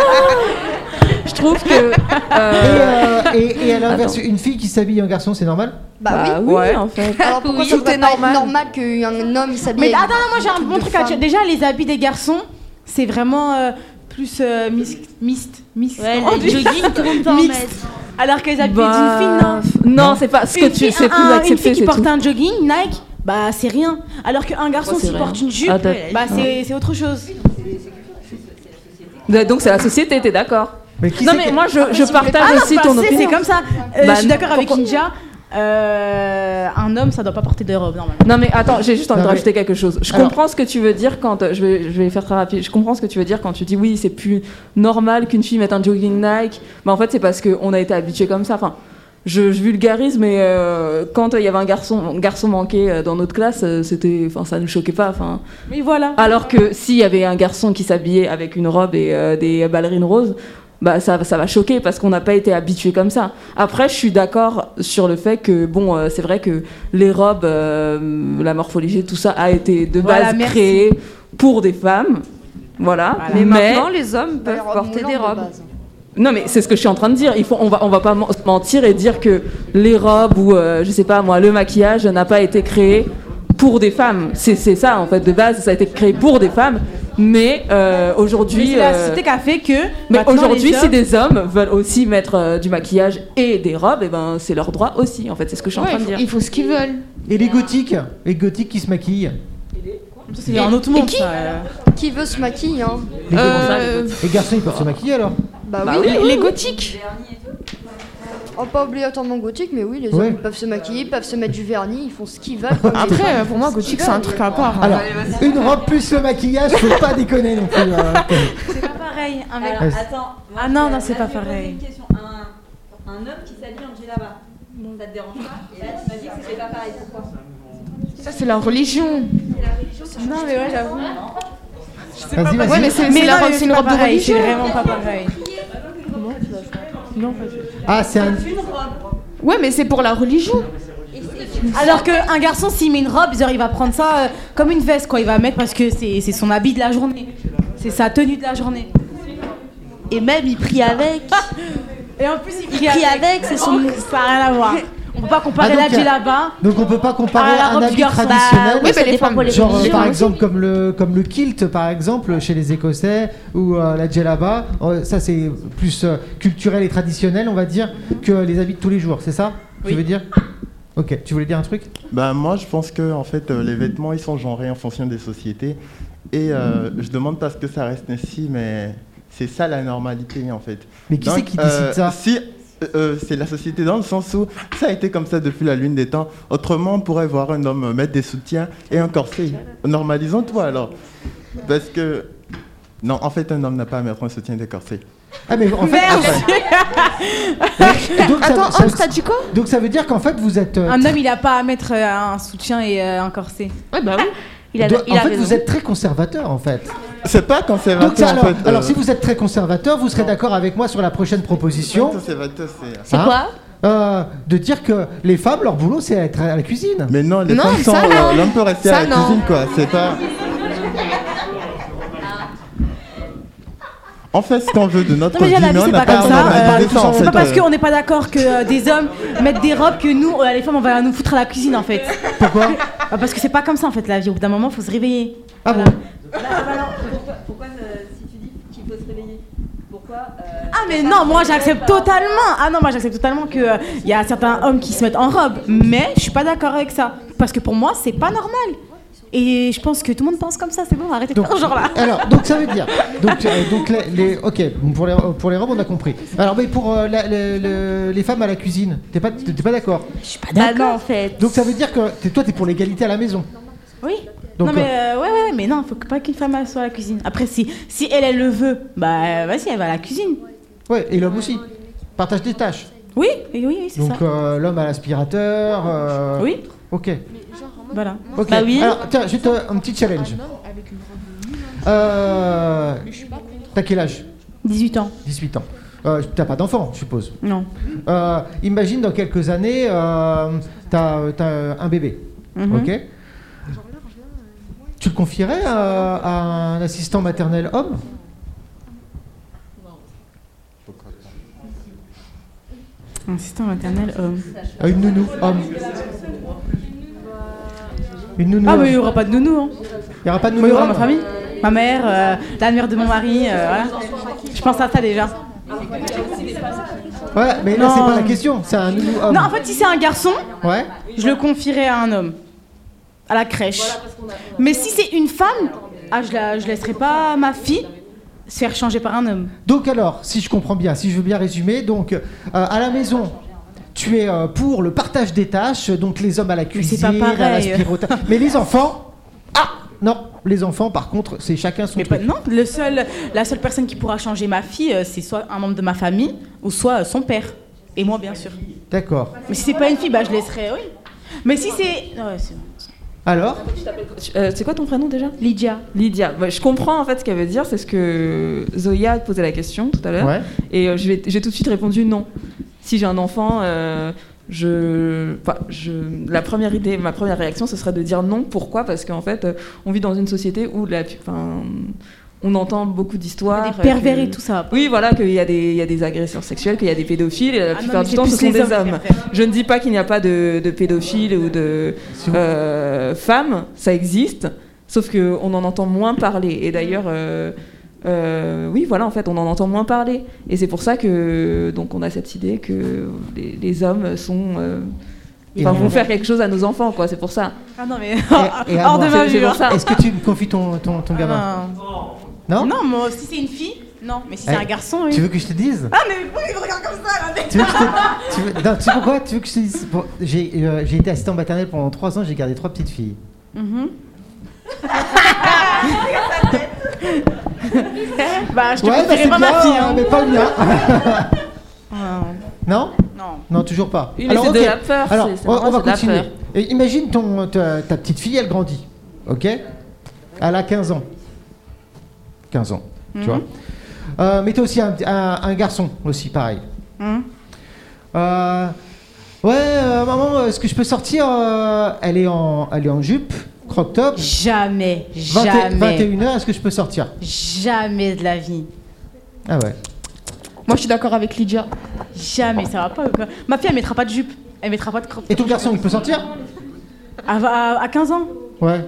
Speaker 18: Je trouve que.
Speaker 1: Et, euh, et- et à l'inverse, une fille qui s'habille en garçon, c'est normal
Speaker 5: Bah oui. Alors pourquoi
Speaker 3: Oui.
Speaker 5: ça
Speaker 3: Tout
Speaker 5: devrait
Speaker 3: est
Speaker 5: pas être
Speaker 3: normal.
Speaker 5: normal qu'un homme il s'habille
Speaker 3: Mais
Speaker 5: avec
Speaker 3: attends, non, moi j'ai un
Speaker 5: truc
Speaker 3: bon
Speaker 5: de
Speaker 3: truc à dire.
Speaker 5: femme
Speaker 3: Déjà, les habits des garçons, c'est vraiment euh, plus euh, mis- mist. mist.
Speaker 4: Ouais,
Speaker 3: Comment on
Speaker 4: le
Speaker 3: dit
Speaker 4: jogging, tout le monde peut en
Speaker 3: Oh, Mixte.
Speaker 4: mettre.
Speaker 3: Alors que les habits
Speaker 18: Bah,
Speaker 3: d'une fille, non.
Speaker 18: non, c'est pas ce que
Speaker 3: Une
Speaker 18: tu
Speaker 3: fille-
Speaker 18: sais plus
Speaker 3: un- Une
Speaker 18: accepter,
Speaker 3: fille qui
Speaker 18: c'est
Speaker 3: porte
Speaker 18: tout.
Speaker 3: un jogging, Nike, bah c'est rien. Alors qu'un garçon
Speaker 18: Ouais, c'est
Speaker 3: qui
Speaker 18: vrai,
Speaker 3: porte
Speaker 18: hein.
Speaker 3: une jupe,
Speaker 18: Ah, t'as-
Speaker 3: bah c'est
Speaker 18: ouais.
Speaker 3: c'est autre chose.
Speaker 18: Bah, Donc c'est la société, t'es d'accord
Speaker 3: qui
Speaker 18: Non
Speaker 3: c'est
Speaker 18: mais
Speaker 3: qui-
Speaker 18: moi je,
Speaker 3: Ah,
Speaker 18: je
Speaker 3: s'il vous plaît.
Speaker 18: partage
Speaker 3: Ah non,
Speaker 18: aussi
Speaker 3: bah,
Speaker 18: ton
Speaker 3: c'est-
Speaker 18: opinion.
Speaker 3: C'est comme ça. Euh,
Speaker 18: Bah,
Speaker 3: je suis d'accord
Speaker 18: non,
Speaker 3: avec
Speaker 18: pourquoi-
Speaker 3: Ninja. euh, un homme, ça doit pas porter de robe normalement.
Speaker 18: Non mais attends, j'ai juste envie de
Speaker 3: Non, mais-
Speaker 18: rajouter quelque chose. Je comprends ce que tu veux dire quand euh, je vais je vais faire très rapide. Je comprends ce que tu veux dire quand tu dis oui, c'est plus normal qu'une fille mette un jogging Nike. Mais en fait, c'est parce que on a été habitué comme ça. Enfin, je, je vulgarise, mais euh, quand euh, il y avait un garçon un garçon manqué euh, dans notre classe, euh, c'était enfin ça nous choquait pas. Enfin,
Speaker 3: Mais voilà.
Speaker 18: alors que s'il y avait un garçon qui s'habillait avec une robe et euh, des ballerines roses, bah ça, ça va choquer parce qu'on n'a pas été habitué comme ça. Après, je suis d'accord sur le fait que bon, euh, c'est vrai que les robes, euh, la morphologie, tout ça a été de
Speaker 9: Voilà,
Speaker 18: base
Speaker 9: merci.
Speaker 18: créé pour des femmes. Voilà.
Speaker 9: Mais
Speaker 18: Mais,
Speaker 9: maintenant, les hommes peuvent porter des robes.
Speaker 18: non mais c'est ce que je suis en train de dire. Il faut, on va, on va pas men- se mentir et dire que les robes ou euh, je sais pas moi le maquillage n'a pas été créé pour des femmes. C'est, c'est ça en fait de base, ça a été créé pour des femmes. Mais euh,
Speaker 3: Mais
Speaker 18: aujourd'hui,
Speaker 3: c'est la
Speaker 18: euh,
Speaker 3: société qui a fait que.
Speaker 18: mais
Speaker 3: maintenant,
Speaker 18: aujourd'hui,
Speaker 3: les
Speaker 18: si des hommes veulent aussi mettre euh, du maquillage et des robes, et ben c'est leur droit aussi. En fait, c'est ce que je suis en train de dire.
Speaker 1: ce qu'ils veulent. Et les gothiques Les gothiques qui se maquillent
Speaker 3: C'est un autre
Speaker 5: Et
Speaker 3: monde,
Speaker 5: qui
Speaker 3: ça. euh.
Speaker 5: Qui veut se maquiller hein
Speaker 1: Les,
Speaker 9: Euh,
Speaker 1: gothiques. Les garçons, ils peuvent se maquiller alors
Speaker 5: Bah,
Speaker 1: Bah
Speaker 5: oui,
Speaker 1: oui. Les
Speaker 5: gothiques Oh, pas obligatoirement gothique, mais oui, les
Speaker 1: Ouais.
Speaker 5: hommes peuvent se maquiller, peuvent se mettre du vernis, ils font ce qu'ils veulent. comme les
Speaker 13: Après,
Speaker 5: femmes.
Speaker 13: euh, pour moi, gothique, c'est un truc à part. hein.
Speaker 1: Alors, une robe plus le maquillage, faut pas déconner non plus. euh.
Speaker 3: Pareil, un
Speaker 1: Alors,
Speaker 3: mec.
Speaker 17: attends,
Speaker 3: Ah non, non,
Speaker 17: Euh,
Speaker 3: c'est
Speaker 17: là,
Speaker 3: pas
Speaker 17: je vais poser
Speaker 3: pareil.
Speaker 17: une question. Un, un homme qui s'habille en djellaba, ça te dérange pas Et là, tu m'as dit que c'était pas pareil. Pourquoi
Speaker 13: Ça, c'est la religion.
Speaker 17: Non, mais ouais, j'avoue.
Speaker 1: Vas-y, vas-y.
Speaker 13: Ouais, mais c'est
Speaker 1: Mais
Speaker 13: c'est la
Speaker 1: non,
Speaker 13: robe-
Speaker 1: mais
Speaker 13: c'est une
Speaker 1: c'est
Speaker 13: robe
Speaker 1: pas
Speaker 13: de
Speaker 1: pareil,
Speaker 13: religion.
Speaker 1: c'est vraiment pas
Speaker 13: pareil.
Speaker 5: hein.
Speaker 1: Ah, c'est un.
Speaker 13: Ouais, mais c'est pour la religion.
Speaker 3: Alors qu'un garçon, s'il met une robe, genre, il va prendre ça euh, comme une veste, quoi. Il va mettre parce que c'est c'est son habit de la journée. C'est sa tenue de la journée.
Speaker 4: Et même, il prie avec.
Speaker 3: Et en plus,
Speaker 2: Il prie avec, c'est son-
Speaker 3: Ça n'a rien à voir. On peut pas comparer
Speaker 1: Ah, donc,
Speaker 3: la
Speaker 1: il y a-
Speaker 3: djellaba.
Speaker 1: Donc on peut pas comparer
Speaker 3: Ah, la
Speaker 1: un
Speaker 3: robe du
Speaker 1: habit
Speaker 3: garçon.
Speaker 1: traditionnel,
Speaker 3: Bah, oui, Ça mais les dépend femmes. pour les
Speaker 1: genre euh,
Speaker 3: religions
Speaker 1: par
Speaker 3: aussi.
Speaker 1: exemple comme le comme le kilt par exemple chez les Écossais ou euh, la djellaba, euh, ça c'est plus euh, culturel et traditionnel on va dire que les habits de tous les jours, c'est ça Tu veux dire Ok, tu voulais dire un truc
Speaker 4: Bah moi je pense que en fait euh, les vêtements ils sont genrés en fonction des sociétés et euh, je demande pas ce que ça reste ici mais c'est ça la normalité en fait.
Speaker 1: Mais qui
Speaker 4: Donc,
Speaker 1: c'est qui décide
Speaker 4: euh,
Speaker 1: ça
Speaker 4: Si euh, euh, c'est la société dans le sens où ça a été comme ça depuis la lune des temps. Autrement on pourrait voir un homme mettre des soutiens et un corset. Normalisons tout alors parce que non en fait un homme n'a pas à mettre un soutien et des corsets.
Speaker 1: Ah mais en fait donc,
Speaker 3: Attends,
Speaker 1: ça,
Speaker 3: Hans, t'as dit quoi
Speaker 1: donc ça veut dire qu'en fait vous êtes euh,
Speaker 3: Un homme, il a pas à mettre euh, un soutien et euh, un corset. Ouais, bah oui.
Speaker 1: do- en fait vous êtes très conservateur en fait.
Speaker 4: C'est pas quand c'est
Speaker 1: Donc, alors, alors, si
Speaker 4: vous
Speaker 1: vous êtes très conservateur, vous serez d'accord avec moi sur la prochaine proposition.
Speaker 4: C'est
Speaker 1: Hein
Speaker 4: quoi
Speaker 1: Euh, De dire que les femmes, leur boulot, c'est être à la cuisine.
Speaker 4: Mais non, les femmes sont, euh, l'homme peut rester à la cuisine quoi, c'est pas. On fait ce qu'on veut de notre
Speaker 3: Non mais déjà,
Speaker 4: vie,
Speaker 3: la vie
Speaker 4: mais on
Speaker 3: c'est
Speaker 4: n'a
Speaker 3: pas
Speaker 4: pas,
Speaker 3: comme
Speaker 4: on n'a
Speaker 3: ça.
Speaker 4: pas
Speaker 3: euh,
Speaker 4: dit ça, en
Speaker 3: C'est
Speaker 4: fait,
Speaker 3: pas parce
Speaker 4: euh.
Speaker 3: qu'on n'est pas d'accord que euh, des hommes mettent des robes que nous, euh, les femmes, on va nous foutre à la cuisine en fait. Ah,
Speaker 1: Pourquoi
Speaker 3: Parce que c'est pas comme ça en fait la vie. Au bout d'un moment, faut se réveiller.
Speaker 1: Ah bon
Speaker 3: Bah,
Speaker 24: Pourquoi, pourquoi, euh, si tu dis qu'il faut se réveiller Pourquoi euh,
Speaker 3: Ah mais non, moi j'accepte totalement. Ah non, moi j'accepte totalement que euh, y a certains hommes qui se mettent en robe, mais je suis pas d'accord avec ça parce que pour moi c'est pas normal. Et je pense que tout le monde pense comme ça. C'est bon, arrêtez de faire genre là.
Speaker 1: Alors, donc ça veut dire. Donc, euh, donc les, les- ok, pour les, pour les robes, on a compris. Alors, mais pour euh, la- le- le- les femmes à la cuisine, t'es pas, t'es pas d'accord Je suis pas
Speaker 2: d'accord. Bah non, en fait.
Speaker 1: Donc ça veut dire que t'es- toi, t'es pour l'égalité à la maison.
Speaker 3: Oui.
Speaker 1: Donc,
Speaker 3: non mais euh, ouais, ouais ouais, mais non, faut que- pas qu'une femme soit à la cuisine. Après si si elle elle le veut, bah euh, vas-y elle va à la cuisine.
Speaker 1: Ouais et l'homme aussi. Partage des tâches.
Speaker 3: Oui oui oui c'est ça.
Speaker 1: Donc euh, l'homme à l'aspirateur. euh,
Speaker 3: Oui. Bah
Speaker 1: Ok.
Speaker 3: Voilà.
Speaker 1: Ok. Alors, tiens, juste euh, un petit challenge. Euh, T'as quel âge
Speaker 3: 18 ans.
Speaker 1: 18 ans. Euh, t'as pas d'enfant, je suppose.
Speaker 3: Non.
Speaker 1: Euh, imagine dans quelques années, euh, t'as t'as, euh, un bébé.
Speaker 3: Mhm.
Speaker 1: Ok Tu le confierais à, à un assistant maternel homme
Speaker 3: Assistant maternel euh. homme.
Speaker 1: À Ah, une nounou homme Une nounou
Speaker 3: Ah
Speaker 1: homme.
Speaker 3: mais il y aura pas de nounou. Hein.
Speaker 1: Il y aura pas de
Speaker 3: Moi,
Speaker 1: nounou
Speaker 3: il y aura
Speaker 1: hein.
Speaker 3: ma
Speaker 1: homme
Speaker 3: famille, ma mère, euh, la mère de mon mari. euh, voilà. Je pense à ça déjà.
Speaker 1: Ouais, mais là,
Speaker 3: Non.
Speaker 1: c'est pas la question. C'est un nounou homme.
Speaker 3: Non, en fait, si c'est un garçon,
Speaker 1: Ouais.
Speaker 3: je le confierai à un homme, à la crèche. Mais si c'est une femme, ah, je, la, je laisserai pas ma fille se faire changer par un homme.
Speaker 1: Donc alors, si je comprends bien, si je veux bien résumer, donc euh, à la maison, tu es euh, pour le partage des tâches, donc les hommes à la cuisine,
Speaker 3: pas pareil.
Speaker 1: à l'aspirota- mais les enfants, ah non, les enfants par contre, c'est chacun son truc.
Speaker 3: Non, le seul, la seule personne qui pourra changer ma fille, euh, c'est soit un membre de ma famille ou soit euh, son père. Et moi, bien sûr.
Speaker 1: D'accord.
Speaker 3: Mais si c'est pas une fille, bah, je laisserai, oui. Mais si c'est. Ah Ouais, c'est bon.
Speaker 1: Alors
Speaker 18: Euh, C'est quoi ton prénom déjà
Speaker 3: Lydia.
Speaker 18: Lydia. Bah, je comprends en fait ce qu'elle veut dire, c'est ce que Zoya posait la question tout à l'heure.
Speaker 1: Ouais.
Speaker 18: Et euh, je vais- j'ai tout de suite répondu non. Si j'ai un enfant, euh, je, enfin, je, la première idée, ma première réaction, ce serait de dire non. Pourquoi Parce qu'en fait, euh, on vit dans une société où la, enfin, on entend beaucoup d'histoires.
Speaker 3: Des pervers
Speaker 18: euh, que-
Speaker 3: et tout ça.
Speaker 18: Oui, voilà, qu'il y, a des- il y a des agresseurs sexuels, qu'il y a des pédophiles, et euh, la
Speaker 3: Ah non,
Speaker 18: plupart
Speaker 3: mais
Speaker 18: du
Speaker 3: c'est
Speaker 18: temps, ce
Speaker 3: plus
Speaker 18: sont
Speaker 3: les
Speaker 18: des
Speaker 3: hommes, les
Speaker 18: hommes. Je ne dis pas qu'il n'y a pas de, de pédophiles ou de euh, femmes, ça existe, sauf qu'on en entend moins parler. Et d'ailleurs, euh, euh, oui, voilà, en fait, on en entend moins parler. Et c'est pour ça que, donc, on a cette idée que les, les hommes sont. euh,
Speaker 1: Et
Speaker 18: enfin,
Speaker 1: on-
Speaker 18: vont faire quelque chose à nos enfants, quoi, c'est pour ça.
Speaker 3: Ah non, mais.
Speaker 1: Et à
Speaker 3: hors
Speaker 1: moi.
Speaker 3: de ma vue. hein.
Speaker 1: Est-ce que tu me confies ton, ton, ton gamin
Speaker 3: Non.
Speaker 1: Non
Speaker 3: Non, moi, si c'est une fille, non. Mais si c'est
Speaker 1: Eh,
Speaker 3: un garçon, oui.
Speaker 1: Tu veux que je te dise
Speaker 3: Ah, mais pourquoi il me regarde comme ça, là mais-
Speaker 1: Tu veux que je te- tu veux- non, tu sais pourquoi Tu veux que je te dise Bon, J'ai euh, j'ai été assistant maternel pendant 3 ans, j'ai gardé trois petites filles.
Speaker 3: Mhm. bah, je te
Speaker 1: ouais, bah,
Speaker 3: confierai
Speaker 1: c'est
Speaker 3: pas
Speaker 1: bien,
Speaker 3: ma fille. hein. Ah.
Speaker 1: mais pas le mien. non
Speaker 3: Non.
Speaker 1: Non, toujours pas.
Speaker 18: Oui, mais c'est de
Speaker 1: ok.
Speaker 18: la peur,
Speaker 1: Alors,
Speaker 18: c'est- c'est
Speaker 1: on, on
Speaker 18: normal,
Speaker 1: va
Speaker 18: c'est de la
Speaker 1: continuer.
Speaker 18: peur.
Speaker 1: Et imagine ton, ta, ta petite fille, elle grandit. Ok Elle a 15 ans. 15 ans, tu
Speaker 7: Mhm.
Speaker 1: vois. Euh, mais t'es aussi un, un- un garçon, aussi, pareil.
Speaker 3: Mm-hmm.
Speaker 1: Euh, ouais, euh, maman, est-ce que je peux sortir euh, elle, est en, elle est en jupe, croc-top.
Speaker 3: Jamais,
Speaker 1: 20
Speaker 3: jamais.
Speaker 1: 21h, est-ce que je peux sortir
Speaker 3: Jamais de la vie.
Speaker 1: Ah ouais.
Speaker 13: Moi, je suis d'accord avec Lydia. Jamais, ça va pas. Ma fille, elle mettra pas de jupe. Elle mettra pas de crop.
Speaker 1: Et tout garçon, il peut sortir
Speaker 3: Ah,
Speaker 13: À, à- à 15 ans
Speaker 1: Ouais.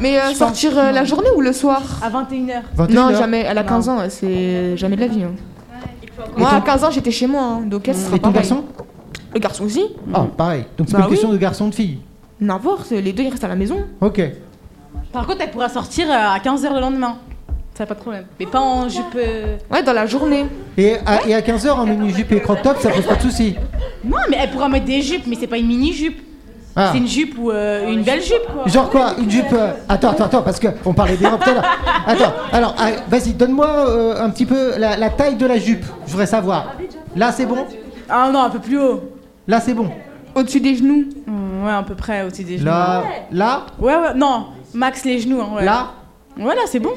Speaker 13: Mais
Speaker 1: Je sortir, pense- euh,
Speaker 13: la journée ou le soir À 21h.
Speaker 1: 21
Speaker 13: non,
Speaker 1: heures.
Speaker 13: jamais. Elle a 15 ans, euh, c'est jamais de la vie. hein. Moi, à 15 ans, j'étais chez moi, hein, donc elle, ce sera
Speaker 1: Et ton
Speaker 13: pareil.
Speaker 1: garçon
Speaker 13: Le garçon aussi
Speaker 1: Ah, pareil. Donc c'est
Speaker 13: Bah
Speaker 1: pas
Speaker 13: oui.
Speaker 1: une question de garçon de fille.
Speaker 13: N'en voir, les deux, ils restent à la maison.
Speaker 1: Ok.
Speaker 3: Par contre, elle pourra sortir euh, à 15h le lendemain. Ça, pas de problème. Mais pas en jupe. euh.
Speaker 13: Ouais, dans la journée.
Speaker 1: Et à, 15h en mini-jupe et crop top, ça pose pas de soucis.
Speaker 3: Non, mais elle pourra mettre des jupes, mais c'est pas une mini-jupe.
Speaker 1: Ah.
Speaker 3: C'est une jupe ou euh, une belle jupe, quoi.
Speaker 1: Genre quoi Une jupe euh, Attends, attends, attends, parce qu'on parlait des robes tout à l'heure. Attends, alors ah, vas-y, donne-moi euh, un petit peu la, la taille de la jupe. Je voudrais savoir. Là, c'est bon
Speaker 13: Ah non, un peu plus haut.
Speaker 1: Là, c'est bon.
Speaker 13: Au-dessus des genoux Ouais, à peu près au-dessus des genoux.
Speaker 1: Là, là
Speaker 13: Ouais,
Speaker 3: Euh,
Speaker 13: ouais, non, max les genoux. Hein, ouais.
Speaker 1: Là
Speaker 13: Ouais, là, c'est bon.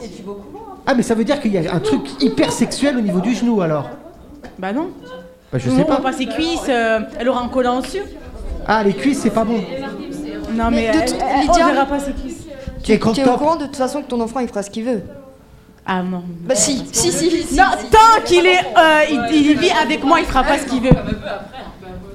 Speaker 1: Ah, mais ça veut dire qu'il y a un truc hyper sexuel au niveau du genou alors
Speaker 13: Bah non.
Speaker 1: Bah, je
Speaker 3: On-
Speaker 1: sais
Speaker 3: On
Speaker 1: pas.
Speaker 3: passe ses cuisses, euh, elle aura un collant dessus.
Speaker 1: Ah, les cuisses, c'est pas bon.
Speaker 3: Non, mais,
Speaker 5: Mais de
Speaker 3: elle-
Speaker 5: toute-
Speaker 3: elle-
Speaker 5: Lydia-
Speaker 3: on verra pas ses cuisses.
Speaker 5: Tu
Speaker 1: Et
Speaker 5: es
Speaker 1: crop
Speaker 5: au
Speaker 1: top
Speaker 5: courant de toute façon que ton enfant il fera ce qu'il veut.
Speaker 3: Ah non.
Speaker 5: Bah si, si, si.
Speaker 3: Non, tant qu'il est, euh, il, il vit avec moi, il fera pas ce qu'il veut.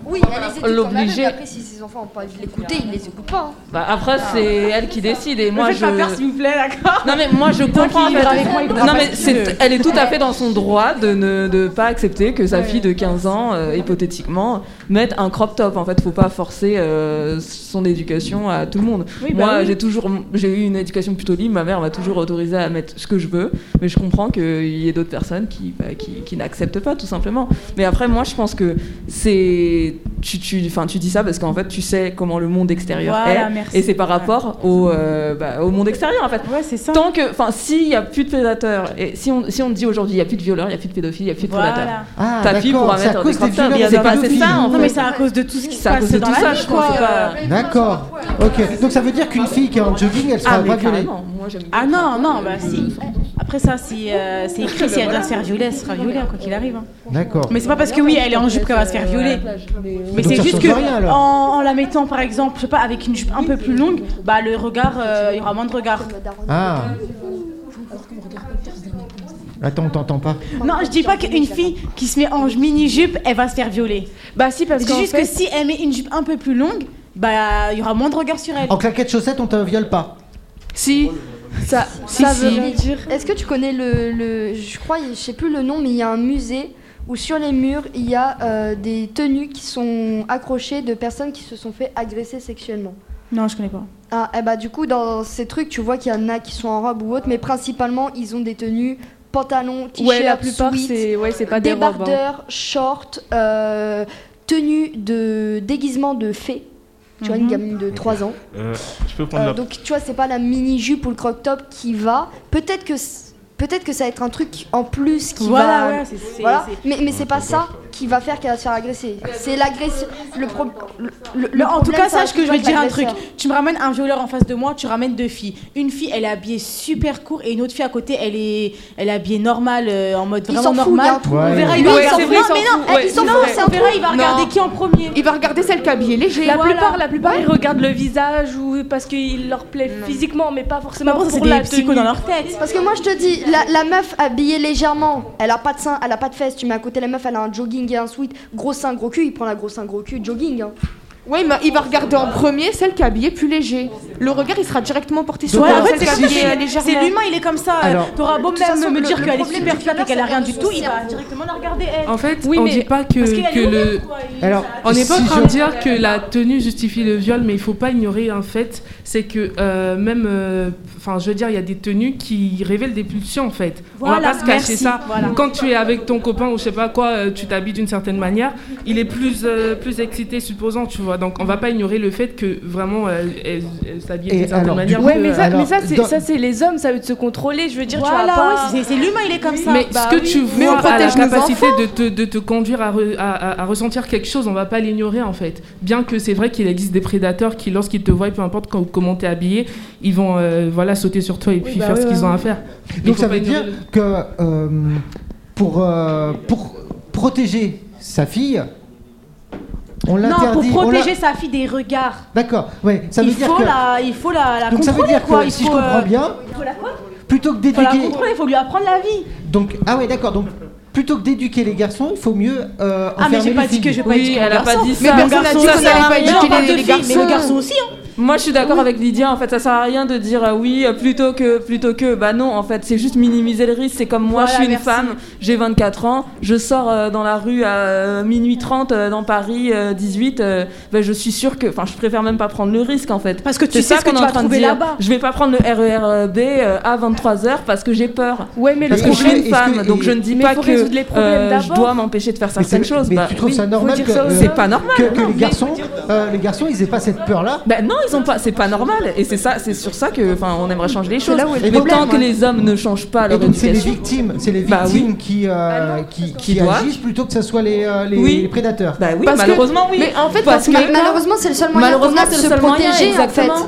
Speaker 5: Oui, il y a les études quand même, mais
Speaker 18: L'obliger.
Speaker 5: après si ses enfants ont pas envie de l'écouter, ils les écoutent pas. hein.
Speaker 18: Bah après c'est elle qui décide et moi
Speaker 5: faites
Speaker 18: je.
Speaker 5: pas peur, s'il
Speaker 3: vous plaît, d'accord.
Speaker 18: Non mais moi je
Speaker 5: Tant
Speaker 18: comprends.
Speaker 5: qu'il
Speaker 18: en fait.
Speaker 5: ira avec moi, il voudra
Speaker 18: non
Speaker 5: pas
Speaker 18: mais
Speaker 5: ce qu'il
Speaker 18: c'est-
Speaker 5: veut.
Speaker 18: elle est tout à fait dans son droit de ne de pas accepter que sa fille de 15 ans, euh, hypothétiquement, mette un crop top. En fait, faut pas forcer euh, son éducation à tout le monde.
Speaker 3: Oui, bah
Speaker 18: moi
Speaker 3: oui.
Speaker 18: j'ai toujours j'ai eu une éducation plutôt libre. Ma mère m'a toujours autorisé à mettre ce que je veux, mais je comprends qu'il y ait d'autres personnes qui bah, qui, qui n'acceptent pas tout simplement. Mais après moi je pense que c'est tu tu enfin tu dis ça parce qu'en fait tu sais comment le monde extérieur
Speaker 3: Voilà,
Speaker 18: est
Speaker 3: merci.
Speaker 18: et c'est par rapport au, euh, bah, au monde extérieur en fait. Tant que, enfin, s'il n'y a plus de prédateurs, et si on, si on dit aujourd'hui il n'y a plus de violeurs, il n'y a plus de pédophiles, il n'y a plus de
Speaker 3: Voilà.
Speaker 18: prédateurs,
Speaker 3: Ah,
Speaker 18: ta fille
Speaker 3: d'accord,
Speaker 18: pourra
Speaker 3: c'est à
Speaker 18: mettre
Speaker 3: cause
Speaker 18: des
Speaker 3: des
Speaker 18: crop tops.
Speaker 3: violeurs et des
Speaker 18: C'est pas c'est
Speaker 3: pédophiles.
Speaker 18: ça en
Speaker 3: Non,
Speaker 18: fait.
Speaker 3: mais c'est à cause de tout ce qui se
Speaker 18: C'est à
Speaker 3: passe
Speaker 18: cause de
Speaker 3: dans
Speaker 18: tout
Speaker 3: la
Speaker 18: ça,
Speaker 3: vie,
Speaker 18: je pense.
Speaker 3: quoi.
Speaker 18: c'est pas-
Speaker 1: D'accord. Ok, donc ça veut dire qu'une fille qui est en jogging, elle sera
Speaker 3: Ah, mais
Speaker 1: pas violée.
Speaker 3: carrément. Ah non, non, bah si. Après ça, si euh, c'est écrit, si elle doit se faire violer, elle se fera violer, quoi qu'il arrive. hein.
Speaker 1: D'accord.
Speaker 3: Mais c'est pas parce que oui, elle est en jupe qu'elle va se faire violer. Mais
Speaker 1: Donc
Speaker 3: c'est
Speaker 1: ça
Speaker 3: juste
Speaker 1: change
Speaker 3: que
Speaker 1: rien,
Speaker 3: en,
Speaker 1: alors.
Speaker 3: en la mettant par exemple, je sais pas, avec une jupe un peu plus longue, bah le regard, euh, il y aura moins de regard.
Speaker 1: Ah, attends, on t'entend pas.
Speaker 3: Non, je dis pas qu'une fille qui se met en mini jupe, elle va se faire violer.
Speaker 13: Bah si, parce
Speaker 3: que
Speaker 13: qu'en
Speaker 3: juste
Speaker 13: fait-
Speaker 3: que si elle met une jupe un peu plus longue, bah il y aura moins de regard sur elle.
Speaker 1: En claquette chaussette, on te viole pas.
Speaker 13: Si.
Speaker 5: Ça,
Speaker 3: Si,
Speaker 5: ça
Speaker 3: si.
Speaker 5: veut rien dire. Est-ce que tu connais le, le- Je crois, je sais plus le nom, mais il y a un musée où sur les murs, il y a euh, des tenues qui sont accrochées de personnes qui se sont fait agresser sexuellement.
Speaker 3: Non, je connais pas.
Speaker 5: Ah, eh bah, du coup, dans ces trucs, tu vois qu'il y en a qui sont en robe ou autre, mais principalement, ils ont des tenues pantalons, t-shirts,
Speaker 18: Ouais, la plupart,
Speaker 5: sweats,
Speaker 18: c'est- ouais, c'est pas des robes, hein.
Speaker 5: débardeurs, shorts, euh, tenues de déguisement de fée. Tu vois, une
Speaker 13: Mhm.
Speaker 5: gamine de 3 ans.
Speaker 20: Euh, je peux prendre
Speaker 5: Euh,
Speaker 20: la...
Speaker 5: donc tu vois, c'est pas la mini jupe ou le crop top qui va. Peut-être que c- peut-être que ça va être un truc en plus qui
Speaker 3: Voilà,
Speaker 5: va.
Speaker 3: ouais, c'est- c'est-
Speaker 5: voilà.
Speaker 3: c'est-
Speaker 5: Mais mais c'est pas ça qui va faire qu'elle va se faire agresser. C'est l'agression. Le pro- le- le-
Speaker 3: Mais
Speaker 5: le
Speaker 3: en tout
Speaker 5: problème,
Speaker 3: cas,
Speaker 5: ça va
Speaker 3: sache que je
Speaker 5: toujours
Speaker 3: vais
Speaker 5: être
Speaker 3: te dire un truc.
Speaker 5: l'agresseur.
Speaker 3: Tu me ramènes un violeur en face de moi, tu ramènes deux filles. Une fille, elle est habillée super court et une autre fille à côté, elle est, elle est habillée normale, euh, en mode
Speaker 5: Il
Speaker 3: vraiment
Speaker 5: s'en fout, il y a
Speaker 3: normal.
Speaker 5: un trou. Ouais.
Speaker 3: On verra, il
Speaker 5: Lui,
Speaker 3: va
Speaker 5: il
Speaker 3: regarder-
Speaker 5: s'en fout,
Speaker 3: Non,
Speaker 5: il s'en
Speaker 3: mais
Speaker 5: fout,
Speaker 3: non,
Speaker 5: ouais.
Speaker 3: il s'en
Speaker 5: Non,
Speaker 3: fout,
Speaker 5: mais
Speaker 3: c'est un
Speaker 5: on
Speaker 3: trou.
Speaker 5: verra,
Speaker 3: il va regarder qui en premier.
Speaker 13: Il va regarder celle qui est habillée léger.
Speaker 15: La plupart, la plupart, ils regardent le visage ou parce qu'il leur plaît physiquement, mais pas forcément
Speaker 3: Bah, bon, ça,
Speaker 15: pour
Speaker 3: c'est
Speaker 15: la
Speaker 3: des psychos
Speaker 15: tenue.
Speaker 3: dans leur tête.
Speaker 5: Parce que moi je te dis, la, la meuf habillée légèrement, elle a pas de seins, elle a pas de fesses. Tu mets à côté la meuf, elle a un jogging et un sweat, gros seins, gros cul. Il prend la gros seins, gros cul, jogging. hein.
Speaker 13: Ouais, mais il va regarder en premier celle qui est habillée plus léger. Le regard, il sera directement porté sur
Speaker 3: Ouais, en
Speaker 13: celle
Speaker 3: fait,
Speaker 13: qui est
Speaker 3: c'est-
Speaker 13: habillée
Speaker 3: c'est-
Speaker 13: légèrement.
Speaker 3: c'est l'humain, il est comme ça.
Speaker 13: Alors-
Speaker 3: T'auras beau
Speaker 13: De toute
Speaker 3: même
Speaker 13: façon,
Speaker 3: me
Speaker 13: le-
Speaker 3: dire
Speaker 13: le
Speaker 3: qu'elle est
Speaker 13: problème
Speaker 3: super
Speaker 13: du
Speaker 3: flatte et
Speaker 13: violeur,
Speaker 3: qu'elle a
Speaker 13: c'est
Speaker 3: rien
Speaker 13: dans
Speaker 3: du
Speaker 13: son
Speaker 3: tout, il va
Speaker 13: cerveau.
Speaker 3: directement la regarder elle.
Speaker 15: En fait,
Speaker 3: Oui,
Speaker 15: on
Speaker 3: mais-
Speaker 15: dit pas que,
Speaker 3: parce qu'elle est
Speaker 15: que le.
Speaker 3: ouverte, quoi, et
Speaker 1: Alors,
Speaker 15: on n'est pas en
Speaker 1: si
Speaker 15: train
Speaker 1: je-
Speaker 15: de dire que la tenue justifie le viol, mais il faut pas ignorer un fait, c'est que euh, même, euh, enfin, je veux dire, il y a des tenues qui révèlent des pulsions en fait. on va
Speaker 3: Voilà,
Speaker 15: pas se cacher
Speaker 3: merci,
Speaker 15: ça.
Speaker 3: voilà.
Speaker 15: Quand tu es avec ton copain ou je sais pas quoi, euh, tu t'habilles d'une certaine manière, il est plus euh, plus excité, supposant, tu vois. Donc on va pas ignorer le fait que vraiment euh, elle, elle s'habille
Speaker 1: Et
Speaker 15: d'une certaine
Speaker 1: alors, du
Speaker 15: manière.
Speaker 1: coup,
Speaker 15: que-
Speaker 1: Ouais, mais ça- mais ça, c'est- dans- ça,
Speaker 15: c'est les hommes, ça veut se contrôler.
Speaker 3: Je veux
Speaker 15: dire,
Speaker 3: tu vas Voilà, pas- oui, c'est- c'est l'humain, il est comme ça.
Speaker 15: Mais
Speaker 3: Bah
Speaker 15: ce que
Speaker 3: oui.
Speaker 15: tu
Speaker 3: Mais on
Speaker 15: vois à la
Speaker 3: protège nos
Speaker 15: capacité
Speaker 3: enfants.
Speaker 15: de te, de te conduire à, re- à- à- à ressentir quelque chose, on va pas l'ignorer en fait. Bien que c'est vrai qu'il existe des prédateurs qui, lorsqu'ils te voient, peu importe co- comment t'es habillé, ils vont euh, voilà sauter sur toi et puis
Speaker 1: bah
Speaker 15: faire
Speaker 1: oui,
Speaker 15: ce qu'ils
Speaker 1: ouais,
Speaker 15: ont à
Speaker 1: ouais.
Speaker 15: faire. Mais
Speaker 1: Donc
Speaker 15: faut
Speaker 1: ça
Speaker 15: pas
Speaker 1: veut dire
Speaker 15: ignorer le-
Speaker 1: que euh, pour, euh, pour protéger sa fille, on
Speaker 3: Non,
Speaker 1: l'interdit.
Speaker 3: pour
Speaker 1: on la-
Speaker 3: protéger sa fille des regards.
Speaker 1: D'accord, ouais, ça veut
Speaker 3: Il
Speaker 1: dire
Speaker 3: faut
Speaker 1: que.
Speaker 3: la, il faut la, la
Speaker 1: Donc ça veut
Speaker 3: contrôler,
Speaker 1: dire que,
Speaker 3: quoi. il
Speaker 1: si je
Speaker 3: faut,
Speaker 1: comprends bien,
Speaker 3: il faut la quoi
Speaker 1: Plutôt que
Speaker 3: Il faut la
Speaker 1: d'éduquer.
Speaker 3: contrôler, il faut lui apprendre la vie.
Speaker 1: Donc, ah ouais, d'accord. Donc, plutôt que d'éduquer les garçons, il faut mieux. euh,
Speaker 3: Ah, mais
Speaker 1: enfermer
Speaker 3: j'ai
Speaker 1: les
Speaker 3: pas dit
Speaker 1: filles.
Speaker 3: que j'ai pas Oui, éduqué les elle a pas garçons. dit
Speaker 1: Mais
Speaker 3: ça.
Speaker 1: bon,
Speaker 3: Personne
Speaker 1: ça
Speaker 3: n'a dit
Speaker 1: sert
Speaker 3: qu'on
Speaker 1: à
Speaker 3: allait
Speaker 1: rien.
Speaker 3: pas éduquer
Speaker 1: On parle
Speaker 3: les-
Speaker 1: de
Speaker 3: les garçons.
Speaker 1: filles, mais les garçons aussi, hein.
Speaker 18: Moi, je suis d'accord avec Lydia. En fait, ça sert à rien de dire euh, oui euh, plutôt que plutôt que. Bah non, en fait, c'est juste minimiser le risque. C'est comme moi,
Speaker 13: Voilà,
Speaker 18: je suis une
Speaker 13: merci.
Speaker 18: femme, j'ai 24 ans, je sors euh, dans la rue à euh, minuit 30 euh, dans Paris euh, 18. euh, bah, je suis sûre que. Enfin, je préfère même pas prendre le risque en fait.
Speaker 3: Parce que tu
Speaker 18: C'est
Speaker 3: sais
Speaker 18: ça
Speaker 3: ce que
Speaker 18: qu'on est
Speaker 3: tu
Speaker 18: en
Speaker 3: vas
Speaker 18: train de
Speaker 3: trouver
Speaker 18: dire.
Speaker 3: là-bas.
Speaker 18: Je vais pas prendre le RERB euh, à 23 h parce que j'ai peur.
Speaker 13: Ouais, mais
Speaker 18: parce
Speaker 1: le
Speaker 18: que je suis
Speaker 1: problème,
Speaker 18: une
Speaker 1: est-ce que-
Speaker 18: femme, donc je ne dis
Speaker 1: Mais
Speaker 18: pas
Speaker 1: faut
Speaker 18: que
Speaker 1: résoudre les problèmes
Speaker 18: euh, je
Speaker 1: d'abord.
Speaker 18: dois m'empêcher de faire
Speaker 1: Mais c'est-
Speaker 18: certaines choses.
Speaker 1: Mais
Speaker 18: Bah
Speaker 1: tu trouves
Speaker 18: oui,
Speaker 1: ça
Speaker 18: faut
Speaker 1: normal
Speaker 18: dire
Speaker 1: que,
Speaker 18: ça aux
Speaker 1: euh,
Speaker 18: C'est pas normal.
Speaker 1: que, que
Speaker 18: non.
Speaker 1: les garçons, euh, les garçons, ils aient pas cette peur-là
Speaker 18: Ben non, ils ont pas. C'est pas normal. Et c'est ça, c'est sur ça que, enfin, on aimerait changer les
Speaker 1: C'est
Speaker 18: choses.
Speaker 1: là où est le
Speaker 18: Mais
Speaker 1: problème,
Speaker 18: tant que
Speaker 1: ouais.
Speaker 18: les hommes ne changent pas
Speaker 1: Et
Speaker 18: leur
Speaker 1: donc, c'est les
Speaker 18: éducation.
Speaker 1: victimes, c'est les
Speaker 18: Bah oui.
Speaker 1: victimes qui, euh, qui, qui
Speaker 18: doivent.
Speaker 1: agissent plutôt que ce soit les, euh, les,
Speaker 18: Oui.
Speaker 1: les prédateurs. Bah
Speaker 18: oui, Parce que- malheureusement, oui.
Speaker 5: Mais en fait, parce que malheureusement, c'est le seul moyen qu'on
Speaker 18: Malheureusement,
Speaker 5: a de
Speaker 18: c'est le
Speaker 5: se
Speaker 18: seul moyen,
Speaker 5: protéger en fait.
Speaker 18: exactement.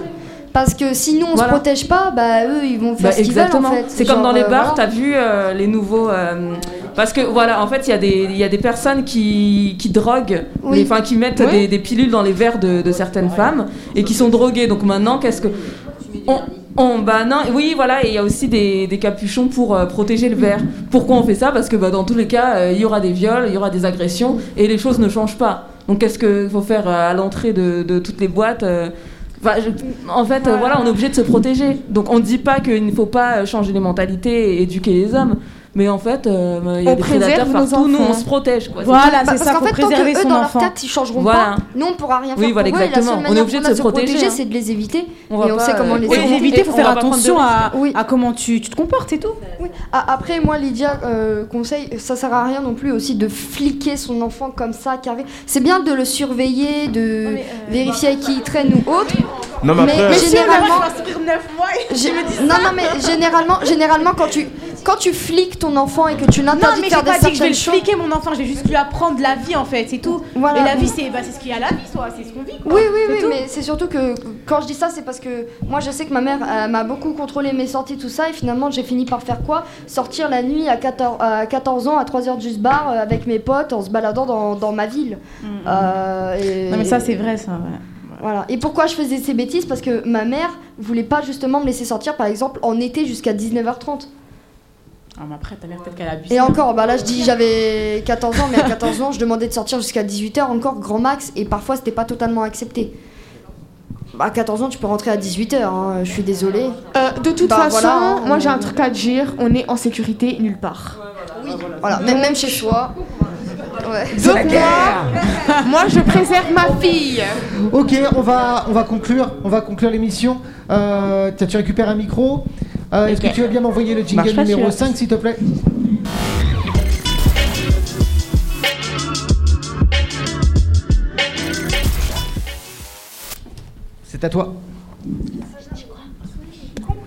Speaker 5: Parce que sinon, on
Speaker 18: Voilà.
Speaker 5: se protège pas, bah eux, ils vont faire
Speaker 18: Bah,
Speaker 5: ce qu'ils veulent en fait.
Speaker 18: C'est comme
Speaker 5: Genre,
Speaker 18: dans les
Speaker 5: euh,
Speaker 18: bars,
Speaker 5: voilà.
Speaker 18: t'as vu euh, les nouveaux. euh, parce que voilà, en fait, il y, a des- il y a des personnes qui, qui droguent,
Speaker 5: Oui.
Speaker 18: les- enfin qui mettent
Speaker 5: Oui.
Speaker 18: des, des pilules dans les verres de, de certaines femmes et qui sont droguées. Donc maintenant, qu'est-ce que. On, on- bah non, oui, voilà, et il y a aussi des, des capuchons pour euh, protéger le verre. Pourquoi on fait ça Parce que bah, dans tous les cas, euh, il y aura des viols, il y aura des agressions et les choses ne changent pas. Donc qu'est-ce qu'il faut faire euh, à l'entrée de, de toutes les boîtes euh, Enfin, je- en fait, euh, voilà, on est obligé de se protéger. Donc, on ne dit pas qu'il ne faut pas euh, changer les mentalités et éduquer les hommes. Mais en fait, euh, il y a
Speaker 5: On
Speaker 18: des prédateurs
Speaker 5: préserve nos
Speaker 18: partout. Nous,
Speaker 5: enfants.
Speaker 18: on se protège. Quoi.
Speaker 5: Bah,
Speaker 18: tout.
Speaker 5: parce qu'en fait, tant que eux, dans leur tête, ils changeront
Speaker 18: Voilà.
Speaker 5: pas. Nous, on pourra rien
Speaker 18: Oui,
Speaker 5: faire.
Speaker 18: voilà,
Speaker 5: pour eux, et
Speaker 18: exactement.
Speaker 5: La
Speaker 18: On
Speaker 5: seule
Speaker 18: est
Speaker 5: manière
Speaker 18: obligé
Speaker 5: qu'on
Speaker 18: de
Speaker 5: a
Speaker 18: se protéger, hein.
Speaker 5: c'est de les éviter.
Speaker 18: va
Speaker 5: et on
Speaker 18: pas,
Speaker 5: sait comment
Speaker 18: euh,
Speaker 5: les
Speaker 18: et les éviter, faut
Speaker 5: on
Speaker 18: faire
Speaker 5: va prendre
Speaker 18: attention
Speaker 5: de risques.
Speaker 18: à-
Speaker 5: Oui.
Speaker 3: à comment tu, tu te comportes et tout.
Speaker 5: Oui. Ah, après, moi, Lydia, euh, conseil, ça sert à rien non plus aussi de fliquer son enfant comme ça, carré. C'est bien de le surveiller, de
Speaker 3: euh,
Speaker 5: vérifier
Speaker 3: bah,
Speaker 5: avec qui il traîne ou autre.
Speaker 20: Non, mais après- Mais si,
Speaker 5: généralement.
Speaker 13: on a le droit de construire neuf mois et
Speaker 5: Gé-
Speaker 13: tu me dis
Speaker 5: non,
Speaker 13: ça.
Speaker 5: non, mais généralement, généralement quand, tu, quand tu fliques ton enfant et que tu
Speaker 3: Non,
Speaker 5: l'interdis
Speaker 3: mais j'ai
Speaker 5: de faire des
Speaker 3: pas dit que je vais
Speaker 5: certaines
Speaker 3: le
Speaker 5: choses.
Speaker 3: fliquer, mon enfant, je vais juste lui apprendre la vie en fait, c'est tout.
Speaker 5: Voilà.
Speaker 3: Et la vie, c'est bah, c'est ce qu'il y a à la vie, soit, c'est ce qu'on vit. quoi.
Speaker 5: Oui, oui,
Speaker 3: C'est
Speaker 5: oui,
Speaker 3: tout.
Speaker 5: mais c'est surtout que quand je dis ça, c'est parce que moi je sais que ma mère elle m'a beaucoup contrôlé mes sorties, tout ça, et finalement j'ai fini par faire quoi Sortir la nuit à 14, à 14 ans, à 3h du bar, euh, avec mes potes, en se baladant dans, dans ma ville.
Speaker 3: Mm.
Speaker 5: Euh, et-
Speaker 3: Non, mais ça, c'est vrai, ça. ouais.
Speaker 5: Voilà. Et pourquoi je faisais ces bêtises Parce que ma mère voulait pas justement me laisser sortir, par exemple, en été jusqu'à 19h30.
Speaker 3: Ah, mais après, ta mère, peut-être qu'elle abuse.
Speaker 5: Et encore, bah là je dis j'avais 14 ans, mais à 14 ans je demandais de sortir jusqu'à 18h encore grand max et parfois c'était pas totalement accepté. Bah, à 14 ans tu peux rentrer à 18h, hein, je suis désolée.
Speaker 13: Euh, De toute
Speaker 5: Bah,
Speaker 13: façon,
Speaker 5: voilà, hein,
Speaker 13: moi j'ai un
Speaker 5: on-
Speaker 13: truc à te dire, on est en sécurité nulle part.
Speaker 5: Voilà, même, même chez soi. Ouais.
Speaker 13: Donc moi, moi je préserve ma fille.
Speaker 1: Ok, on va, on va conclure, on va conclure l'émission. Euh, tiens, tu récupères un micro. Euh, Est-ce que
Speaker 14: Ok.
Speaker 1: tu veux bien m'envoyer le jingle
Speaker 14: Marche pas
Speaker 1: numéro
Speaker 14: celui-là.
Speaker 1: 5, s'il te plaît
Speaker 3: Mm-hmm.
Speaker 1: C'est à toi.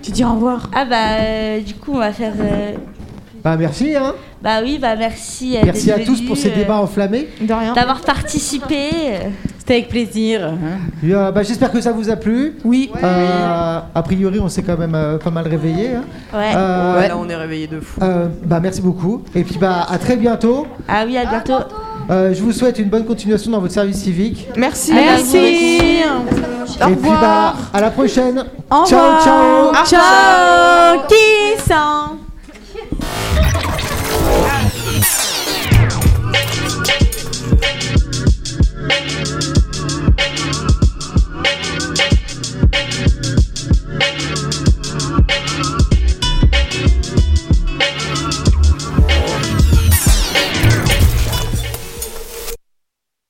Speaker 3: Tu dis au revoir.
Speaker 2: Ah bah euh, du coup on va faire. euh,
Speaker 1: Bah merci, hein.
Speaker 2: Bah oui bah
Speaker 18: Eh,
Speaker 2: merci. euh,
Speaker 1: Merci
Speaker 2: d'être
Speaker 1: à tous
Speaker 2: venus,
Speaker 1: pour ces
Speaker 2: euh,
Speaker 1: débats enflammés.
Speaker 3: De rien.
Speaker 2: D'avoir participé. euh.
Speaker 3: C'était avec plaisir.
Speaker 1: Et, euh, bah, J'espère que ça vous a plu. Euh,
Speaker 3: Oui.
Speaker 1: a priori, on s'est quand même euh, pas mal réveillé. Euh,
Speaker 2: Ouais.
Speaker 15: Ouais, là, on est réveillé de fou.
Speaker 1: bah merci beaucoup. Et puis bah à très bientôt.
Speaker 2: Ah oui, à bientôt.
Speaker 1: Euh, je vous souhaite une bonne continuation dans votre service civique.
Speaker 13: Merci.
Speaker 3: Merci.
Speaker 1: Et puis bah à la prochaine.
Speaker 3: Au
Speaker 1: ciao
Speaker 3: revoir.
Speaker 1: ciao.
Speaker 3: Ciao. Qui sent